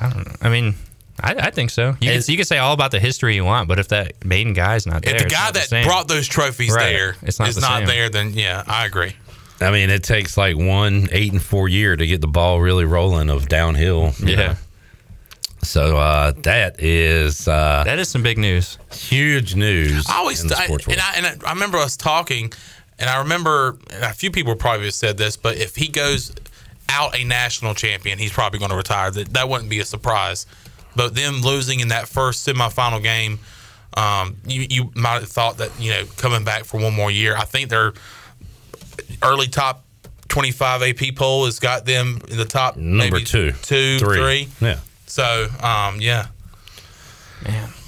I don't know. I mean, I, I think so. You can, you can say all about the history you want, but if that main guy's not there, if the it's guy not the that same. brought those trophies Right. there It's not is the not same. there, then yeah, I agree. I mean, it takes like one eight and four year to get the ball really rolling of downhill. Yeah. So uh, that is uh, that is some big news, huge news. I always in the I, sports and world. I and I, I remember us talking, and I remember and a few people probably have said this, but if he goes out a national champion, he's probably going to retire. That that wouldn't be a surprise. But them losing in that first semifinal game, um, you you might have thought that you know coming back for one more year. I think their early top twenty five AP poll has got them in the top Number maybe two, two, Three. three. Yeah. So um, yeah,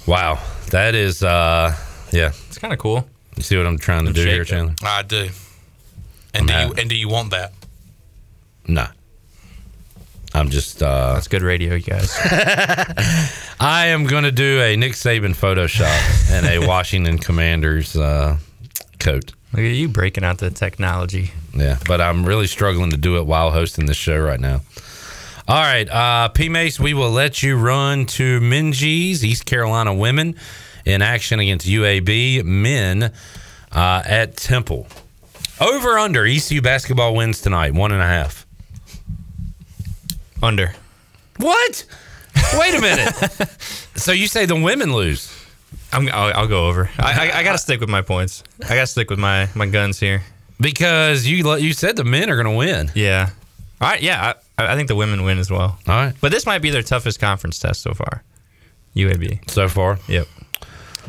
Wow, that is uh, yeah. It's kind of cool. You see what I'm trying to do here, Shake it. Chandler? I do. And do you and do you want that? Nah. I'm just. uh That's good radio, you guys. I am going to do a Nick Saban Photoshop and a Washington Commanders uh, coat. Look at you breaking out the technology. Yeah, but I'm really struggling to do it while hosting this show right now. All right, uh, P Mace, we will let you run to Minji's East Carolina Women in action against UAB men uh, at Temple. Over under E ECU basketball wins tonight, one and a half. Under. What? Wait a minute. so you say the women lose? I'm, I'll, I'll go over. I, I, I got to stick with my points. I got to stick with my, my guns here because you let- you said the men are going to win. Yeah. All right. Yeah. I, I think the women win as well. All right. But this might be their toughest conference test so far. UAB. So far. Yep.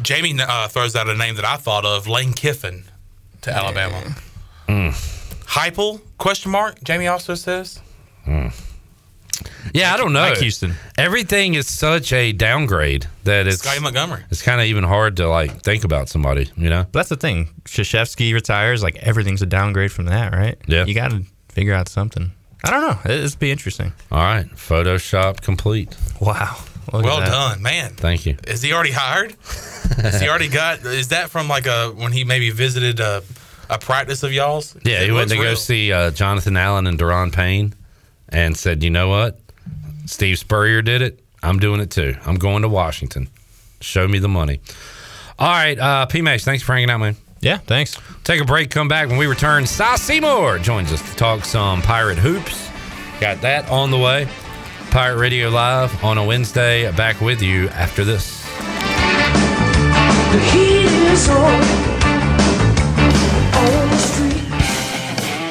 Jamie uh, throws out a name that I thought of, Lane Kiffin, to Alabama. Hypel? Question mark. Jamie also says. Hmm. Yeah, I don't know. Mike Houston. Everything is such a downgrade that it's Scotty Montgomery. It's kind of even hard to like think about somebody, you know. But that's the thing. Shashevsky retires. Like everything's a downgrade from that, right? Yeah. You got to figure out something. I don't know. It, it'd be interesting. All right, Photoshop complete. Wow. Look at well that. done, man. Thank you. Is he already hired? Is he already got? Is that from like a when he maybe visited a, a practice of y'all's? Yeah, he went looks to go real. see uh, Jonathan Allen and Deron Payne, and said, "You know what? Steve Spurrier did it. I'm doing it too. I'm going to Washington. Show me the money." All right, uh, PMax, thanks for hanging out, man. Yeah, thanks. Take a break. Come back when we return. Cy Seymour joins us to talk some pirate hoops. Got that on the way. Pirate Radio Live on a Wednesday. Back with you after this. The heat is on. On the street.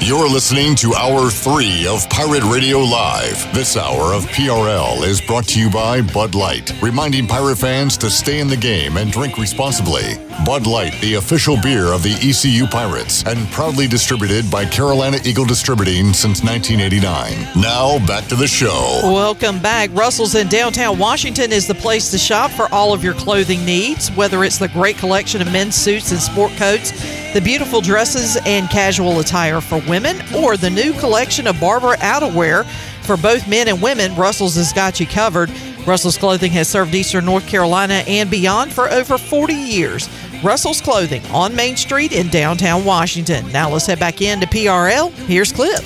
You're listening to Hour 3 of Pirate Radio Live. This hour of PRL is brought to you by Bud Light, reminding pirate fans to stay in the game and drink responsibly. Bud Light, the official beer of the ECU Pirates, and proudly distributed by Carolina Eagle Distributing since 1989. Now, back to the show. Welcome back. Russell's in downtown Washington is the place to shop for all of your clothing needs, whether it's the great collection of men's suits and sport coats, the beautiful dresses and casual attire for women, or the new collection of Barber outerwear for both men and women. Russell's has got you covered. Russell's Clothing has served Eastern North Carolina and beyond for over 40 years. Russell's Clothing on Main Street in downtown Washington. Now let's head back into PRL. Here's Clip.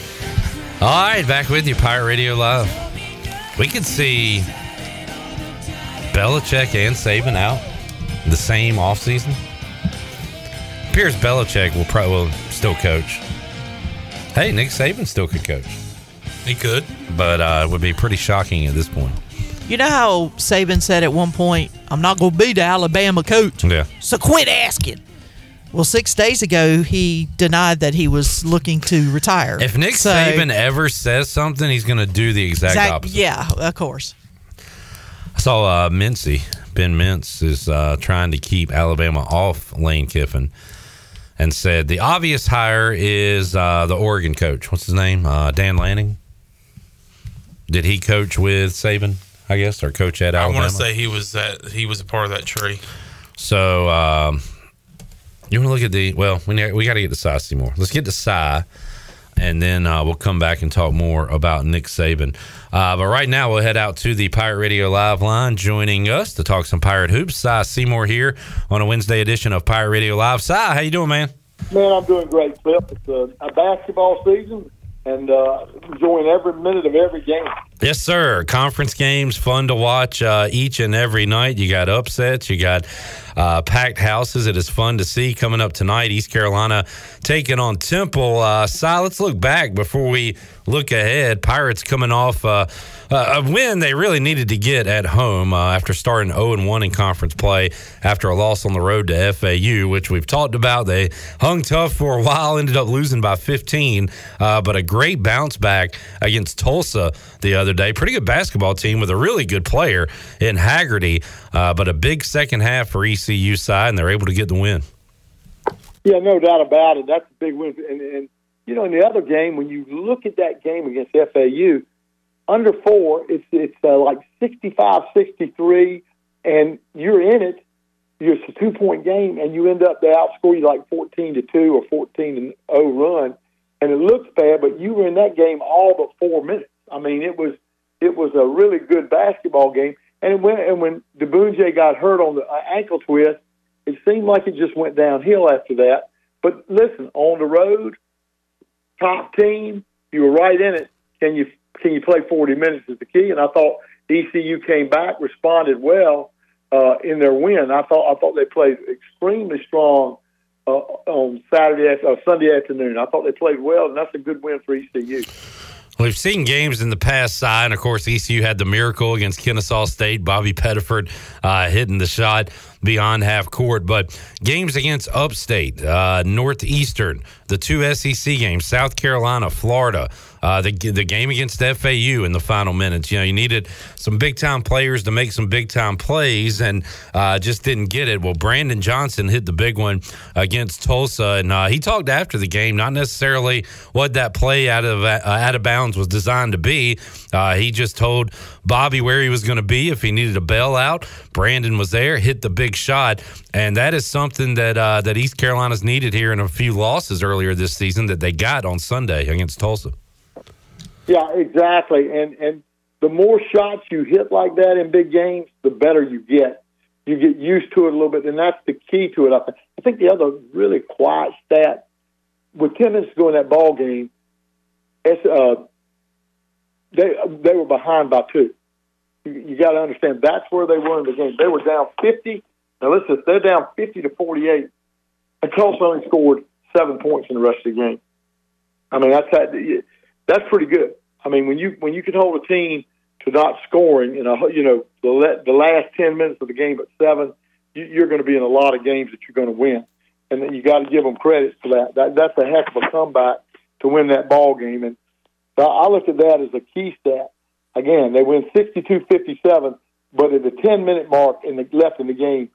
All right, back with you, Pirate Radio Live. We could see Belichick and Saban out the same offseason. Appears Belichick will probably will still coach. Hey, Nick Saban still could coach. He could, but uh, it would be pretty shocking at this point. You know how Saban said at one point, I'm not going to be the Alabama coach. Yeah. So quit asking. Well, six days ago, he denied that he was looking to retire. If Nick So- Saban ever says something, he's going to do the exact Exact- opposite. Yeah, of course. I saw uh, Mincy, Ben Mintz, is uh, trying to keep Alabama off Lane Kiffin and said the obvious hire is uh, the Oregon coach. What's his name? Uh, Dan Lanning. Did he coach with Saban, I guess, or coach at I Alabama? want to say he was that he was a part of that tree. So um, you want to look at the well? We ne- we got to get to Cy Seymour. Let's get to Cy, and then uh, we'll come back and talk more about Nick Saban. Uh, but right now, we'll head out to the Pirate Radio Live line. Joining us to talk some Pirate hoops, Cy Seymour here on a Wednesday edition of Pirate Radio Live. Cy, how you doing, man? Man, I'm doing great, Phil. It's a, a basketball season, and uh, enjoying every minute of every game. Yes, sir. Conference games, fun to watch uh, each and every night. You got upsets, you got uh, packed houses. It is fun to see coming up tonight. East Carolina taking on Temple. Uh, Si, let's look back before we look ahead. Pirates coming off uh, a a win they really needed to get at home uh, after starting 0 1 in conference play after a loss on the road to FAU, which we've talked about. They hung tough for a while, ended up losing by 15, uh, but a great bounce back against Tulsa the other day. Pretty good basketball team with a really good player in Haggerty, uh, but a big second half for ECU side, and they're able to get the win. Yeah, no doubt about it. That's a big win. And, and you know, in the other game, when you look at that game against FAU, under four, it's it's uh, like 65-63, and you're in it. You're It's a two point game, and you end up they outscore you like fourteen to two or fourteen to zero run, and it looks bad, but you were in that game all but four minutes. I mean, it was it was a really good basketball game. And when and when DeBunje got hurt on the uh, ankle twist, It seemed like it just went downhill after that. But listen, on the road, top team, you were right in it. Can you can you play 40 minutes is the key? And I thought ECU came back, responded well uh, in their win. I thought I thought they played extremely strong uh, on Saturday after, uh, Sunday afternoon. I thought they played well, and that's a good win for ECU. We've seen games in the past, Si, and of course, ECU had the miracle against Kennesaw State. Bobby Pettiford uh, hitting the shot beyond half court. But games against Upstate, uh, Northeastern, the two SEC games, South Carolina, Florida, uh, the the game against FAU in the final minutes. You know, you needed some big time players to make some big time plays, and uh, just didn't get it. Well, Brandon Johnson hit the big one against Tulsa, and uh, he talked after the game, not necessarily what that play out of uh, out of bounds was designed to be. Uh, he just told Bobby where he was going to be if he needed a bailout. Brandon was there, hit the big shot, and that is something that uh, that East Carolina's needed here in a few losses earlier this season that they got on Sunday against Tulsa. Yeah, exactly. And and the more shots you hit like that in big games, the better you get. You get used to it a little bit, and that's the key to it. I think. I think the other really quiet stat with ten minutes to go in that ball game, it's, uh, they they were behind by two. You, you got to understand that's where they were in the game. They were down fifty. Now listen, they're down fifty to forty-eight, and Tulsa only scored seven points in the rest of the game. I mean, that's that that's pretty good. I mean, when you when you can hold a team to not scoring in a you know the le- the last ten minutes of the game at seven, you, you're going to be in a lot of games that you're going to win, and then you got to give them credit for that. that. That's a heck of a comeback to win that ball game, and so I looked at that as a key stat. Again, they win 62-57, but at the ten minute mark in the left in the game,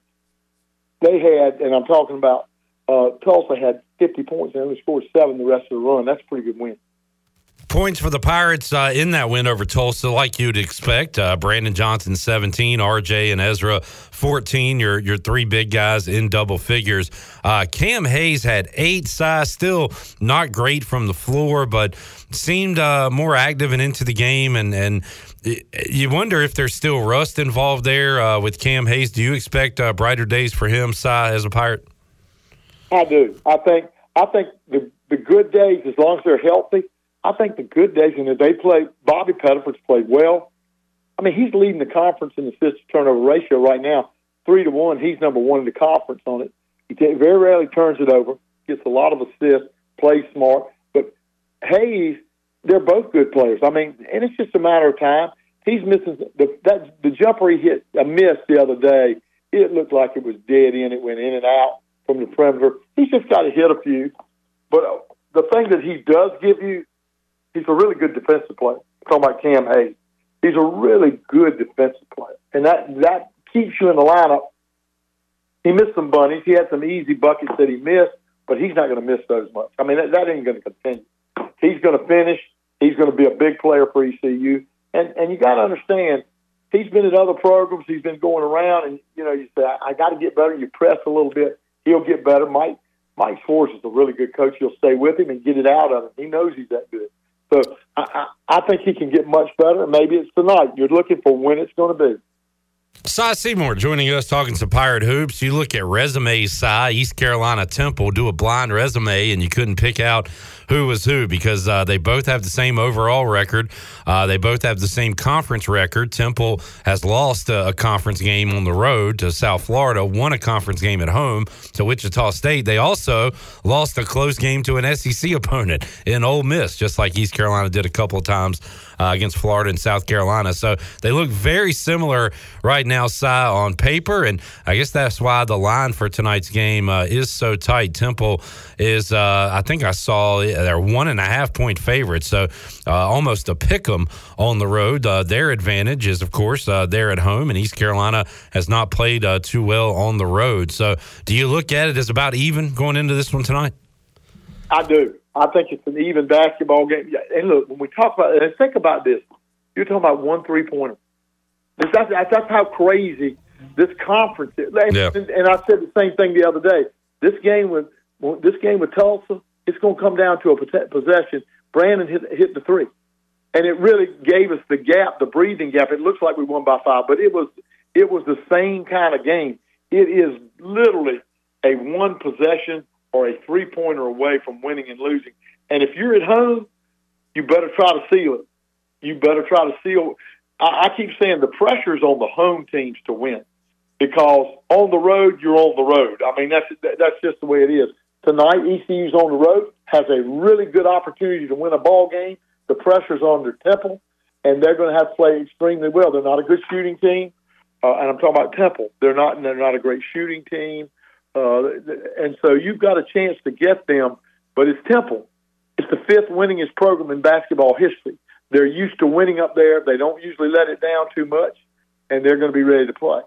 they had, and I'm talking about uh, Tulsa had 50 points and only scored seven the rest of the run. That's a pretty good win. Points for the Pirates uh, in that win over Tulsa, like you'd expect. Uh, Brandon Johnson, 17, RJ and Ezra, 14. Your your three big guys in double figures. Uh, Cam Hayes had eight size, still not great from the floor, but seemed uh, more active and into the game. And, and y- you wonder if there's still rust involved there uh, with Cam Hayes. Do you expect uh, brighter days for him, Si, as a Pirate? I do. I think I think the the good days, as long as they're healthy, I think the good days and if they play Bobby Pettiford's played well. I mean, he's leading the conference in assist to turnover ratio right now. Three to one, he's number one in the conference on it. He ta- very rarely turns it over, gets a lot of assists, plays smart. But Hayes, they're both good players. I mean, and it's just a matter of time. He's missing the that the jumper he hit a miss the other day. It looked like it was dead in. It went in and out from the perimeter. He's just got to hit a few. But uh, the thing that he does give you, he's a really good defensive player. I'm talking about Cam Hayes, he's a really good defensive player, and that that keeps you in the lineup. He missed some bunnies. He had some easy buckets that he missed, but he's not going to miss those much. I mean, that, that ain't going to continue. He's going to finish. He's going to be a big player for ECU, and and you got to understand. He's been at other programs. He's been going around, and you know, you say, "I, I got to get better." You press a little bit he'll get better. Mike Mike Schwartz is a really good coach. He'll stay with him and get it out of him. He knows he's that good. So I, I, I think he can get much better. Maybe it's tonight. You're looking for when it's going to be. Cy Seymour joining us talking some Pirate Hoops. You look at resumes, Cy, East Carolina Temple, do a blind resume, and you couldn't pick out who was who because uh, they both have the same overall record. Uh, they both have the same conference record. Temple has lost a, a conference game on the road to South Florida, won a conference game at home to Wichita State. They also lost a close game to an SEC opponent in Ole Miss, just like East Carolina did a couple of times uh, against Florida and South Carolina. So they look very similar right now, Si, on paper. And I guess that's why the line for tonight's game uh, is so tight. Temple is, uh, I think I saw they're one and a half point favorite. So uh, almost a pick 'em on the road. Uh, their advantage is, of course, uh, they're at home, and East Carolina has not played uh, too well on the road. So do you look at it as about even going into this one tonight? I do. I think it's an even basketball game. Yeah, And look, when we talk about and think about this, you're talking about one three pointer. That's, that's, that's how crazy this conference is. And, Yeah. and I said the same thing the other day. This game with this game with Tulsa, it's going to come down to a pote- possession. Brandon hit, hit the three, and it really gave us the gap, the breathing gap. It looks like we won by five, but it was it was the same kind of game. It is literally a one possession or a three pointer away from winning and losing. And if you're at home, you better try to seal it. You better try to seal. I, I keep saying the pressure's on the home teams to win because on the road you're on the road. I mean that's that, that's just the way it is. Tonight ECU's on the road has a really good opportunity to win a ball game. The pressure's on their temple, and they're going to have to play extremely well. They're not a good shooting team, uh, and I'm talking about Temple. They're not they're not a great shooting team, uh, and so you've got a chance to get them. But it's Temple. It's the fifth winningest program in basketball history. They're used to winning up there. They don't usually let it down too much, and they're going to be ready to play.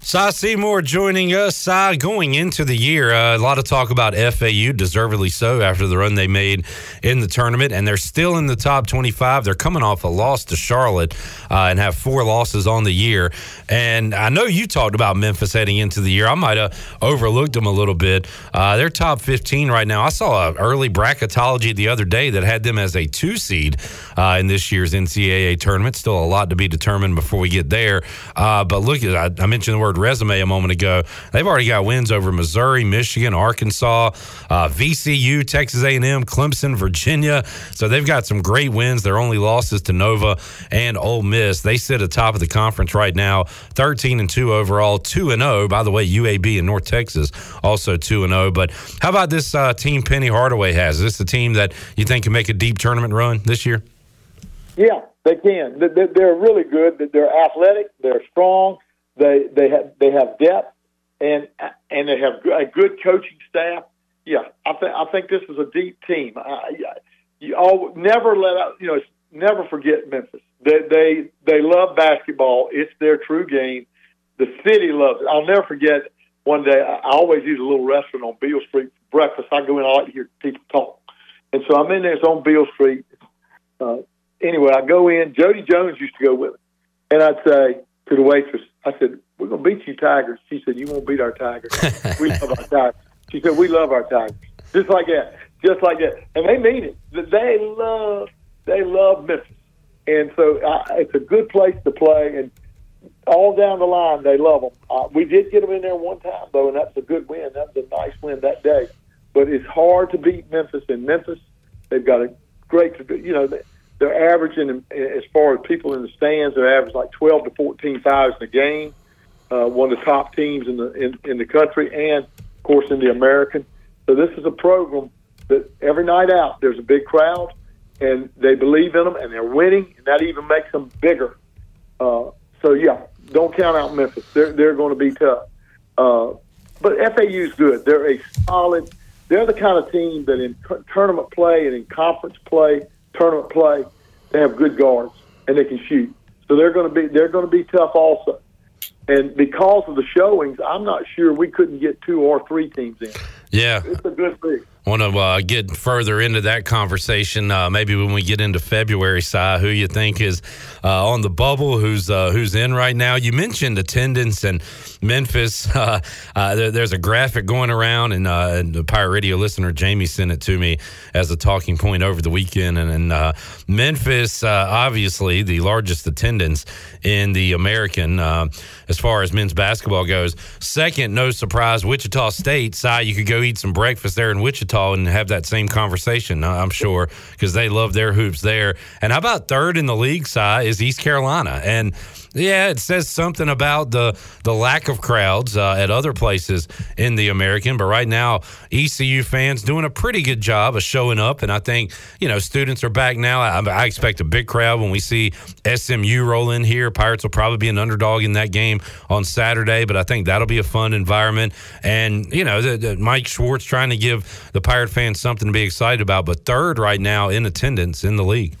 Cy Seymour joining us. Cy, going into the year, uh, a lot of talk about FAU, deservedly so, after the run they made in the tournament, and they're still in the top 25. They're coming off a loss to Charlotte uh, and have four losses on the year. And I know you talked about Memphis heading into the year. I might have overlooked them a little bit. Uh, they're top 15 right now. I saw an early bracketology the other day that had them as a two seed uh, in this year's NCAA tournament. Still a lot to be determined before we get there. Uh, but look, I, I mentioned the word resume a moment ago. They've already got wins over Missouri, Michigan, Arkansas, uh, VCU, Texas A&M, Clemson, Virginia. So they've got some great wins. Their only losses to Nova and Ole Miss. They sit atop of the conference right now, 13 and two overall, two and zero. By the way, UAB in North Texas also two and zero. But how about this uh, team Penny Hardaway has? Is this the team that you think can make a deep tournament run this year? Yeah, they can. They- they- They're really good. They're athletic. They're strong. They they have they have depth, and and they have a good coaching staff. Yeah, I think I think this is a deep team. I, I- you all never let out. You know, never forget Memphis. They they they love basketball. It's their true game. The city loves it. I'll never forget. One day, I I always use a little restaurant on Beale Street for breakfast. I go in, I like to hear people talk, and so I'm in there. It's on Beale Street. Uh, anyway, I go in. Jody Jones used to go with me, and I'd say to the waitress, "I said we're gonna beat you, Tigers." She said, "You won't beat our Tigers. we love our Tigers." She said, "We love our Tigers." Just like that, just like that, and they mean it. They love, they love Memphis, and so I, it's a good place to play. And all down the line, they love them. Uh, we did get them in there one time though, and that's a good win. That was a nice win that day. But it's hard to beat Memphis. In Memphis, they've got a great, you know, they- they're averaging as far as people in the stands, they're averaging like twelve to fourteen thousand a game. Uh, one of the top teams in the in, in the country, and of course in the American. So this is a program that every night out there's a big crowd, and they believe in them, and they're winning, and that even makes them bigger. Uh, so yeah, don't count out Memphis. They're they're going to be tough. Uh, but FAU's good. They're a solid. They're the kind of team that in t- tournament play and in conference play, tournament play, they have good guards and they can shoot. So they're going to be they're going to be tough also. And because of the showings, I'm not sure we couldn't get two or three teams in. Yeah, It's a good thing. want to uh, get further into that conversation. Uh, maybe when we get into February, Si, who you think is uh, on the bubble, who's uh, who's in right now? You mentioned attendance and Memphis. Uh, uh, there, there's a graphic going around, and, uh, and the Pirate Radio listener Jamie sent it to me as a talking point over the weekend. And, and uh, Memphis, uh, obviously, the largest attendance in the American uh, as far as men's basketball goes. Second, no surprise, Wichita State. Si, you could go eat some breakfast there in Wichita and have that same conversation, I- I'm sure, because they love their hoops there. And how about third in the league, Si, is East Carolina. And yeah, it says something about the the lack of crowds uh, at other places in the American, but right now ECU fans doing a pretty good job of showing up, and I think you know students are back now. I, I expect a big crowd when we see SMU roll in here. Pirates will probably be an underdog in that game on Saturday, but I think that'll be a fun environment. And you know, the, the, Mike Schwartz trying to give the Pirate fans something to be excited about, but third right now in attendance in the league.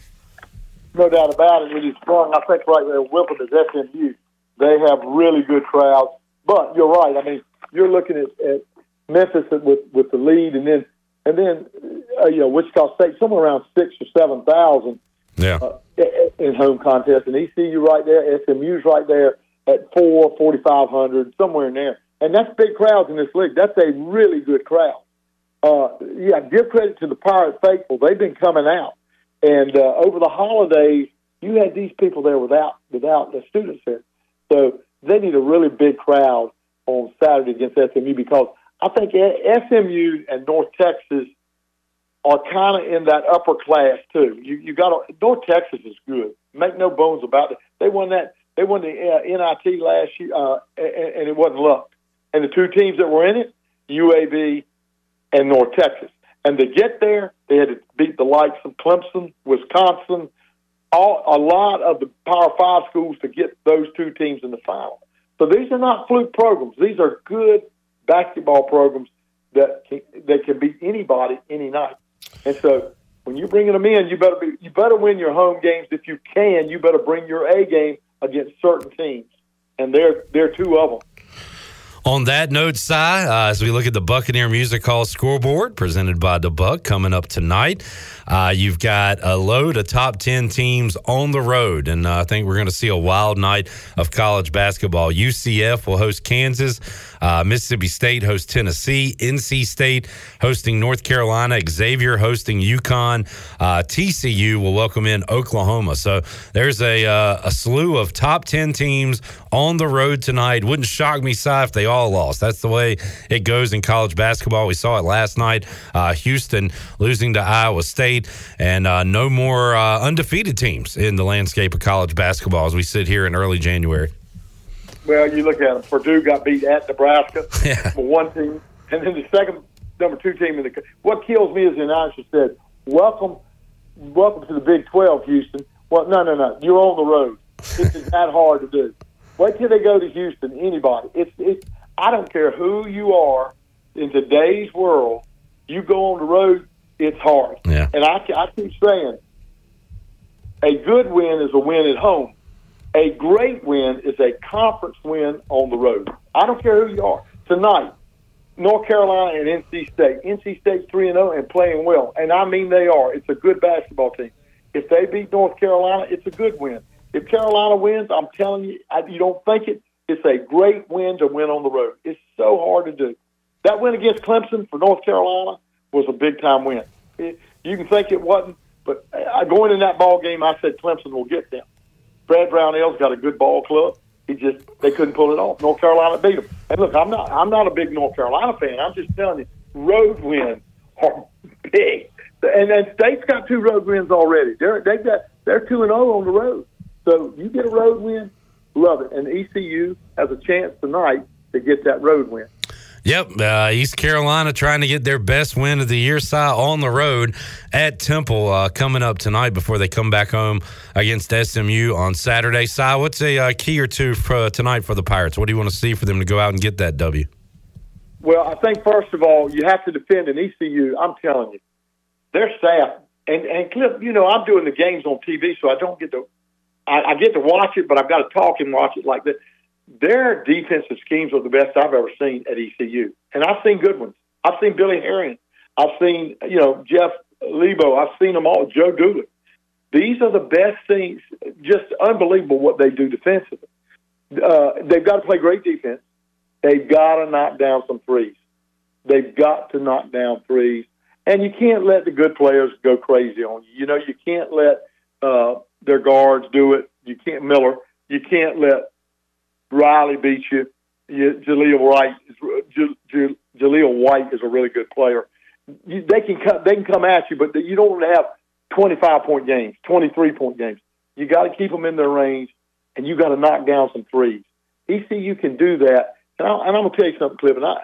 No doubt about it. It is strong. I think right there, Wilford is SMU. They have really good crowds. But you're right. I mean, you're looking at, at Memphis with with the lead, and then and then uh, you know Wichita State somewhere around six or seven thousand uh, Yeah. in home contests, and ECU right there, SMU's right there at four, forty five hundred, somewhere in there, and that's big crowds in this league. That's a really good crowd. Uh, yeah, give credit to the Pirate faithful; they've been coming out, and uh, over the holidays, you had these people there without without the students there, so they need a really big crowd on Saturday against SMU because I think SMU and North Texas are kind of in that upper class too. You you got to North Texas is good. Make no bones about it. They won that. They won the uh, NIT last year, uh, and, and it wasn't luck. And the two teams that were in it, UAB and North Texas. And to get there, they had to beat the likes of Clemson, Wisconsin, all, a lot of the Power Five schools to get those two teams in the final. So these are not fluke programs. These are good basketball programs that can, that can beat anybody any night. And so when you're bringing them in, you better be, you better win your home games if you can. You better bring your A game against certain teams, and they're they're two of them. On that note, Si, uh, as we look at the Buccaneer Music Hall scoreboard presented by the Buck coming up tonight, uh, you've got a load of top 10 teams on the road. And uh, I think we're going to see a wild night of college basketball. UCF will host Kansas, uh, Mississippi State hosts Tennessee, NC State hosting North Carolina, Xavier hosting UConn, uh, TCU will welcome in Oklahoma. So there's a, uh, a slew of top 10 teams on the road tonight. Wouldn't shock me, Si, if they all lost. That's the way it goes in college basketball. We saw it last night. Uh, Houston losing to Iowa State, and uh, no more uh, undefeated teams in the landscape of college basketball as we sit here in early January. Well, you look at them. Purdue got beat at Nebraska, number one team, and then the second number two team in the. co- What kills me is the announcer said, "Welcome, welcome to the Big Twelve, Houston." Well, no, no, no. You're on the road. This is that hard to do. Wait till they go to Houston. Anybody? It's it's. I don't care who you are in today's world. You go on the road. It's hard. Yeah. And I, I keep saying, a good win is a win at home. A great win is a conference win on the road. I don't care who you are. Tonight, North Carolina and NC State. NC State's 3 and 0 and playing well. And I mean they are. It's a good basketball team. If they beat North Carolina, it's a good win. If Carolina wins, I'm telling you, I, you don't think it. It's a great win to win on the road. It's so hard to do. That win against Clemson for North Carolina was a big time win. It, you can think it wasn't, but uh, going in that ball game, I said Clemson will get them. Brad Brownell's got a good ball club. He just they couldn't pull it off. North Carolina beat them. And look, I'm not I'm not a big North Carolina fan. I'm just telling you, road wins are big. And then State's got two road wins already. They're they got they're two and zero on the road. So you get a road win, love it. And ECU has a chance tonight to get that road win. Yep, uh, East Carolina trying to get their best win of the year side on the road at Temple uh, coming up tonight before they come back home against SMU on Saturday. Si, what's a uh, key or two for, tonight for the Pirates? What do you want to see for them to go out and get that W? Well, I think first of all, you have to defend an ECU. I'm telling you, their staff and and Cliff. You know, I'm doing the games on TV, so I don't get to. I, I get to watch it, but I've got to talk and watch it like that. Their defensive schemes are the best I've ever seen at ECU, and I've seen good ones. I've seen Billy Herring. I've seen you know Jeff Lebo. I've seen them all. Joe Dooley. These are the best things. Just unbelievable what they do defensively. Uh, they've got to play great defense. They've got to knock down some threes. They've got to knock down threes. And you can't let the good players go crazy on you. You know, you can't let uh, their guards do it. You can't, Miller, you can't let Riley beat you. you Jaleel, Wright is, J- J- Jaleel White is a really good player. You, they, can come, they can come at you, but you don't want to have 25 point games, 23 point games. You got to keep them in their range, and you got to knock down some threes. ECU can do that. And, I, and I'm going to tell you something, Cliff. And I,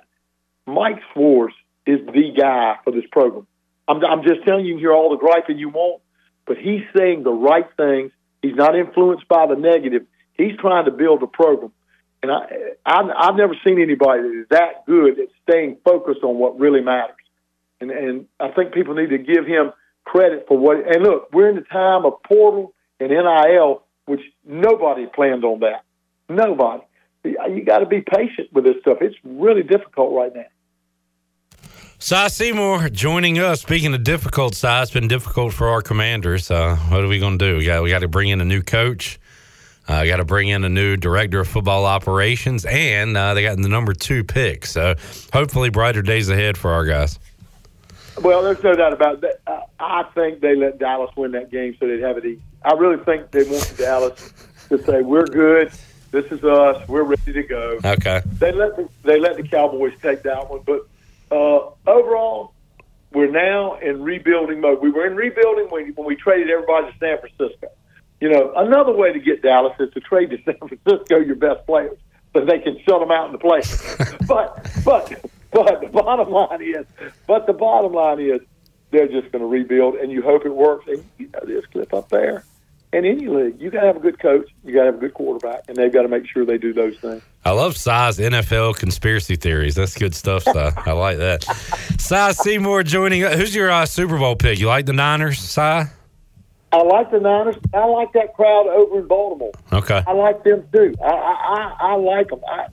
Mike Swartz is the guy for this program. I'm, I'm just telling you, you can hear all the griping you want, but he's saying the right things. He's not influenced by the negative. He's trying to build a program. And I, I, I've never seen anybody that is that good at staying focused on what really matters. And, and I think people need to give him credit for what. And look, we're in the time of portal and NIL, which nobody planned on that. Nobody. You got to be patient with this stuff. It's really difficult right now. Si Seymour joining us. Speaking of difficult, Si, it's been difficult for our commanders. Uh, what are we going to do? We got, we got to bring in a new coach. Uh, got to bring in a new director of football operations, and uh, they got the number two pick. So hopefully, brighter days ahead for our guys. Well, there's no doubt about that. Uh, I think they let Dallas win that game so they'd have it easy. I really think they wanted Dallas to say, we're good. This is us. We're ready to go. Okay. They let the, they let the Cowboys take that one, but uh, overall, we're now in rebuilding mode. We were in rebuilding when, when we traded everybody to San Francisco. You know, another way to get Dallas is to trade to San Francisco your best players, so they can shut them out in the playoffs. but but but the bottom line is, but the bottom line is, they're just going to rebuild, and you hope it works. And you know this clip up there. In any league, you got to have a good coach, you got to have a good quarterback, and they've got to make sure they do those things. I love Size NFL conspiracy theories. That's good stuff, Si. I like that. Si Seymour joining. Who's your uh, Super Bowl pick? You like the Niners, Si? I like the Niners. I like that crowd over in Baltimore. Okay. I like them too. I I, I, I like them. I,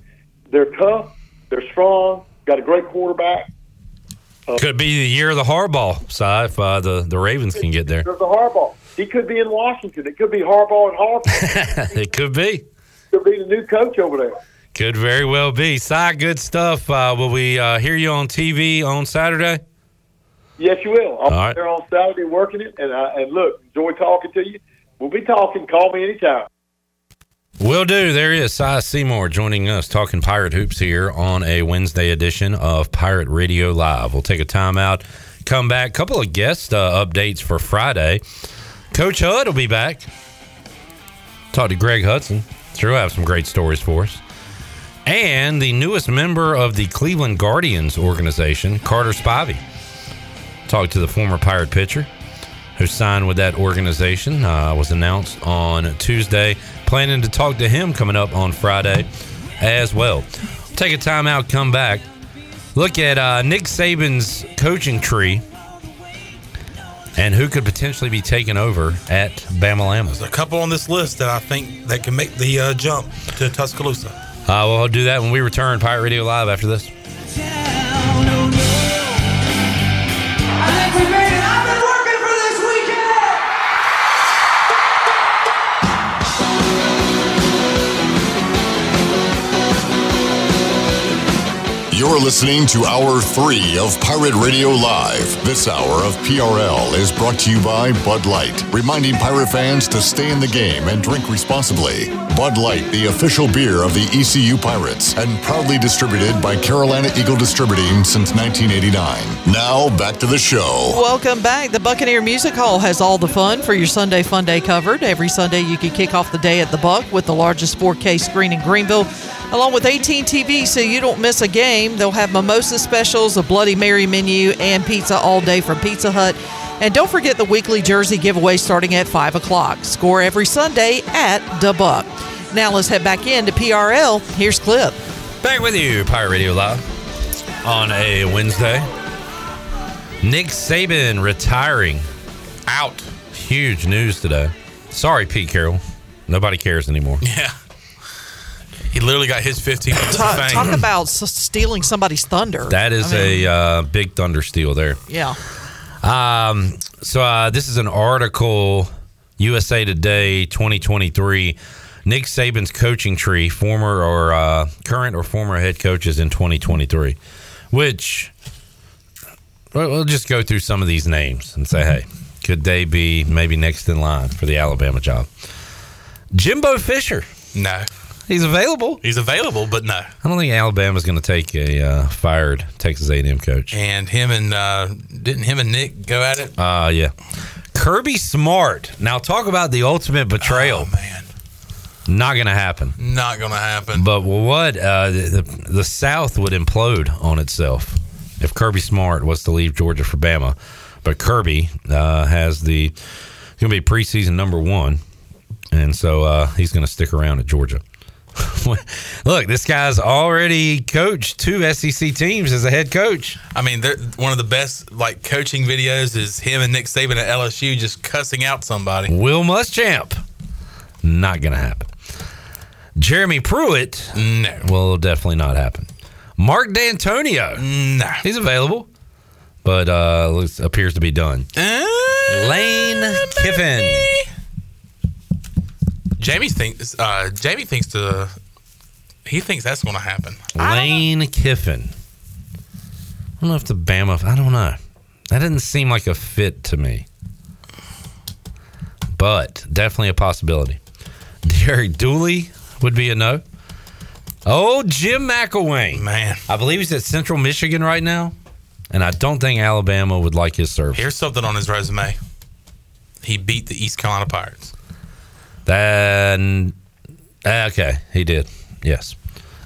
they're tough. They're strong. Got a great quarterback. Could be the year of the Harbaugh, Si, if uh, the, the Ravens can get there. There's a Harbaugh. He could be in Washington. It could be Harbaugh and Harbaugh. it could be. Could be the new coach over there. Could very well be. Si, good stuff. Uh, will we uh, hear you on TV on Saturday? Yes, you will. I'll All right. be there on Saturday working it. And I, and look, enjoy talking to you. We'll be talking. Call me anytime. Will do. There is Si Seymour joining us talking Pirate Hoops here on a Wednesday edition of Pirate Radio Live. We'll take a timeout, come back. Couple of guest uh, updates for Friday. Coach Hud will be back. Talk to Greg Hudson. Sure, will have some great stories for us. And the newest member of the Cleveland Guardians organization, Carter Spivey. Talked to the former Pirate pitcher who signed with that organization. Uh, was announced on Tuesday. Planning to talk to him coming up on Friday as well. Take a time out, come back. Look at uh, Nick Saban's coaching tree and who could potentially be taking over at Bama Llamas. There's a couple on this list that I think that can make the uh, jump to Tuscaloosa. Uh, well, I'll do that when we return. Pirate Radio Live after this. I think we made it. I've been working for this weekend. You're listening to Hour 3 of Pirate Radio Live. This hour of PRL is brought to you by Bud Light, reminding pirate fans to stay in the game and drink responsibly. Bud Light, the official beer of the ECU Pirates, and proudly distributed by Carolina Eagle Distributing since 1989. Now, back to the show. Welcome back. The Buccaneer Music Hall has all the fun for your Sunday Fun Day covered. Every Sunday, you can kick off the day at the Buck with the largest 4K screen in Greenville, along with 18 TV, so you don't miss a game. They'll have mimosa specials, a Bloody Mary menu, and pizza all day from Pizza Hut. And don't forget the weekly jersey giveaway starting at 5 o'clock. Score every Sunday at the Buck. Now let's head back in to PRL. Here's Clip. Back with you, Pirate Radio Live, on a Wednesday. Nick Saban retiring. Out. Huge news today. Sorry, Pete Carroll. Nobody cares anymore. Yeah. He literally got his 15 minutes of Talk, fame. talk about s- stealing somebody's thunder. That is I mean, a uh, big thunder steal there. Yeah. Um, so uh, this is an article, USA Today, 2023. Nick Saban's coaching tree, former or uh, current or former head coaches in 2023, which we'll we'll just go through some of these names and say, hey, could they be maybe next in line for the Alabama job? Jimbo Fisher. No. He's available. He's available, but no. I don't think Alabama's going to take a uh, fired Texas A&M coach. And him and uh, didn't him and Nick go at it? Uh yeah. Kirby Smart. Now talk about the ultimate betrayal. man. Not going to happen. Not going to happen. But what uh, the, the the South would implode on itself if Kirby Smart was to leave Georgia for Bama. But Kirby uh, has the going to be preseason number 1 and so uh, he's going to stick around at Georgia. Look, this guy's already coached two SEC teams as a head coach. I mean, they're, one of the best like coaching videos is him and Nick Saban at LSU just cussing out somebody. Will Muschamp. Not going to happen. Jeremy Pruitt. No. Will definitely not happen. Mark D'Antonio. No. He's available, but uh looks, appears to be done. Uh, Lane Kiffin. Jamie thinks uh, Jamie thinks the he thinks that's going to happen. Lane Kiffin. I don't know if the Bama. I don't know. That didn't seem like a fit to me. But definitely a possibility. Derek Dooley would be a no. Oh, Jim McElwain. Man. I believe he's at Central Michigan right now, and I don't think Alabama would like his service. Here's something on his resume. He beat the East Carolina Pirates. Then, uh, okay, he did. Yes.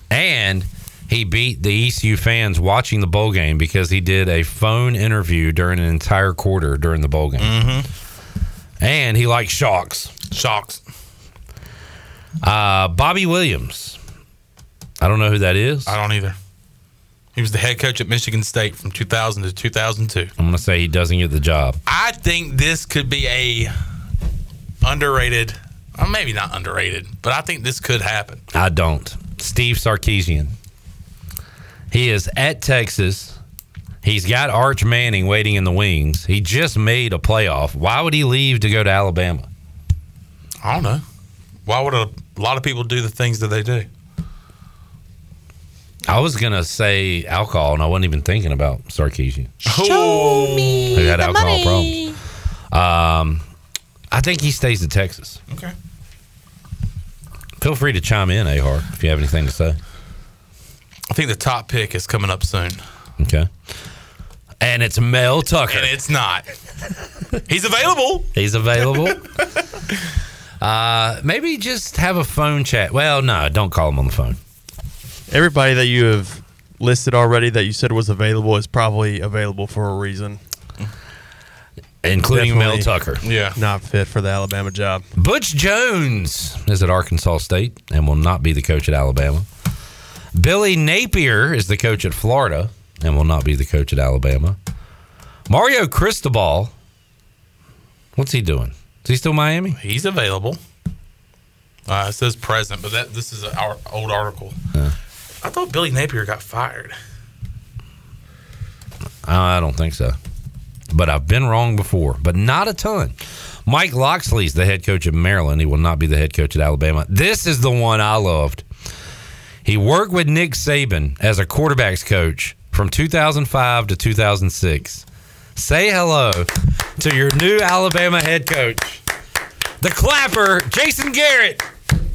And he beat the ECU fans watching the bowl game because he did a phone interview during an entire quarter during the bowl game. Mm-hmm. And he likes shocks. Shocks. Uh, Bobby Williams. I don't know who that is. I don't either. He was the head coach at Michigan State from 2000 to 2002. I'm going to say he doesn't get the job. I think this could be a underrated, or maybe not underrated, but I think this could happen. I don't. Steve Sarkeesian. He is at Texas. He's got Arch Manning waiting in the wings. He just made a playoff. Why would he leave to go to Alabama? I don't know. Why would a lot of people do the things that they do? I was gonna say alcohol, and I wasn't even thinking about Sarkeesian. Show me had alcohol problems. Um, I think he stays in Texas. Okay. Feel free to chime in, Ahar, if you have anything to say. I think the top pick is coming up soon. Okay. And it's Mel Tucker. And it's not. He's available. He's available. uh, maybe just have a phone chat. Well, no, don't call him on the phone. Everybody that you have listed already that you said was available is probably available for a reason. Including Mel Definitely Tucker. Not fit for the Alabama job. Butch Jones is at Arkansas State and will not be the coach at Alabama. Billy Napier is the coach at Florida and will not be the coach at Alabama. Mario Cristobal, what's he doing? Is he still Miami? He's available. Uh, it says present, but that this is an our old article. I thought Billy Napier got fired. I don't think so. But I've been wrong before, but not a ton. Mike Loxley's the head coach of Maryland. He will not be the head coach at Alabama. This is the one I loved. He worked with Nick Saban as a quarterback's coach from 2005 to 2006. Say hello to your new Alabama head coach, the clapper, Jason Garrett,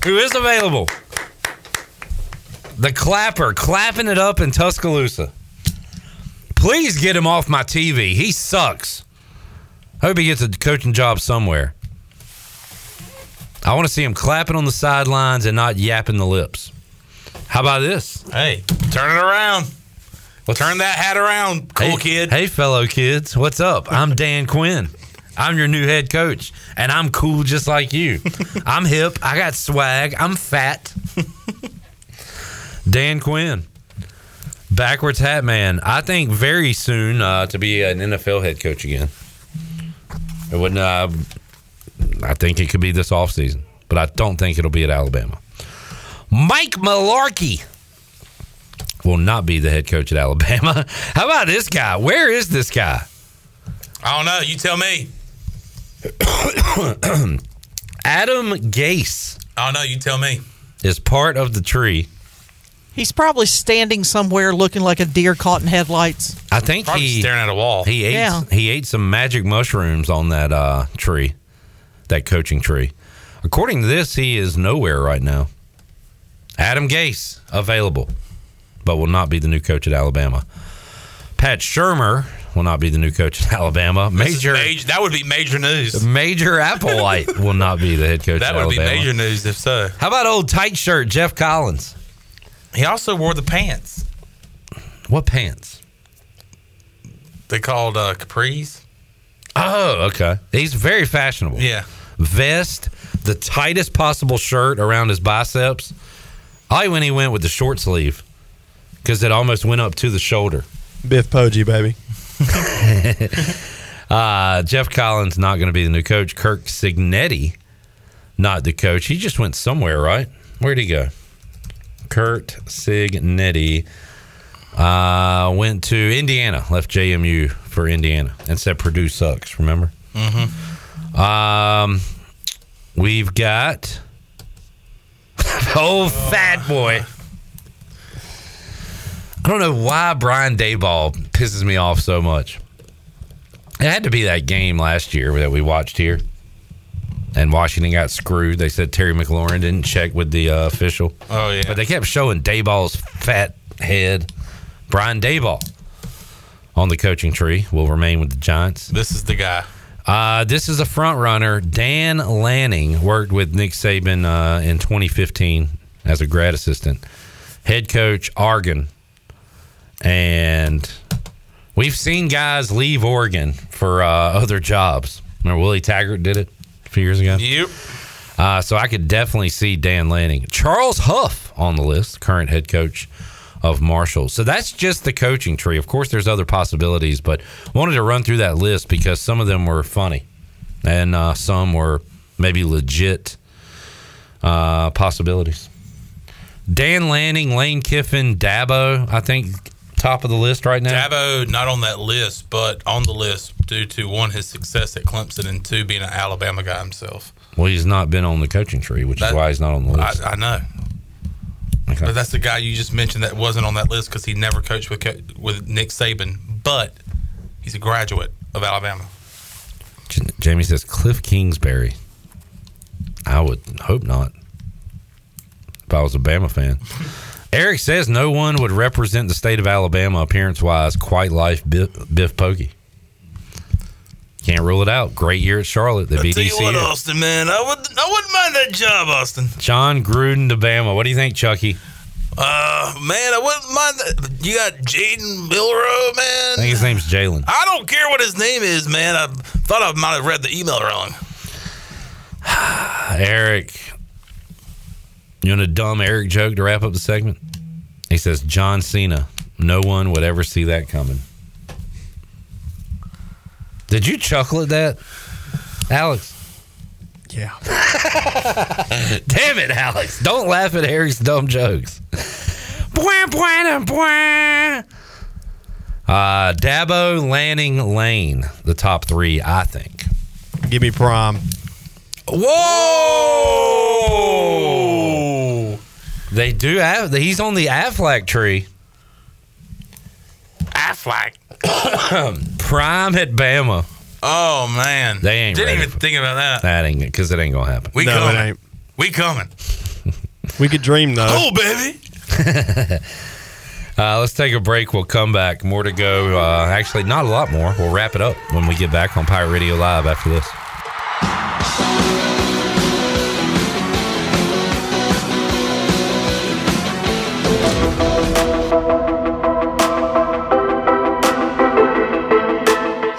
who is available. The clapper, clapping it up in Tuscaloosa. Please get him off my TV. He sucks. Hope he gets a coaching job somewhere. I want to see him clapping on the sidelines and not yapping the lips. How about this? Hey, turn it around. turn that hat around, cool hey, kid. Hey, fellow kids, what's up? I'm Dan Quinn. I'm your new head coach, and I'm cool just like you. I'm hip. I got swag. I'm fat. Dan Quinn, backwards hat man. I think very soon uh, to be an NFL head coach again. It wouldn't. Uh, I think it could be this offseason, but I don't think it'll be at Alabama. Mike Malarkey will not be the head coach at Alabama. How about this guy? Where is this guy? I don't know. You tell me. Adam Gase I don't know. You tell me. is part of the tree. He's probably standing somewhere looking like a deer caught in headlights. I think Probably he staring at a wall. He ate Yeah. he ate some magic mushrooms on that uh, tree, that coaching tree. According to this, he is nowhere right now. Adam Gase available, but will not be the new coach at Alabama. Pat Shermer will not be the new coach at Alabama. This is Major major. That would be major news. Major Applewhite will not be the head coach. That at would be Alabama. major news if so. How about old tight shirt Jeff Collins? He also wore the pants. What pants? They called uh, capris. Oh, okay. He's very fashionable. Yeah. Vest, the tightest possible shirt around his biceps. I when he went with the short sleeve because it almost went up to the shoulder. Biff Poggi, baby. uh, Jeff Collins not going to be the new coach. Kirk Signetti not the coach. He just went somewhere, right? Where'd he go? Kurt Signetti uh, went to Indiana, left JMU for Indiana, and said Purdue sucks. Remember? Mm-hmm. Um, we've got oh fat boy. I don't know why Brian Dayball pisses me off so much. It had to be that game last year that we watched here. and Washington got screwed. They said Terry McLaurin didn't check with the uh, official. Oh yeah, but they kept showing Dayball's fat head. Brian Dayball on the coaching tree will remain with the Giants. This is the guy. Uh, this is a front runner. Dan Lanning worked with Nick Saban uh, in 2015 as a grad assistant. Head coach Argon, and we've seen guys leave Oregon for uh, other jobs. Remember Willie Taggart did it a few years ago. Yep. Uh, so I could definitely see Dan Lanning. Charles Huff on the list, current head coach of Marshall. So that's just the coaching tree. Of course, there's other possibilities, but wanted to run through that list because some of them were funny and uh, some were maybe legit uh, possibilities. Dan Lanning, Lane Kiffin, Dabo, I think top of the list right now. Dabo not on that list, but on the list due to one his success at Clemson and two being an Alabama guy himself. Well, he's not been on the coaching tree, which is That- why he's not on the I, list. I know, Okay. but that's the guy you just mentioned that wasn't on that list because he never coached with co- with Nick Saban, but he's a graduate of Alabama. J- Jamie says Cliff Kingsbury. I would hope not. If I was a Bama fan, Eric says no one would represent the state of Alabama appearance wise quite like Biff, Biff Pokey. Can't rule it out. Great year at Charlotte. The Tell you what, BDC. Austin, man, I would I wouldn't mind that job, Austin. John Gruden to Bama. What do you think, Chucky? Uh, man, I wouldn't mind that. You got Jaden Milrow, man. I think his name's Jalen. I don't care what his name is, man. I thought I might have read the email wrong. Eric. You want a dumb Eric joke to wrap up the segment? He says, John Cena. No one would ever see that coming. Did you chuckle at that, Alex? Yeah. Damn it, Alex. Don't laugh at Eric's dumb jokes. Bwah, bwah, bwah. Uh, Dabo, Lanning, Lane, the top three, I think. Give me prom. Whoa! They do have. He's on the Affleck tree. Affleck. Prime at Bama. Oh man, They ain't Didn't ready even think about that. That ain't because it ain't gonna happen. We No, it coming. ain't. We coming. We could dream though. Oh baby. Uh, let's take a break. We'll come back. More to go. Uh, actually, not a lot more. We'll wrap it up when we get back on Pirate Radio Live after this.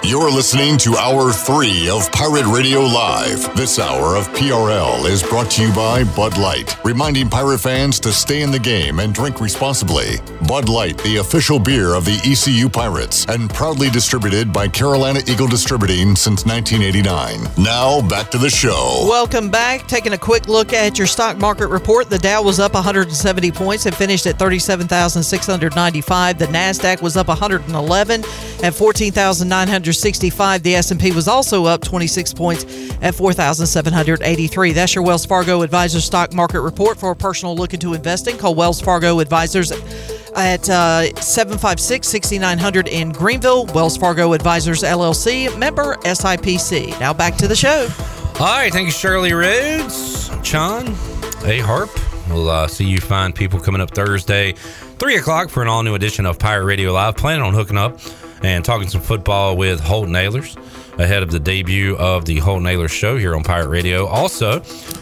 You're listening to Hour 3 of Pirate Radio Live. This hour of PRL is brought to you by Bud Light, reminding pirate fans to stay in the game and drink responsibly. Bud Light, the official beer of the ECU Pirates, and proudly distributed by Carolina Eagle Distributing since 1989. Now, back to the show. Welcome back. Taking a quick look at your stock market report. The Dow was up 170 points and finished at 37,695. The Nasdaq was up 111 at 14,965. The S&P was also up 26 points at 4,783. That's your Wells Fargo Advisors stock market report for a personal look into investing. Call Wells Fargo Advisors at uh, 756-6900 in Greenville, Wells Fargo Advisors LLC, member SIPC. Now back to the show. All right, thank you, Shirley Rhodes, Chon, A. Harp. We'll uh, see you fine people coming up Thursday, 3 o'clock for an all new edition of Pirate Radio Live. Planning on hooking up and talking some football with Holt Nailers ahead of the debut of the Holt Nailers show here on Pirate Radio. Also,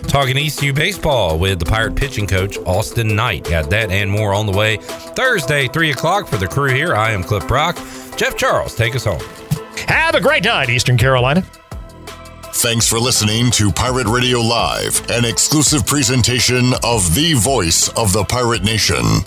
talking ECU baseball with the Pirate pitching coach, Austin Knight. Got that and more on the way Thursday, 3 o'clock for the crew here. I am Cliff Brock. Jeff Charles, take us home. Have a great night, Eastern Carolina. Thanks for listening to Pirate Radio Live, an exclusive presentation of the voice of the pirate nation.